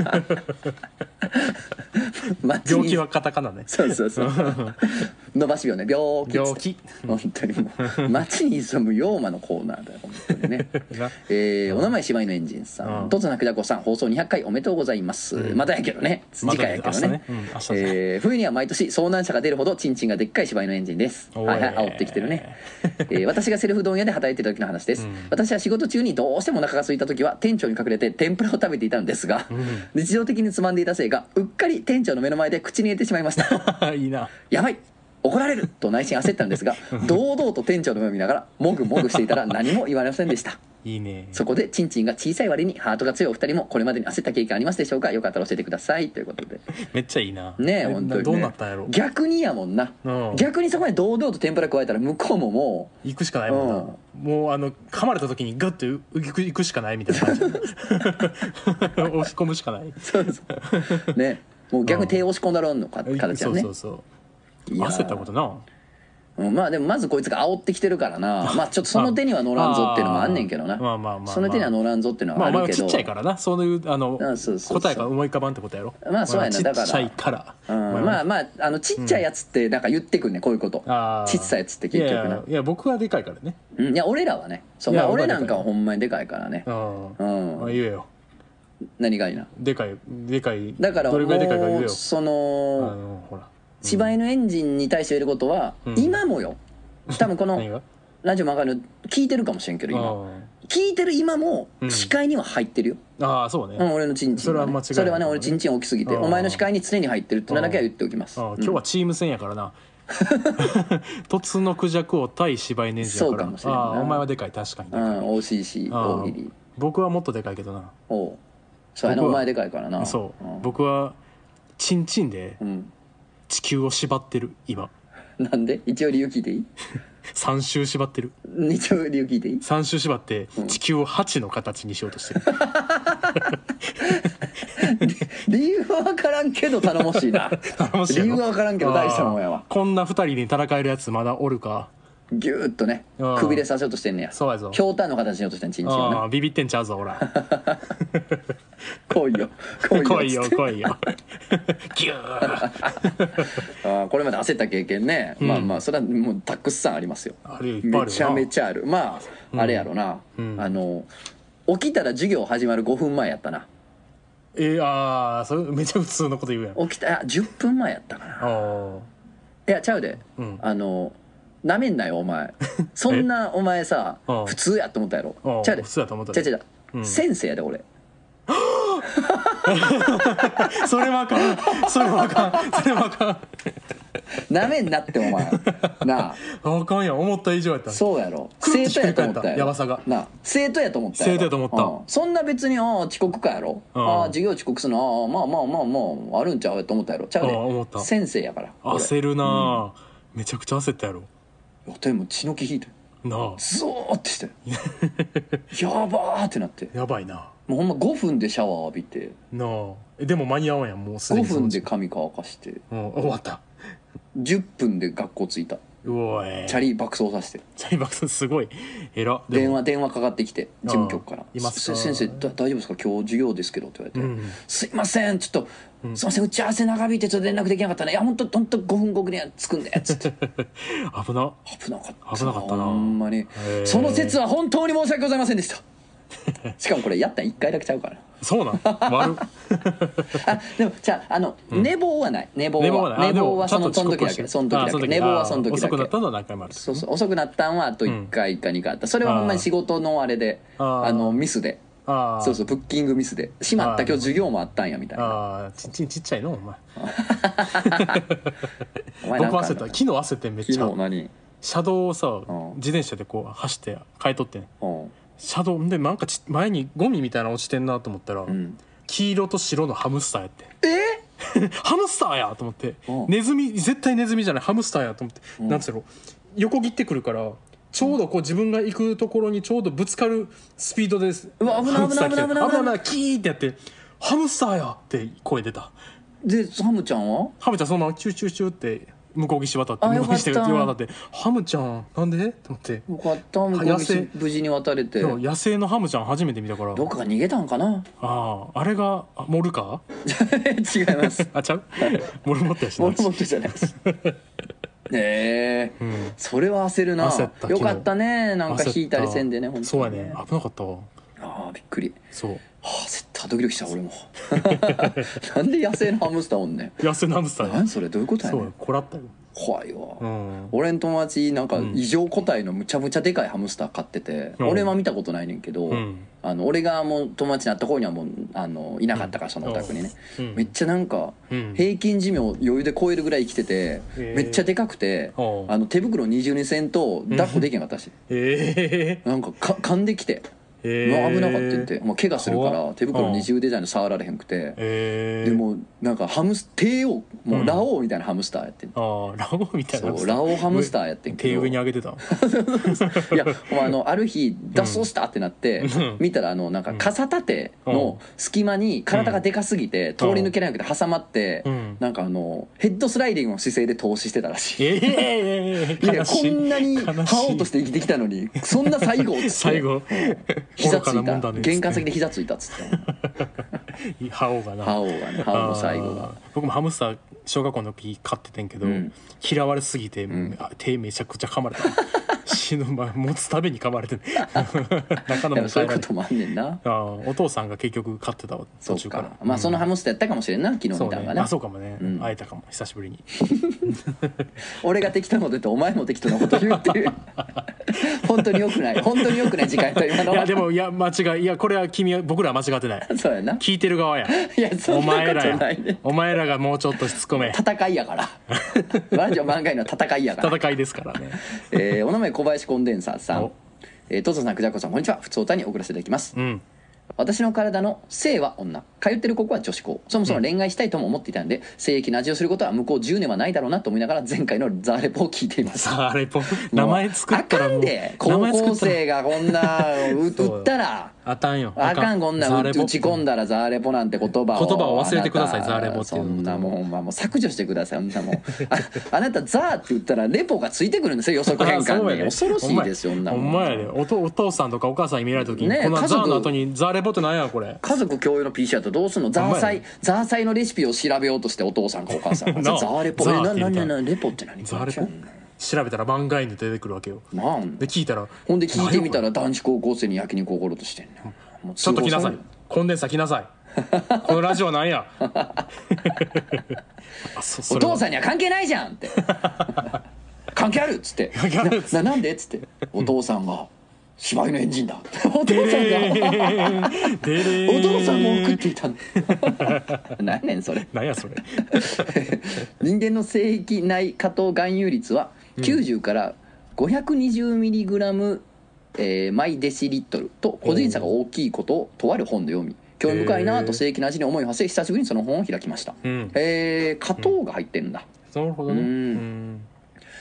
[SPEAKER 2] 気病気はカタカナね
[SPEAKER 1] そうそうそう。 伸ばし病ね、病気っつ
[SPEAKER 2] 病
[SPEAKER 1] って。
[SPEAKER 2] 気
[SPEAKER 1] 本当にもう、町に潜む妖魔のコーナーだよ、本当に ね。
[SPEAKER 2] な
[SPEAKER 1] えーお名前柴犬エンジンさ、
[SPEAKER 2] うんん
[SPEAKER 1] とつなくだこさん、放送200回おめでとうございます。
[SPEAKER 2] うん
[SPEAKER 1] またやけどね、次回やけどね。
[SPEAKER 2] まだ明日うん明日ね
[SPEAKER 1] えー冬には毎年遭難者が出るほどチンチンがでっかい柴犬エンジンです。
[SPEAKER 2] おい
[SPEAKER 1] はいはい、煽ってきてるね。えー私がセルフ問屋で働いてた時の話です、
[SPEAKER 2] うん
[SPEAKER 1] 私は仕事中にどうしてもお腹が空いた時は店長に隠れて天ぷらを食べていたんですが、日常的につまんでいたせいかうっかり店長の目の前で口に入れてしまいました
[SPEAKER 2] いいな
[SPEAKER 1] やばい怒られると内心焦ったんですが堂々と店長の目を見ながらもぐもぐしていたら何も言われませんでした
[SPEAKER 2] いいね
[SPEAKER 1] そこでチンチンが小さい割にハートが強いお二人もこれまでに焦った経験ありますでしょうかよかったら教えてくださいということで
[SPEAKER 2] めっちゃいいな
[SPEAKER 1] ねえ本当に、ね、
[SPEAKER 2] どうなったんやろ
[SPEAKER 1] 逆にやもんな、
[SPEAKER 2] うん
[SPEAKER 1] 逆にそこに堂々と天ぷら加えたら向こうもも
[SPEAKER 2] 行くしかないもんな、もうあの噛まれた時にグッとう行く行くしかないみたいな 感じ押し込むしかないう
[SPEAKER 1] そうそう ねもう逆に手を押し込んだらんのか、形
[SPEAKER 2] そ
[SPEAKER 1] や
[SPEAKER 2] う
[SPEAKER 1] ね
[SPEAKER 2] そうそう
[SPEAKER 1] いやー
[SPEAKER 2] 焦ったことな
[SPEAKER 1] うんまあでもまずこいつが煽ってきてるから なまあちょっとその手には乗らんぞっていうのもあんねんけどな
[SPEAKER 2] まあまあまあまあ
[SPEAKER 1] その手には乗らんぞっていうのは
[SPEAKER 2] まあ
[SPEAKER 1] あ
[SPEAKER 2] お前
[SPEAKER 1] る
[SPEAKER 2] は
[SPEAKER 1] けど
[SPEAKER 2] ちっちゃいからなそういうあの
[SPEAKER 1] うんそうそうそう
[SPEAKER 2] 答えが思い浮かばんってことやろ
[SPEAKER 1] まあそうやな
[SPEAKER 2] お前は
[SPEAKER 1] だから
[SPEAKER 2] ちっちゃいから
[SPEAKER 1] うん、まあまああのちっちゃいやつってなんか言ってくんねこういうこと
[SPEAKER 2] あー
[SPEAKER 1] ちっさいやつって結局な
[SPEAKER 2] いやいや僕はでかいからね
[SPEAKER 1] うんいや俺らはねそう、
[SPEAKER 2] いや
[SPEAKER 1] まあ、俺
[SPEAKER 2] 僕はで
[SPEAKER 1] な
[SPEAKER 2] かい
[SPEAKER 1] んかはほんまにでかいからね
[SPEAKER 2] うん、
[SPEAKER 1] う
[SPEAKER 2] まあ、
[SPEAKER 1] ん
[SPEAKER 2] 言えよ
[SPEAKER 1] 何がいいな
[SPEAKER 2] でかいでかい
[SPEAKER 1] だから
[SPEAKER 2] どれぐらいでかいか言え
[SPEAKER 1] も
[SPEAKER 2] よ
[SPEAKER 1] うそ
[SPEAKER 2] あ
[SPEAKER 1] の
[SPEAKER 2] のほら
[SPEAKER 1] 柴犬エンジンに対して言えることは、
[SPEAKER 2] うん
[SPEAKER 1] 今もよ多分こ
[SPEAKER 2] 何
[SPEAKER 1] の
[SPEAKER 2] が
[SPEAKER 1] ラジオ曲がる聞いてるかもしれんけど今
[SPEAKER 2] うん
[SPEAKER 1] 聞いてる今も
[SPEAKER 2] うん
[SPEAKER 1] 視界には入ってるよ、
[SPEAKER 2] ああそうね、
[SPEAKER 1] うん、俺のチンチン
[SPEAKER 2] それは間違いない
[SPEAKER 1] それはね俺チンチン大きすぎて
[SPEAKER 2] うん
[SPEAKER 1] お前の視界に常に入ってるってのだけは言っておきます
[SPEAKER 2] ああ今日はチーム戦 やからなとつのクジャクを対芝居ねじや
[SPEAKER 1] そう
[SPEAKER 2] か
[SPEAKER 1] からもしれんな
[SPEAKER 2] ああお前はでかい確かにで
[SPEAKER 1] う
[SPEAKER 2] かい
[SPEAKER 1] ん、うん、OCC
[SPEAKER 2] ああ
[SPEAKER 1] 大喜利
[SPEAKER 2] 僕はもっとでかいけどな
[SPEAKER 1] おうそうやなお
[SPEAKER 2] 僕は
[SPEAKER 1] 前でかいからな
[SPEAKER 2] そう、
[SPEAKER 1] ん
[SPEAKER 2] 僕はチンチンで
[SPEAKER 1] うん、
[SPEAKER 2] 地球を縛ってる今
[SPEAKER 1] なんで一応理由聞いていい
[SPEAKER 2] 3周縛ってる
[SPEAKER 1] 一応理由聞いていい
[SPEAKER 2] 3周縛って地球を8の形にしようと してる、
[SPEAKER 1] 理由は分からんけど頼もしいな
[SPEAKER 2] 頼もしいやろ
[SPEAKER 1] 理由は分からんけど大したもんや
[SPEAKER 2] あ
[SPEAKER 1] わ
[SPEAKER 2] あこんな2人に戦えるやつまだおるか
[SPEAKER 1] ぎゅーっとね
[SPEAKER 2] ああ
[SPEAKER 1] くびれさせようとしてんねや
[SPEAKER 2] そうやぞ
[SPEAKER 1] ひょうたんの形にしようとしてんちんちんを
[SPEAKER 2] あ
[SPEAKER 1] な
[SPEAKER 2] あビビってんちゃうぞ ほら
[SPEAKER 1] 来いよ
[SPEAKER 2] 来
[SPEAKER 1] 来い
[SPEAKER 2] い
[SPEAKER 1] よつ
[SPEAKER 2] よ
[SPEAKER 1] って
[SPEAKER 2] 来いよ ギュー
[SPEAKER 1] ああこれまで焦った経験ね、まあまあそれはもうたくさんありますよ
[SPEAKER 2] あれいっぱいあ
[SPEAKER 1] め
[SPEAKER 2] るよな
[SPEAKER 1] ちゃめちゃあるまあ、あれやろな、
[SPEAKER 2] うん
[SPEAKER 1] あの起きたら授業始まる5分前やったな
[SPEAKER 2] えー、ああそれめちゃ普通のこと言うやんあ
[SPEAKER 1] 起きたあ10分前やったかな
[SPEAKER 2] あ
[SPEAKER 1] いやちゃうで、
[SPEAKER 2] うん
[SPEAKER 1] あのなめんなよお 前そんなお前さ
[SPEAKER 2] うん
[SPEAKER 1] 普通やと思ったや
[SPEAKER 2] う
[SPEAKER 1] ろ
[SPEAKER 2] ん
[SPEAKER 1] ちゃうで
[SPEAKER 2] 普通やと思った
[SPEAKER 1] ちゃ
[SPEAKER 2] で
[SPEAKER 1] うちゃうちゃう
[SPEAKER 2] うん
[SPEAKER 1] 先生やで俺
[SPEAKER 2] それはあかんそれはあかんそれはあかん
[SPEAKER 1] なめんなってお 前なあ
[SPEAKER 2] あかんやん思った以上やった
[SPEAKER 1] そうやろ
[SPEAKER 2] くる
[SPEAKER 1] 生徒や
[SPEAKER 2] っと
[SPEAKER 1] と思ったや
[SPEAKER 2] ひっくり返った
[SPEAKER 1] ろ
[SPEAKER 2] やばさが
[SPEAKER 1] なあ生徒やと思ったろ
[SPEAKER 2] 生徒やと思った
[SPEAKER 1] うんそんな別にああ遅刻かやろ
[SPEAKER 2] うん
[SPEAKER 1] ああ授業遅刻するのああまあまあまあまああるんちゃうと思ったやろちゃう
[SPEAKER 2] うん思っ
[SPEAKER 1] で
[SPEAKER 2] た
[SPEAKER 1] 先生やから俺
[SPEAKER 2] 焦るな、ぁめちゃくちゃ焦ったやろ
[SPEAKER 1] 予定も血の気引いて
[SPEAKER 2] なあ
[SPEAKER 1] ゾーってして やばーってなって
[SPEAKER 2] やばいな
[SPEAKER 1] もうほんま5分でシャワー浴びて
[SPEAKER 2] なあえでも間に合わんやんもうすで
[SPEAKER 1] 5
[SPEAKER 2] にその
[SPEAKER 1] 分
[SPEAKER 2] 時
[SPEAKER 1] で髪乾かして
[SPEAKER 2] うん終わった
[SPEAKER 1] 10分で学校着いた
[SPEAKER 2] うおえ
[SPEAKER 1] チャリ爆走させて
[SPEAKER 2] チャリバクさんすごい偉っで
[SPEAKER 1] 電
[SPEAKER 2] も
[SPEAKER 1] 話電話かかってきて事務局から
[SPEAKER 2] いますか
[SPEAKER 1] せ先生だ大丈夫ですか今日授業ですけど」って言われて「
[SPEAKER 2] うん
[SPEAKER 1] すいませんちょっと、すいません打ち合わせ長引いてちょっと連絡できなかったねいや本当本当5分後ぐらいに着く んで」っつって
[SPEAKER 2] 危な
[SPEAKER 1] 危なかった
[SPEAKER 2] 危なかったな
[SPEAKER 1] ほんまに
[SPEAKER 2] ー
[SPEAKER 1] その説は本当に申し訳ございませんで したしかもこれやったん1回だけちゃうからな
[SPEAKER 2] そうなん悪っ
[SPEAKER 1] あでもじゃああの、寝坊はない寝坊
[SPEAKER 2] 寝坊は
[SPEAKER 1] は
[SPEAKER 2] ないあ
[SPEAKER 1] 寝
[SPEAKER 2] でも
[SPEAKER 1] 坊はその
[SPEAKER 2] ちゃ
[SPEAKER 1] そ
[SPEAKER 2] ん
[SPEAKER 1] の時
[SPEAKER 2] と遅刻
[SPEAKER 1] だ
[SPEAKER 2] して
[SPEAKER 1] けその時
[SPEAKER 2] あ
[SPEAKER 1] だ
[SPEAKER 2] そ
[SPEAKER 1] け
[SPEAKER 2] の時
[SPEAKER 1] 寝坊はその
[SPEAKER 2] あ
[SPEAKER 1] 時
[SPEAKER 2] 遅
[SPEAKER 1] だ
[SPEAKER 2] くなっ
[SPEAKER 1] け
[SPEAKER 2] たのは何回もある
[SPEAKER 1] そうそう遅くなったんはあと1回か2回あった、それはほんまに仕事のあれで
[SPEAKER 2] あ
[SPEAKER 1] あ
[SPEAKER 2] ー
[SPEAKER 1] のミスで
[SPEAKER 2] ああ
[SPEAKER 1] そうそうブッキングミスでしまった
[SPEAKER 2] あー
[SPEAKER 1] 今日授業もあったんやみたいな
[SPEAKER 2] ああちんちんちっちゃいのお前
[SPEAKER 1] お前なんかあんの
[SPEAKER 2] 僕も焦った昨日焦ってんめっち
[SPEAKER 1] 昨
[SPEAKER 2] ゃ
[SPEAKER 1] 日何
[SPEAKER 2] 車道をさ
[SPEAKER 1] ん
[SPEAKER 2] 自転車でこう走って変えとってん
[SPEAKER 1] うん
[SPEAKER 2] 車道でなんかち前にゴミみたいなの落ちてんなと思ったら、
[SPEAKER 1] ん
[SPEAKER 2] 黄色と白のハムスターやって
[SPEAKER 1] え
[SPEAKER 2] ハムスターやと思って、
[SPEAKER 1] うん
[SPEAKER 2] ネズミ絶対ネズミじゃないハムスターやと思って、なんつうの横切ってくるからちょうどこう自分が行くところにちょうどぶつかるスピードです
[SPEAKER 1] うわ危ない
[SPEAKER 2] ハムスター来て
[SPEAKER 1] 危ない危ない危ない
[SPEAKER 2] 危ないキーってやって「ハムスターや!」って声出た
[SPEAKER 1] でハムちゃんは
[SPEAKER 2] ハムちゃんそのままチューチューチューって向こう岸渡って
[SPEAKER 1] あ
[SPEAKER 2] 向こう岸
[SPEAKER 1] よかった
[SPEAKER 2] 渡って「ハムちゃんなんで?」と思って
[SPEAKER 1] よかった向こう
[SPEAKER 2] 痩
[SPEAKER 1] 岸
[SPEAKER 2] せ
[SPEAKER 1] 無事に渡れて
[SPEAKER 2] でも
[SPEAKER 1] ど
[SPEAKER 2] 野生のハムちゃん初めて見たから
[SPEAKER 1] っかが逃げたんかな
[SPEAKER 2] あああれがあモルカ
[SPEAKER 1] 違います
[SPEAKER 2] あ ちゃうモルモットやしな
[SPEAKER 1] モルモットじゃない です。ねえ、
[SPEAKER 2] ん
[SPEAKER 1] それは焦るな。
[SPEAKER 2] 焦った
[SPEAKER 1] よかったね、なんか
[SPEAKER 2] 焦った
[SPEAKER 1] 引いたりせんでね、本当に
[SPEAKER 2] そうやね危なかったわ
[SPEAKER 1] ああ、びっくり。
[SPEAKER 2] そう
[SPEAKER 1] はあ、焦った、ドキドキした、俺も。 なんで野生のハムスターおんねん。
[SPEAKER 2] 野生のハムスター
[SPEAKER 1] 何それ、どういうことや
[SPEAKER 2] そ
[SPEAKER 1] ね。
[SPEAKER 2] うんこらったよ
[SPEAKER 1] 怖いわ。
[SPEAKER 2] うん
[SPEAKER 1] 俺の友達なんか異常個体のむちゃむちゃでかいハムスター飼ってて、
[SPEAKER 2] うん
[SPEAKER 1] 俺は見たことないねんけど、
[SPEAKER 2] うん
[SPEAKER 1] あの俺がもう友達になった頃にはもうあのいなかったからそのお宅にね、
[SPEAKER 2] うん
[SPEAKER 1] めっちゃなんか
[SPEAKER 2] うん
[SPEAKER 1] 平均寿命を余裕で超えるぐらい生きてて、
[SPEAKER 2] ー
[SPEAKER 1] めっちゃでかくて、
[SPEAKER 2] おう
[SPEAKER 1] あの手袋二重にせんと抱っこできなかったし、
[SPEAKER 2] え
[SPEAKER 1] なんかか噛んできて、
[SPEAKER 2] え
[SPEAKER 1] う
[SPEAKER 2] え
[SPEAKER 1] わ
[SPEAKER 2] え
[SPEAKER 1] 危なかったって言って、まあ、怪我するから
[SPEAKER 2] 怖っ
[SPEAKER 1] 手袋二重でじゃないと触られへんくて、
[SPEAKER 2] ええ
[SPEAKER 1] でもなんかハムス帝王もうラオウみたいなハムスターやってん、
[SPEAKER 2] ああラオウみたいな
[SPEAKER 1] そうラオウハムスターやってんけ
[SPEAKER 2] 手
[SPEAKER 1] ど
[SPEAKER 2] 上に上げてた
[SPEAKER 1] いやもうあのある日脱走したってなって、
[SPEAKER 2] うん
[SPEAKER 1] 見たらあのなんか傘立ての隙間に体がでかすぎて、通り抜けなくて挟まって、
[SPEAKER 2] うん
[SPEAKER 1] なんかあのヘッドスライディングの姿勢で投資してたらしい。
[SPEAKER 2] ええ
[SPEAKER 1] いやい
[SPEAKER 2] 悲
[SPEAKER 1] やこ
[SPEAKER 2] しい
[SPEAKER 1] んなに
[SPEAKER 2] 悲しい
[SPEAKER 1] 覇王として生きてきたのにそんな最後っつって
[SPEAKER 2] 最後
[SPEAKER 1] 膝
[SPEAKER 2] 愚
[SPEAKER 1] つ
[SPEAKER 2] か
[SPEAKER 1] い
[SPEAKER 2] な
[SPEAKER 1] た
[SPEAKER 2] もんだね
[SPEAKER 1] 玄関先で膝ついたっつ って
[SPEAKER 2] 覇王がな
[SPEAKER 1] 覇王がね覇王の最後
[SPEAKER 2] あ
[SPEAKER 1] が
[SPEAKER 2] ー僕もハムスター小学校の時飼っててんけど、
[SPEAKER 1] ん
[SPEAKER 2] 嫌われすぎて、あ手めちゃくちゃ 噛まれた死ぬ前持つたびに噛まれて中野
[SPEAKER 1] で
[SPEAKER 2] も
[SPEAKER 1] もそう
[SPEAKER 2] 帰
[SPEAKER 1] いうこ
[SPEAKER 2] られて
[SPEAKER 1] ともあんねんな
[SPEAKER 2] あーお父さんが結局飼ってたわ
[SPEAKER 1] そ
[SPEAKER 2] 途
[SPEAKER 1] う
[SPEAKER 2] 中か
[SPEAKER 1] からまあそのハムスターやったかもしれんな昨日見
[SPEAKER 2] そう
[SPEAKER 1] たん
[SPEAKER 2] ね
[SPEAKER 1] が
[SPEAKER 2] あ
[SPEAKER 1] な
[SPEAKER 2] そうかもね、
[SPEAKER 1] うん
[SPEAKER 2] 会えたかも久しぶりに
[SPEAKER 1] 俺が適当なこと言ってお前も適当なこと言うって いう本当によくない本当によくない時間と今の
[SPEAKER 2] いやでもいや間違いいやこれは君は僕らは間違ってない
[SPEAKER 1] そうや ない
[SPEAKER 2] 聞いてる側や
[SPEAKER 1] やそ
[SPEAKER 2] お
[SPEAKER 1] んな
[SPEAKER 2] 前
[SPEAKER 1] こ
[SPEAKER 2] ら
[SPEAKER 1] とな
[SPEAKER 2] や
[SPEAKER 1] いね
[SPEAKER 2] お前らがもうちょっとしつこめ
[SPEAKER 1] 戦いや から男女漫画の戦いやから
[SPEAKER 2] 戦いですからね
[SPEAKER 1] えーお名前小林コンデンサーさん
[SPEAKER 2] お
[SPEAKER 1] えートトさんクジャコさんこんにちは普通歌に送らせていただきます
[SPEAKER 2] うん
[SPEAKER 1] 私の体の性は女通ってるここは女子校そもそも恋愛したいとも思っていたので、性域の味をすることは向こう10年はないだろうなと思いながら前回のザレポを聞いています
[SPEAKER 2] さああれぽ名前作ったら
[SPEAKER 1] あか
[SPEAKER 2] も
[SPEAKER 1] ん
[SPEAKER 2] う
[SPEAKER 1] で
[SPEAKER 2] 名
[SPEAKER 1] 高
[SPEAKER 2] 前作
[SPEAKER 1] 校
[SPEAKER 2] ったら
[SPEAKER 1] 生がこんなう
[SPEAKER 2] そう
[SPEAKER 1] 打ったら
[SPEAKER 2] あかんよ
[SPEAKER 1] あかんこんな
[SPEAKER 2] ザ
[SPEAKER 1] ん
[SPEAKER 2] レ
[SPEAKER 1] 打
[SPEAKER 2] ボ
[SPEAKER 1] ち込んだらザーレポなんて言葉を
[SPEAKER 2] 言葉を忘れてください
[SPEAKER 1] あなた
[SPEAKER 2] ザーレポってい
[SPEAKER 1] そ
[SPEAKER 2] う
[SPEAKER 1] んなもんほんまもう削除してくださいそんな もんああなたザーって言ったらレポがついてくるんですよ予測変
[SPEAKER 2] あそう
[SPEAKER 1] 換で
[SPEAKER 2] やね
[SPEAKER 1] 恐ろしいですよ
[SPEAKER 2] お
[SPEAKER 1] そんな
[SPEAKER 2] 前
[SPEAKER 1] もん
[SPEAKER 2] お前やでおとお父さんとかお母さんに見られた時に、
[SPEAKER 1] ねえ
[SPEAKER 2] この
[SPEAKER 1] 家
[SPEAKER 2] ザ
[SPEAKER 1] 族
[SPEAKER 2] ーの後にザーレボってなんやこれ
[SPEAKER 1] 家族共有の PC だとどうすんのザーサイザーサイのレシピを調べようとしてお父さんかお母さんがザ
[SPEAKER 2] なあ
[SPEAKER 1] ーレポ
[SPEAKER 2] ザ
[SPEAKER 1] え
[SPEAKER 2] ー
[SPEAKER 1] な
[SPEAKER 2] って
[SPEAKER 1] な
[SPEAKER 2] 言うた
[SPEAKER 1] ななレポって何
[SPEAKER 2] ザーレボ調べたら番外に出てくるわけよ
[SPEAKER 1] なん
[SPEAKER 2] で聞いたら
[SPEAKER 1] ほんで聞いてみた
[SPEAKER 2] なんや
[SPEAKER 1] ら男子高校生に焼肉おごろうとしてんねんもう
[SPEAKER 2] ちょっと来なさい
[SPEAKER 1] 通報
[SPEAKER 2] コンデンサー来なさいこのラジオなん やあそ
[SPEAKER 1] されるお
[SPEAKER 2] それは
[SPEAKER 1] 父さんには関係ないじゃんって 関係あるっつって
[SPEAKER 2] 関係あるっつって
[SPEAKER 1] なななんでっつってお父さんが芝居のエンジンだお父さん
[SPEAKER 2] で
[SPEAKER 1] が
[SPEAKER 2] ーでー
[SPEAKER 1] お父さんも送っていたんだ何ねんそれ
[SPEAKER 2] なんやそれ
[SPEAKER 1] 人間の性域内下糖含有率は90から520ミリグラム、えーマイデシリットルと個人差が大きいことを問わる本で読み興味深いな
[SPEAKER 2] へ
[SPEAKER 1] と
[SPEAKER 2] ー
[SPEAKER 1] 性域の味に思いを馳せ久しぶりにその本を開きました、
[SPEAKER 2] うん
[SPEAKER 1] えー、加糖が入ってるんだ、
[SPEAKER 2] なるほどね
[SPEAKER 1] うん
[SPEAKER 2] うん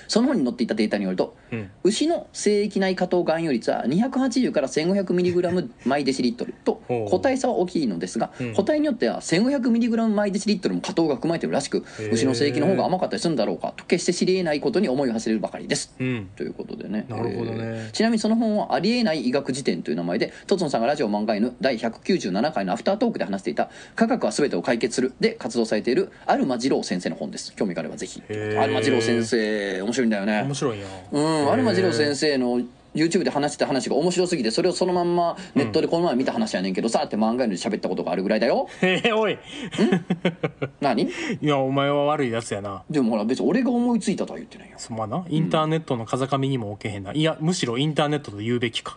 [SPEAKER 1] その本に載っていたデータによると、
[SPEAKER 2] うん
[SPEAKER 1] 牛の精液内加糖含有率は280から 1500mg 毎デシリットルと
[SPEAKER 2] ほう
[SPEAKER 1] 個体差は大きいのですが、
[SPEAKER 2] うん
[SPEAKER 1] 個体によっては 1500mg 毎デシリットルも加糖が含まれているらしく
[SPEAKER 2] へー
[SPEAKER 1] 牛の精液の方が甘かったりするんだろうかと決して知り得ないことに思いを馳せれるばかりです。
[SPEAKER 2] うん
[SPEAKER 1] ということでね
[SPEAKER 2] なるほどね
[SPEAKER 1] ちなみにその本は「ありえない医学辞典」という名前でとつのさんがラジオ漫画犬第197回のアフタートークで話していた「科学は全てを解決する」で活動されているアルマジロー先生の本です興味があればぜひ
[SPEAKER 2] へー
[SPEAKER 1] アルマジロー先生面白いんだよね
[SPEAKER 2] 面白いな
[SPEAKER 1] うんアルマジロー先
[SPEAKER 2] 生
[SPEAKER 1] 生の YouTube で話してた話が面白すぎてそれをそのまんまネットでこの前見た話やねんけどさって漫画犬で喋ったことがあるぐらいだよ
[SPEAKER 2] えーおい
[SPEAKER 1] 何
[SPEAKER 2] いやお前は悪いやつやな
[SPEAKER 1] でもほら別に俺が思いついたとは言って ないよ
[SPEAKER 2] そまあなインターネットの風上にも置けへんないやむしろインターネットと言うべきか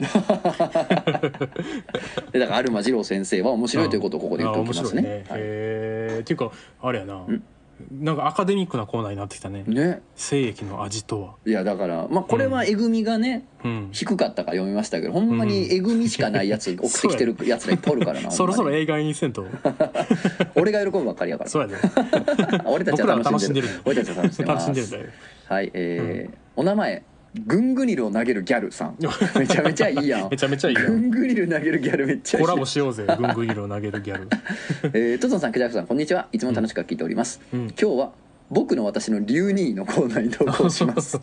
[SPEAKER 1] でだからアルマジロー先生は面白いということをここで言っておきます
[SPEAKER 2] あ面
[SPEAKER 1] ね
[SPEAKER 2] 白いへえっていうかあれやななんかアカデミックなコーナーになってきたね
[SPEAKER 1] はいね
[SPEAKER 2] 精液の味とは、
[SPEAKER 1] いやだからまあこれはえぐみがね、
[SPEAKER 2] うん、
[SPEAKER 1] 低かったから読みましたけどほんまにえぐみしかない やつ送ってきてるやつらいっぱいおるからな
[SPEAKER 2] そろそ
[SPEAKER 1] ほ
[SPEAKER 2] ろ
[SPEAKER 1] んまに
[SPEAKER 2] 映画にせんと
[SPEAKER 1] 俺が喜ぶばっかりやから
[SPEAKER 2] そう やで
[SPEAKER 1] 俺たちは楽しんでる
[SPEAKER 2] 僕
[SPEAKER 1] 俺
[SPEAKER 2] ら
[SPEAKER 1] たちは楽しんでま
[SPEAKER 2] 楽
[SPEAKER 1] す
[SPEAKER 2] しんでるんだよ
[SPEAKER 1] はいえーお名前グングニルを投げるギャル さんめちゃめちゃいいやん
[SPEAKER 2] めちゃめちゃいいやん
[SPEAKER 1] グ ングニル投げるギャルめっちゃいい
[SPEAKER 2] コラボしようぜぐんぐん色を投げるギャル
[SPEAKER 1] えー、トトンさん、クジャクさん、こんにちは。いつも楽しく聞いております。
[SPEAKER 2] うん
[SPEAKER 1] 今日は僕の私のリュウニーのコーナーに投稿します。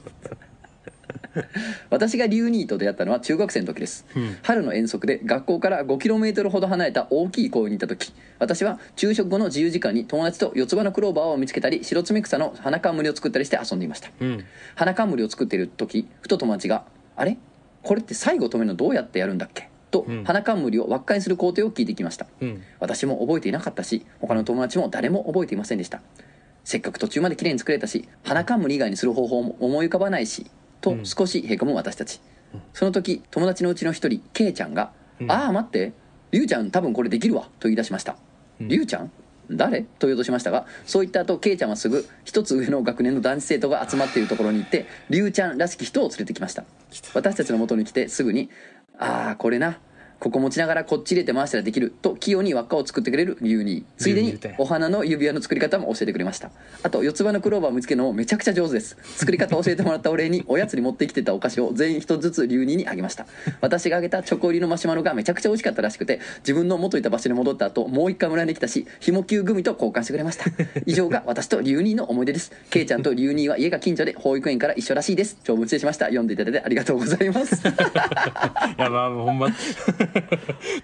[SPEAKER 1] 私がリュウニーと出会ったのは中学生の時です、
[SPEAKER 2] うん
[SPEAKER 1] 春の遠足で学校から 5km ほど離れた大きい公園にいた時私は昼食後の自由時間に友達と四つ葉のクローバーを見つけたり白爪草の花冠を作ったりして遊んでいました
[SPEAKER 2] うん
[SPEAKER 1] 花冠を作っている時ふと友達が「あれこれって最後止めるのどうやってやるんだっけ?」と
[SPEAKER 2] うん
[SPEAKER 1] 花冠を輪っかにする工程を聞いてきました
[SPEAKER 2] うん
[SPEAKER 1] 私も覚えていなかったし他の友達も誰も覚えていませんでしたせっかく途中まで綺麗に作れたし花冠以外にする方法も思い浮かばないしと
[SPEAKER 2] うん
[SPEAKER 1] 少しへこむ私たち、その時友達のうちの一人ケイちゃんが「
[SPEAKER 2] うん
[SPEAKER 1] ああ待ってりゅうちゃん多分これできるわ」と言い出しました
[SPEAKER 2] うん
[SPEAKER 1] りゅうちゃん誰と言おうとしましたがそう言った後ケイちゃんはすぐ一つ上の学年の男子生徒が集まっているところに行ってりゅうちゃんらしき人を連れてきました私たちの元に来てすぐに「ああこれなここ持ちながらこっち入れて回したらできる」と器用に輪っかを作ってくれる牛乳ついで
[SPEAKER 2] 牛
[SPEAKER 1] に
[SPEAKER 2] 乳店
[SPEAKER 1] お花の指輪の作り方も教えてくれましたあと四つ葉のクローバーを見つけるのもめちゃくちゃ上手です作り方を教えてもらったお礼におやつに持ってきてたお菓子を全員一つずつ牛乳にあげました私があげたチョコ入りのマシュマロがめちゃくちゃ美味しかったらしくて自分の元いた場所に戻った後もう一回村に来たしひもきゅうグミと交換してくれました以上が私と牛乳の思い出ですケイちゃんと牛乳は家が近所で保育園から一緒らしいです長文失礼しました読んでいただいてありがとうございます
[SPEAKER 2] いやまあもうほんま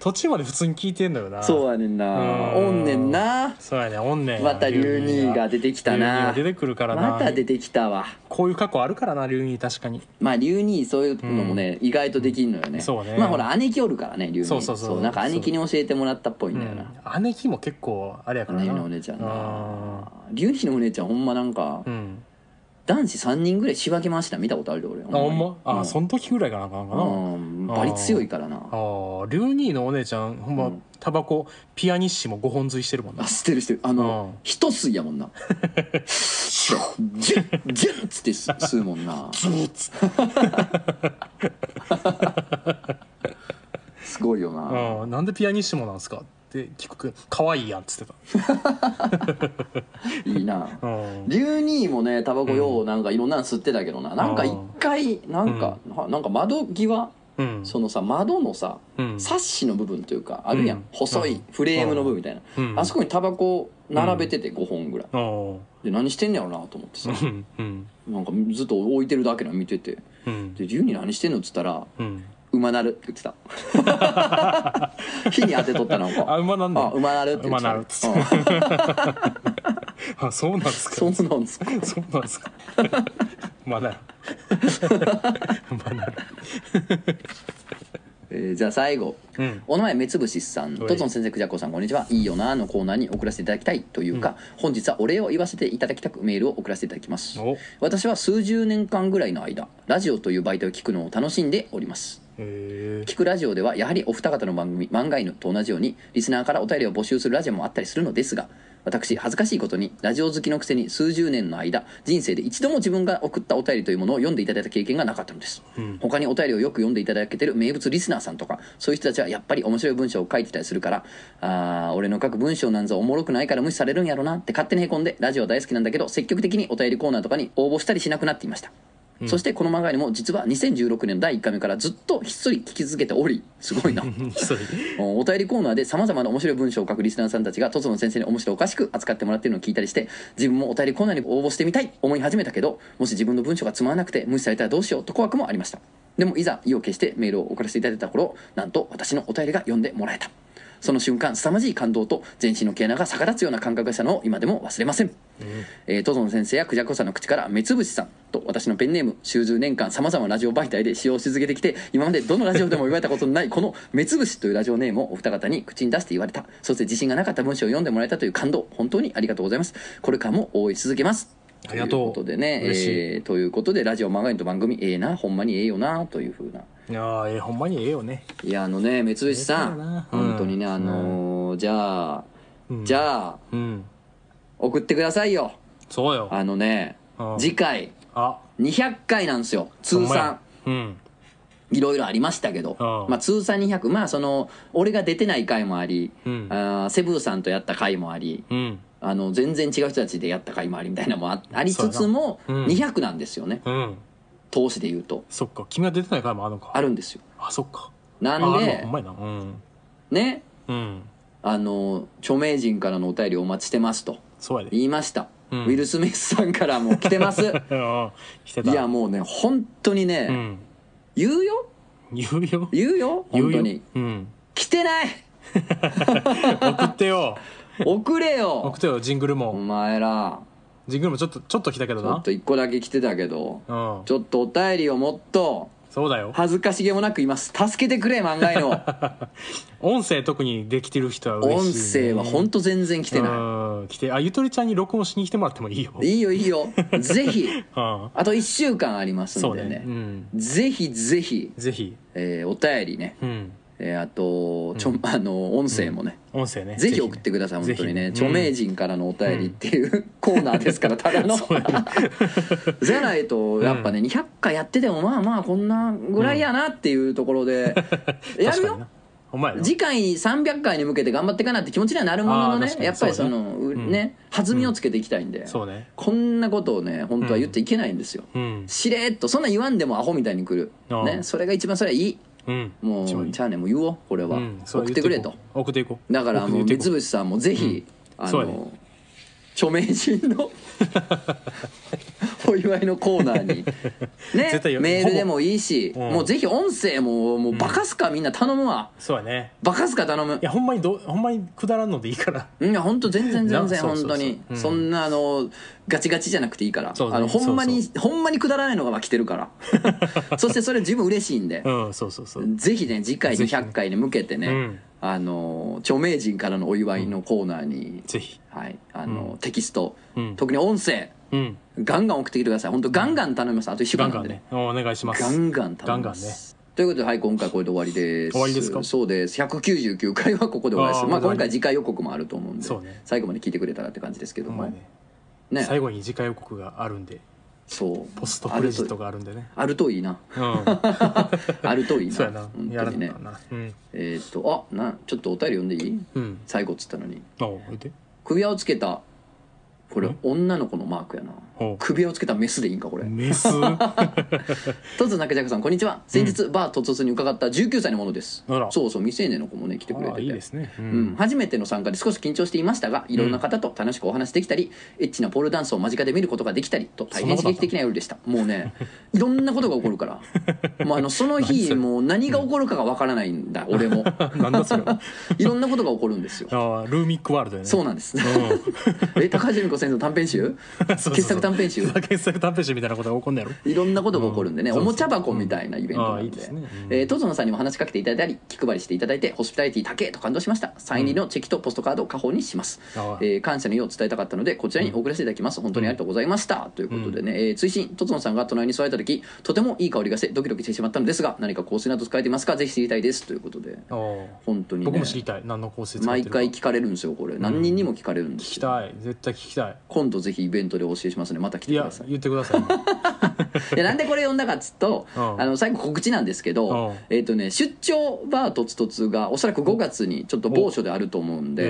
[SPEAKER 2] 途中まで普通に聞いてんだよな
[SPEAKER 1] そう
[SPEAKER 2] う
[SPEAKER 1] やねんな
[SPEAKER 2] うん
[SPEAKER 1] おんねんな
[SPEAKER 2] そうやねおんねん
[SPEAKER 1] また竜兄が出てきたな
[SPEAKER 2] 竜兄が出てくるからな
[SPEAKER 1] また出てきたわ
[SPEAKER 2] こういう過去あるからな竜兄確かに
[SPEAKER 1] まあ龍兄そういうのもね、意外とできんのよね
[SPEAKER 2] そうね
[SPEAKER 1] まあほら姉貴おるからね龍兄
[SPEAKER 2] そうそうそう
[SPEAKER 1] なんか兄貴に教えてもらったっぽいんだよな、
[SPEAKER 2] うん姉貴も結構あれやから
[SPEAKER 1] 姉貴
[SPEAKER 2] な
[SPEAKER 1] のお姉ちゃん
[SPEAKER 2] あ
[SPEAKER 1] な龍兄のお姉ちゃんほんまなんか、
[SPEAKER 2] ーうん
[SPEAKER 1] 男子3人ぐらい仕分け回した見たことあるで俺
[SPEAKER 2] あほんまあーそ
[SPEAKER 1] ん
[SPEAKER 2] の時ぐらいかなあかんかな
[SPEAKER 1] うんバリ強いからな
[SPEAKER 2] あーリュウニーのお姉ちゃんほんま、
[SPEAKER 1] うん
[SPEAKER 2] タバコピアニッシモ5本吸いしてるもんな
[SPEAKER 1] あ捨てる捨てるあの、
[SPEAKER 2] うん
[SPEAKER 1] 一吸いやもん なジュッジュッつって吸吸うもんなすごいよな、
[SPEAKER 2] うん、なんでピアニッシモなんですかって聞く可愛いやんっつって
[SPEAKER 1] いいな
[SPEAKER 2] た、うん、
[SPEAKER 1] 龍兄もねタバコようなんかいろんなの吸ってたけどな、なんか一回なんか、はなんか窓際
[SPEAKER 2] うん
[SPEAKER 1] そのさ窓のさ、
[SPEAKER 2] うん
[SPEAKER 1] サッシの部分というかあるやん、
[SPEAKER 2] うん
[SPEAKER 1] 細
[SPEAKER 2] う
[SPEAKER 1] い
[SPEAKER 2] ん
[SPEAKER 1] フレームの部分みたいな、
[SPEAKER 2] うん
[SPEAKER 1] あそこにタバコ並べてて5本ぐらい
[SPEAKER 2] お
[SPEAKER 1] で何してんねやろなと思ってさ
[SPEAKER 2] ーうんうん
[SPEAKER 1] なんかずっと置いてるだけなの見てて
[SPEAKER 2] うん
[SPEAKER 1] で龍兄何してんのっつったら
[SPEAKER 2] うん
[SPEAKER 1] 「馬なる」って言ってた 火に当てとったなん
[SPEAKER 2] あ
[SPEAKER 1] か
[SPEAKER 2] 馬なんだ
[SPEAKER 1] あ馬なるって言ってた
[SPEAKER 2] 馬なるっつっ
[SPEAKER 1] うん
[SPEAKER 2] あそうなんですか
[SPEAKER 1] そ
[SPEAKER 2] そう
[SPEAKER 1] なんですか
[SPEAKER 2] うなんですかまだまだ
[SPEAKER 1] えーじゃあ最後
[SPEAKER 2] うん
[SPEAKER 1] お名前目つぶしさん
[SPEAKER 2] はい
[SPEAKER 1] とつの先生くじゃこさんこんにちはいいよなーのコーナーに送らせていただきたいというか、本日はお礼を言わせていただきたくメールを送らせていただきます
[SPEAKER 2] お
[SPEAKER 1] 私は数十年間ぐらいの間ラジオという媒体を聞くのを楽しんでおります
[SPEAKER 2] えー
[SPEAKER 1] 聞くラジオではやはりお二方の番組「漫画犬」と同じようにリスナーからお便りを募集するラジオもあったりするのですが私恥ずかしいことにラジオ好きのくせに数十年の間人生で一度も自分が送ったお便りというものを読んでいただいた経験がなかったのです、
[SPEAKER 2] うん
[SPEAKER 1] 他にお便りをよく読んでいただけてる名物リスナーさんとかそういう人たちはやっぱり面白い文章を書いてたりするからあー俺の書く文章なんぞおもろくないから無視されるんやろなって勝手にへこんでラジオは大好きなんだけど積極的にお便りコーナーとかに応募したりしなくなっていましたそしてこの漫画にも実は2016年の第1回目からずっとひっそり聞き続けておりすごいな
[SPEAKER 2] うんそれ
[SPEAKER 1] お便りコーナーでさまざまな面白い文章を書くリスナーさんたちがとつの先生に面白おかしく扱ってもらってるのを聞いたりして自分もお便りコーナーに応募してみたいと思い始めたけどもし自分の文章がつまらなくて無視されたらどうしようと怖くもありましたでもいざ意を決してメールを送らせていただいた頃なんと私のお便りが読んでもらえたその瞬間凄まじい感動と全身の毛穴が逆立つような感覚がしたのを今でも忘れません、えー、トゾン先生やクジャコさんの口から目つぶしさんと私のペンネーム週10年間さまざまなラジオ媒体で使用し続けてきて今までどのラジオでも言われたことのないこの「目つぶし」というラジオネームをお二方に口に出して言われたそして自信がなかった文章を読んでもらえたという感動本当にありがとうございますこれからも応援し続けます
[SPEAKER 2] ありがとう
[SPEAKER 1] ということでね、
[SPEAKER 2] 嬉しい
[SPEAKER 1] えーということでラジオマガジンと番組ええなほんまにええよなというふうない
[SPEAKER 2] やーええほんまにええよね
[SPEAKER 1] いやあのね目つぶしさ
[SPEAKER 2] ええから
[SPEAKER 1] ん
[SPEAKER 2] な
[SPEAKER 1] 本当にね
[SPEAKER 2] うん
[SPEAKER 1] あのーじゃあ
[SPEAKER 2] うん
[SPEAKER 1] じゃあ
[SPEAKER 2] うん
[SPEAKER 1] 送ってくださいよ
[SPEAKER 2] そうよ
[SPEAKER 1] あのね
[SPEAKER 2] うん
[SPEAKER 1] 次回
[SPEAKER 2] あ
[SPEAKER 1] 200回なんですよ通
[SPEAKER 2] ほんまや
[SPEAKER 1] 算
[SPEAKER 2] うん
[SPEAKER 1] いろいろありましたけど
[SPEAKER 2] うん
[SPEAKER 1] まあ通算200まあその俺が出てない回もあり
[SPEAKER 2] うん
[SPEAKER 1] あーセブーさんとやった回もあり
[SPEAKER 2] うん
[SPEAKER 1] あの全然違う人たちでやった回もありみたいなのもあありつつも
[SPEAKER 2] そうやなうん
[SPEAKER 1] 200なんですよね
[SPEAKER 2] うん
[SPEAKER 1] 投資で言うと
[SPEAKER 2] そっか君が出てないからもあるのか
[SPEAKER 1] あるんですよ
[SPEAKER 2] あそっか
[SPEAKER 1] な
[SPEAKER 2] あ
[SPEAKER 1] ん
[SPEAKER 2] あるわ
[SPEAKER 1] で
[SPEAKER 2] ほんまやなうん
[SPEAKER 1] ね
[SPEAKER 2] うん
[SPEAKER 1] あの著名人からのお便りお待ちしてますと
[SPEAKER 2] そうやで
[SPEAKER 1] 言いました、
[SPEAKER 2] うん
[SPEAKER 1] ウィル・スミスさんからも来てますい
[SPEAKER 2] うん来てた
[SPEAKER 1] やもうね本当にね、
[SPEAKER 2] うん
[SPEAKER 1] 言うよ
[SPEAKER 2] 言うよ
[SPEAKER 1] 言うよ
[SPEAKER 2] 言
[SPEAKER 1] 本
[SPEAKER 2] うよ
[SPEAKER 1] 当に
[SPEAKER 2] うん
[SPEAKER 1] 来てない
[SPEAKER 2] 送ってよ
[SPEAKER 1] 送れよ
[SPEAKER 2] 送ってよジングル
[SPEAKER 1] お
[SPEAKER 2] も
[SPEAKER 1] 前ら
[SPEAKER 2] ジングルもちょっとちょっと来たけど
[SPEAKER 1] ちょ
[SPEAKER 2] な
[SPEAKER 1] っと一個だけ来てたけど
[SPEAKER 2] うん
[SPEAKER 1] ちょっとお便りをもっと
[SPEAKER 2] そうだよ
[SPEAKER 1] 恥ずかしげもなく言います助けてくれ漫画へ の
[SPEAKER 2] 音声特にできてる人は嬉
[SPEAKER 1] 音
[SPEAKER 2] しいね
[SPEAKER 1] 声は本当全然来てな
[SPEAKER 2] うん来てあゆとりちゃんに録音しに来てもらってもいいよ
[SPEAKER 1] いいいよいい よぜひ
[SPEAKER 2] うん
[SPEAKER 1] あと1週間あります
[SPEAKER 2] そ
[SPEAKER 1] ん
[SPEAKER 2] う
[SPEAKER 1] で
[SPEAKER 2] だね
[SPEAKER 1] ね
[SPEAKER 2] うん
[SPEAKER 1] ぜひぜひ、
[SPEAKER 2] ぜひ
[SPEAKER 1] えーお便りね、
[SPEAKER 2] うん
[SPEAKER 1] えーあとちょ、あの音声もね、
[SPEAKER 2] 音声 ね
[SPEAKER 1] ぜひ送ってください、
[SPEAKER 2] ぜ
[SPEAKER 1] 本当
[SPEAKER 2] ひね
[SPEAKER 1] にね、
[SPEAKER 2] うん
[SPEAKER 1] 著名人からのお便りっていう、 コーナーですからた だの じゃないとやっぱね、200回やっててもまあまあこんなぐらいやなっていうところで、 やる
[SPEAKER 2] 確かに
[SPEAKER 1] よ
[SPEAKER 2] なお前ら
[SPEAKER 1] 次回300回に向けて頑張っていかなって気持ちにはなるものの
[SPEAKER 2] あー
[SPEAKER 1] ね
[SPEAKER 2] 確かに
[SPEAKER 1] やっぱりその
[SPEAKER 2] そうね
[SPEAKER 1] うね弾みをつけていきたいんで、
[SPEAKER 2] そうね
[SPEAKER 1] こんなことをね本当は言っていけないんですよ、
[SPEAKER 2] うん
[SPEAKER 1] しれーっとそんな言わんでもアホみたいに来
[SPEAKER 2] あ
[SPEAKER 1] る、
[SPEAKER 2] ー
[SPEAKER 1] ね、それが一番それはいい
[SPEAKER 2] うん
[SPEAKER 1] もう
[SPEAKER 2] 一番いい
[SPEAKER 1] ちゃあねもう言おうこれは、
[SPEAKER 2] うんそう
[SPEAKER 1] 送ってくれと
[SPEAKER 2] 言こう送っていこう
[SPEAKER 1] だからもう
[SPEAKER 2] 送っ
[SPEAKER 1] 三
[SPEAKER 2] ていこ
[SPEAKER 1] つ星さんもぜひ、あ
[SPEAKER 2] そうやね
[SPEAKER 1] の著名人 のお祝いのコーナー に
[SPEAKER 2] 絶対
[SPEAKER 1] ね
[SPEAKER 2] よ
[SPEAKER 1] メールでもいいし、
[SPEAKER 2] ほぼうん
[SPEAKER 1] もうぜひ音声ももうバカすかみんな頼むわ、
[SPEAKER 2] うそうやね
[SPEAKER 1] バカすか頼む
[SPEAKER 2] いやほんまにどほんまにくだらんのでいいから
[SPEAKER 1] いや本当全然全
[SPEAKER 2] な
[SPEAKER 1] 然
[SPEAKER 2] そう
[SPEAKER 1] 本
[SPEAKER 2] そうそう
[SPEAKER 1] 当に
[SPEAKER 2] うん
[SPEAKER 1] そんなあのガチガチじゃなくていいから、
[SPEAKER 2] そうね
[SPEAKER 1] あのほんまにほんまにくだらないのが来てるから そしてそれ十分嬉しいんで、
[SPEAKER 2] うんそうそうそう
[SPEAKER 1] ぜひね次回
[SPEAKER 2] ぜひね
[SPEAKER 1] 200回に向けてね、
[SPEAKER 2] うん
[SPEAKER 1] あの著名人からのお祝いのコーナーに
[SPEAKER 2] ぜひ
[SPEAKER 1] はい、あの、
[SPEAKER 2] うん
[SPEAKER 1] テキスト、
[SPEAKER 2] うん
[SPEAKER 1] 特に音声
[SPEAKER 2] うん
[SPEAKER 1] ガンガン送ってきてください本当ガンガン頼みますあと1週間
[SPEAKER 2] ガン
[SPEAKER 1] な
[SPEAKER 2] ガ
[SPEAKER 1] ん
[SPEAKER 2] ン
[SPEAKER 1] で
[SPEAKER 2] ね
[SPEAKER 1] ね
[SPEAKER 2] お願いします
[SPEAKER 1] ガンガン頼みます
[SPEAKER 2] ガンガンね
[SPEAKER 1] ということではい今回これで終わりです
[SPEAKER 2] 終わりですか
[SPEAKER 1] そうです199回はここで終わりです
[SPEAKER 2] あー
[SPEAKER 1] まあ
[SPEAKER 2] 終わ
[SPEAKER 1] 今
[SPEAKER 2] り
[SPEAKER 1] 回次回予告もあると思うんで、
[SPEAKER 2] そうね
[SPEAKER 1] 最後まで聞いてくれたらって感じですけど
[SPEAKER 2] ほん
[SPEAKER 1] も
[SPEAKER 2] まや
[SPEAKER 1] ね
[SPEAKER 2] ね最後に次回予告があるんで
[SPEAKER 1] そう
[SPEAKER 2] ポストクレジットがあるんでね
[SPEAKER 1] あるといいな
[SPEAKER 2] うん
[SPEAKER 1] あるといいな
[SPEAKER 2] そうやな
[SPEAKER 1] 本
[SPEAKER 2] や
[SPEAKER 1] 当
[SPEAKER 2] ら
[SPEAKER 1] に
[SPEAKER 2] な
[SPEAKER 1] ね
[SPEAKER 2] かったなうん
[SPEAKER 1] えーっ、とあなちょっとお便り読んでいい
[SPEAKER 2] うん
[SPEAKER 1] 最後っつったのに
[SPEAKER 2] あおいで
[SPEAKER 1] 首輪をつけたこれ女の子のマークやな
[SPEAKER 2] ほう
[SPEAKER 1] 首輪をつけたメスでいいんかこれ
[SPEAKER 2] メスあ
[SPEAKER 1] トツ中ジャクさんこんにちは先日、バートツツに伺った19歳のものです
[SPEAKER 2] あら
[SPEAKER 1] そうそう未成年の子もね来てくれて
[SPEAKER 2] あ
[SPEAKER 1] て
[SPEAKER 2] いいですねう
[SPEAKER 1] うん、
[SPEAKER 2] ん
[SPEAKER 1] 初めての参加で少し緊張していましたがいろんな方と楽しくお話できたり、エッチなポールダンスを間近で見ることができたりと大変
[SPEAKER 2] そんなこと
[SPEAKER 1] 刺激的な夜でしたもう ねいろんなことが起こるからもうあのその
[SPEAKER 2] 何
[SPEAKER 1] 日
[SPEAKER 2] それ
[SPEAKER 1] もう何が起こるかがわからないんだ俺も
[SPEAKER 2] なんだそれあ
[SPEAKER 1] いろんなことが起こるん ですよ
[SPEAKER 2] ールーミックワールドやね
[SPEAKER 1] そうなんです、
[SPEAKER 2] うん
[SPEAKER 1] え高橋由美子先生の短編集
[SPEAKER 2] そうそうそう
[SPEAKER 1] 傑作短編集
[SPEAKER 2] 傑作短編集みたいなことが起こんねやろ
[SPEAKER 1] いろんなことが起こるんでね、
[SPEAKER 2] うん
[SPEAKER 1] おもちゃ箱みたいなイベントなんで、
[SPEAKER 2] そうそううんああいいですねうん
[SPEAKER 1] えー、トゾノさんにも話しかけていただいたり気配りしていただいてホスピタリティ高えと感動しましたサイン入りのチェキとポストカードを家宝にします、
[SPEAKER 2] ああ
[SPEAKER 1] えー感謝の意を伝えたかったのでこちらに送らせていただきます、本当にありがとうございました、ということでね、えー追伸トゾノさんが隣に座られた時とてもいい香りがしてドキドキしてしまったのですが何か香水など使えていますかぜひ知りたいですということで
[SPEAKER 2] あー
[SPEAKER 1] 本当に、ね、
[SPEAKER 2] 僕も知りたい何の構成使っ
[SPEAKER 1] 毎
[SPEAKER 2] てるか
[SPEAKER 1] 回聞かれるんですよこれ何人にも聞かれるんで
[SPEAKER 2] 聞
[SPEAKER 1] す
[SPEAKER 2] き
[SPEAKER 1] よ、
[SPEAKER 2] たい絶対聞きたい
[SPEAKER 1] 今度ぜひイベントでお教えしますねまた来
[SPEAKER 2] い
[SPEAKER 1] てく
[SPEAKER 2] や
[SPEAKER 1] ださい
[SPEAKER 2] 言ってください
[SPEAKER 1] いやなんでこれ読んだかっつうと、
[SPEAKER 2] うん
[SPEAKER 1] あの最後告知なんですけど、
[SPEAKER 2] うん
[SPEAKER 1] えっ、とね出張バーとつとつがおそらく5月にちょっと某所であると思うん
[SPEAKER 2] おえ
[SPEAKER 1] で、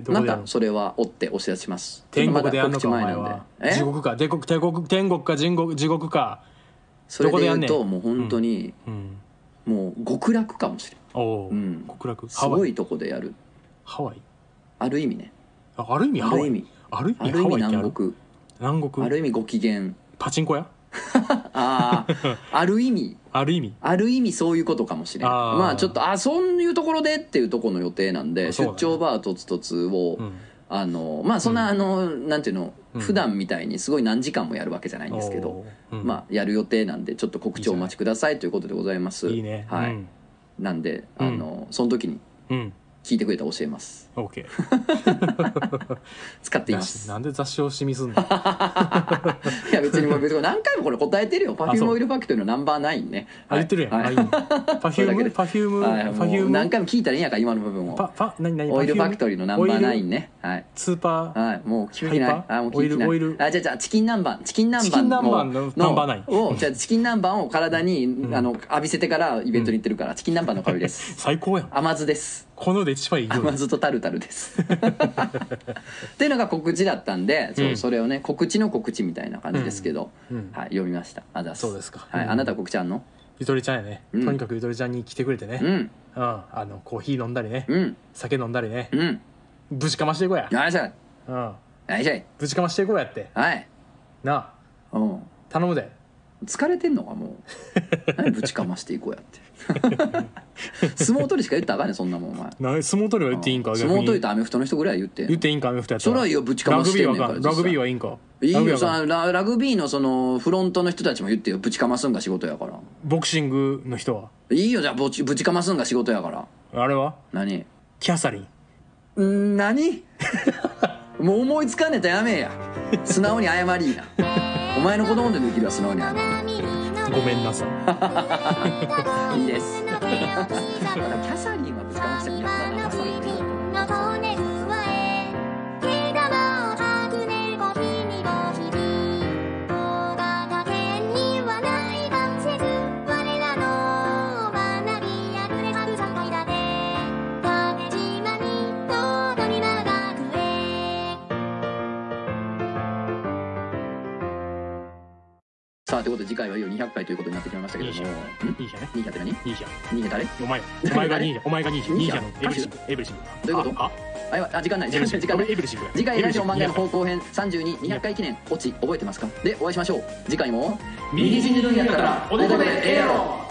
[SPEAKER 2] ーどこ
[SPEAKER 1] ま
[SPEAKER 2] でやる
[SPEAKER 1] たそれは追ってお知らせします
[SPEAKER 2] 天国でやんのかお
[SPEAKER 1] まだ
[SPEAKER 2] 前
[SPEAKER 1] 告知前なん
[SPEAKER 2] は
[SPEAKER 1] でえ
[SPEAKER 2] 地獄か天国天国天国か地獄地獄か
[SPEAKER 1] それで言う
[SPEAKER 2] ど
[SPEAKER 1] と
[SPEAKER 2] こ
[SPEAKER 1] もう本当に
[SPEAKER 2] うん、
[SPEAKER 1] もう極楽かもしれん
[SPEAKER 2] おお、
[SPEAKER 1] うん
[SPEAKER 2] 極楽
[SPEAKER 1] す
[SPEAKER 2] ハ
[SPEAKER 1] ご
[SPEAKER 2] ワイ
[SPEAKER 1] いとこでやる
[SPEAKER 2] ハワイ
[SPEAKER 1] ある意味ね
[SPEAKER 2] あある意味
[SPEAKER 1] あ
[SPEAKER 2] ハワ
[SPEAKER 1] る意
[SPEAKER 2] イ
[SPEAKER 1] 味
[SPEAKER 2] ある意
[SPEAKER 1] あ
[SPEAKER 2] 味
[SPEAKER 1] る意
[SPEAKER 2] ハ
[SPEAKER 1] 味
[SPEAKER 2] ワイってあ
[SPEAKER 1] 南
[SPEAKER 2] る
[SPEAKER 1] 国
[SPEAKER 2] 南国
[SPEAKER 1] ある意味ご機嫌
[SPEAKER 2] パチンコや
[SPEAKER 1] あ ーある意味
[SPEAKER 2] ある意味
[SPEAKER 1] ある意味そういうことかもしれん
[SPEAKER 2] あー
[SPEAKER 1] まあちょっとあそういうところでっていうところの予定なんで
[SPEAKER 2] そうだ
[SPEAKER 1] 出
[SPEAKER 2] ね
[SPEAKER 1] 張バーとつとつを、
[SPEAKER 2] うん
[SPEAKER 1] あのまあそんな、
[SPEAKER 2] うん
[SPEAKER 1] あのなんていうの
[SPEAKER 2] うん
[SPEAKER 1] 普段みたいにすごい何時間もやるわけじゃないんですけど、
[SPEAKER 2] おーうん
[SPEAKER 1] まあやる予定なんでちょっと告知をお待ちくださいということでございます
[SPEAKER 2] いいね
[SPEAKER 1] はい
[SPEAKER 2] うん
[SPEAKER 1] なんで
[SPEAKER 2] うん
[SPEAKER 1] あのその時に
[SPEAKER 2] うん
[SPEAKER 1] 聞いてくれたら教えます
[SPEAKER 2] オッケー
[SPEAKER 1] 使っていま
[SPEAKER 2] 雑誌
[SPEAKER 1] す
[SPEAKER 2] なんで雑誌をしみすんの
[SPEAKER 1] いや別にもう別に何回もこれ答えてるよパフュームオイルファクトリーのナンバーナインね
[SPEAKER 2] あ言ってるやん、
[SPEAKER 1] はい
[SPEAKER 2] あいいねパフ
[SPEAKER 1] それ
[SPEAKER 2] ュー
[SPEAKER 1] だけ
[SPEAKER 2] ム
[SPEAKER 1] で
[SPEAKER 2] パフューム
[SPEAKER 1] はい、
[SPEAKER 2] パフュ
[SPEAKER 1] も
[SPEAKER 2] ー
[SPEAKER 1] う
[SPEAKER 2] ム
[SPEAKER 1] 何回も聞いたらいいやんか今の部分
[SPEAKER 2] パ
[SPEAKER 1] を
[SPEAKER 2] パ何何
[SPEAKER 1] オイルファク
[SPEAKER 2] パ
[SPEAKER 1] トリーのナンバーナイン
[SPEAKER 2] オイ
[SPEAKER 1] ねはい
[SPEAKER 2] ルスーパー
[SPEAKER 1] はい、もう聞きな
[SPEAKER 2] ハ
[SPEAKER 1] い
[SPEAKER 2] イ。パー
[SPEAKER 1] あ、もう聞きない。
[SPEAKER 2] オイルオイル
[SPEAKER 1] あ、じゃじゃチキン南蛮、チキン南蛮
[SPEAKER 2] チキン南蛮の
[SPEAKER 1] も
[SPEAKER 2] ナンバーナイン
[SPEAKER 1] を、じゃあチキン南蛮を体に、あの浴びせてからイベントに行ってるから、チキン南蛮の香りです。
[SPEAKER 2] 最高やん
[SPEAKER 1] 甘酢です。
[SPEAKER 2] この世で一番いい料
[SPEAKER 1] 甘
[SPEAKER 2] 理
[SPEAKER 1] 酢とタルタル です。っていうのが告知だったんで、そううんそれをね、告知の告知みたいな感じですけど、
[SPEAKER 2] うんうん
[SPEAKER 1] はい、読みました。あざ
[SPEAKER 2] そうですか
[SPEAKER 1] はい、
[SPEAKER 2] うん
[SPEAKER 1] あなたは告知あんの？
[SPEAKER 2] ゆとりちゃんやね、
[SPEAKER 1] うん
[SPEAKER 2] とにかくゆとりちゃんに来てくれてね、
[SPEAKER 1] うん、
[SPEAKER 2] うん、あのコーヒー飲んだりね、
[SPEAKER 1] うん、
[SPEAKER 2] 酒飲んだりね、
[SPEAKER 1] うん。
[SPEAKER 2] ぶちかましていこうや、
[SPEAKER 1] よいしょ、よ
[SPEAKER 2] うん、
[SPEAKER 1] いしょい、
[SPEAKER 2] ぶちかましていこうやって
[SPEAKER 1] はい。
[SPEAKER 2] な
[SPEAKER 1] うん。
[SPEAKER 2] あ頼むで
[SPEAKER 1] 疲れてんのかもう何ぶちかましていこうやって 相撲取りしか言ったらあかんねんそんなもんお前
[SPEAKER 2] な相撲取りは言っていいんか
[SPEAKER 1] 相
[SPEAKER 2] 逆
[SPEAKER 1] 撲
[SPEAKER 2] に
[SPEAKER 1] 取りとアメフトの人ぐらいは言って
[SPEAKER 2] 言っていいんかアメフトやった
[SPEAKER 1] それはいいよぶちかましてんねんから
[SPEAKER 2] ラグビーはあかんラグビーはいいんか
[SPEAKER 1] いい
[SPEAKER 2] ラグビー
[SPEAKER 1] よ
[SPEAKER 2] はあかん
[SPEAKER 1] さララグビーのそのフロントの人たちも言ってよぶちかますんが仕事やから
[SPEAKER 2] ボクシングの人はい
[SPEAKER 1] いよじゃあぶちぶちかますんが仕事やから
[SPEAKER 2] あれは
[SPEAKER 1] 何
[SPEAKER 2] キャサリン
[SPEAKER 1] ん何 もう思いつかんねえとやめえや素直に謝りいなお前の子供でできるわ素直に謝
[SPEAKER 2] ごめんなさい
[SPEAKER 1] りいいですだからキ
[SPEAKER 3] Thank
[SPEAKER 1] ャサリンはぶちかましてみたいなさあということで次回はいよいよ200回ということになってきましたけども
[SPEAKER 2] いいじゃん
[SPEAKER 1] ん
[SPEAKER 2] いいじゃんね
[SPEAKER 1] 200って何
[SPEAKER 2] いいじゃん
[SPEAKER 1] 逃げ誰
[SPEAKER 2] お前やお前が2位やお前が2位
[SPEAKER 1] いい
[SPEAKER 2] 2位
[SPEAKER 1] じ
[SPEAKER 2] じ
[SPEAKER 1] ゃん
[SPEAKER 2] ゃんエブリシングエブリシング
[SPEAKER 1] どういうこと
[SPEAKER 2] あ
[SPEAKER 1] あやばいあ時間な
[SPEAKER 2] あ
[SPEAKER 1] い時
[SPEAKER 2] エブリシン
[SPEAKER 1] 間時間
[SPEAKER 2] グ
[SPEAKER 1] な
[SPEAKER 2] 俺
[SPEAKER 1] い
[SPEAKER 2] エブリシングや
[SPEAKER 1] 次回
[SPEAKER 2] エブ
[SPEAKER 1] ラ
[SPEAKER 2] リ
[SPEAKER 1] ジ
[SPEAKER 2] シ
[SPEAKER 1] オ
[SPEAKER 2] ング
[SPEAKER 1] 漫画の方向編32200回記念オチ覚えてますかでお会いしましょう次回も
[SPEAKER 2] 右死にるんやったら男でええやろ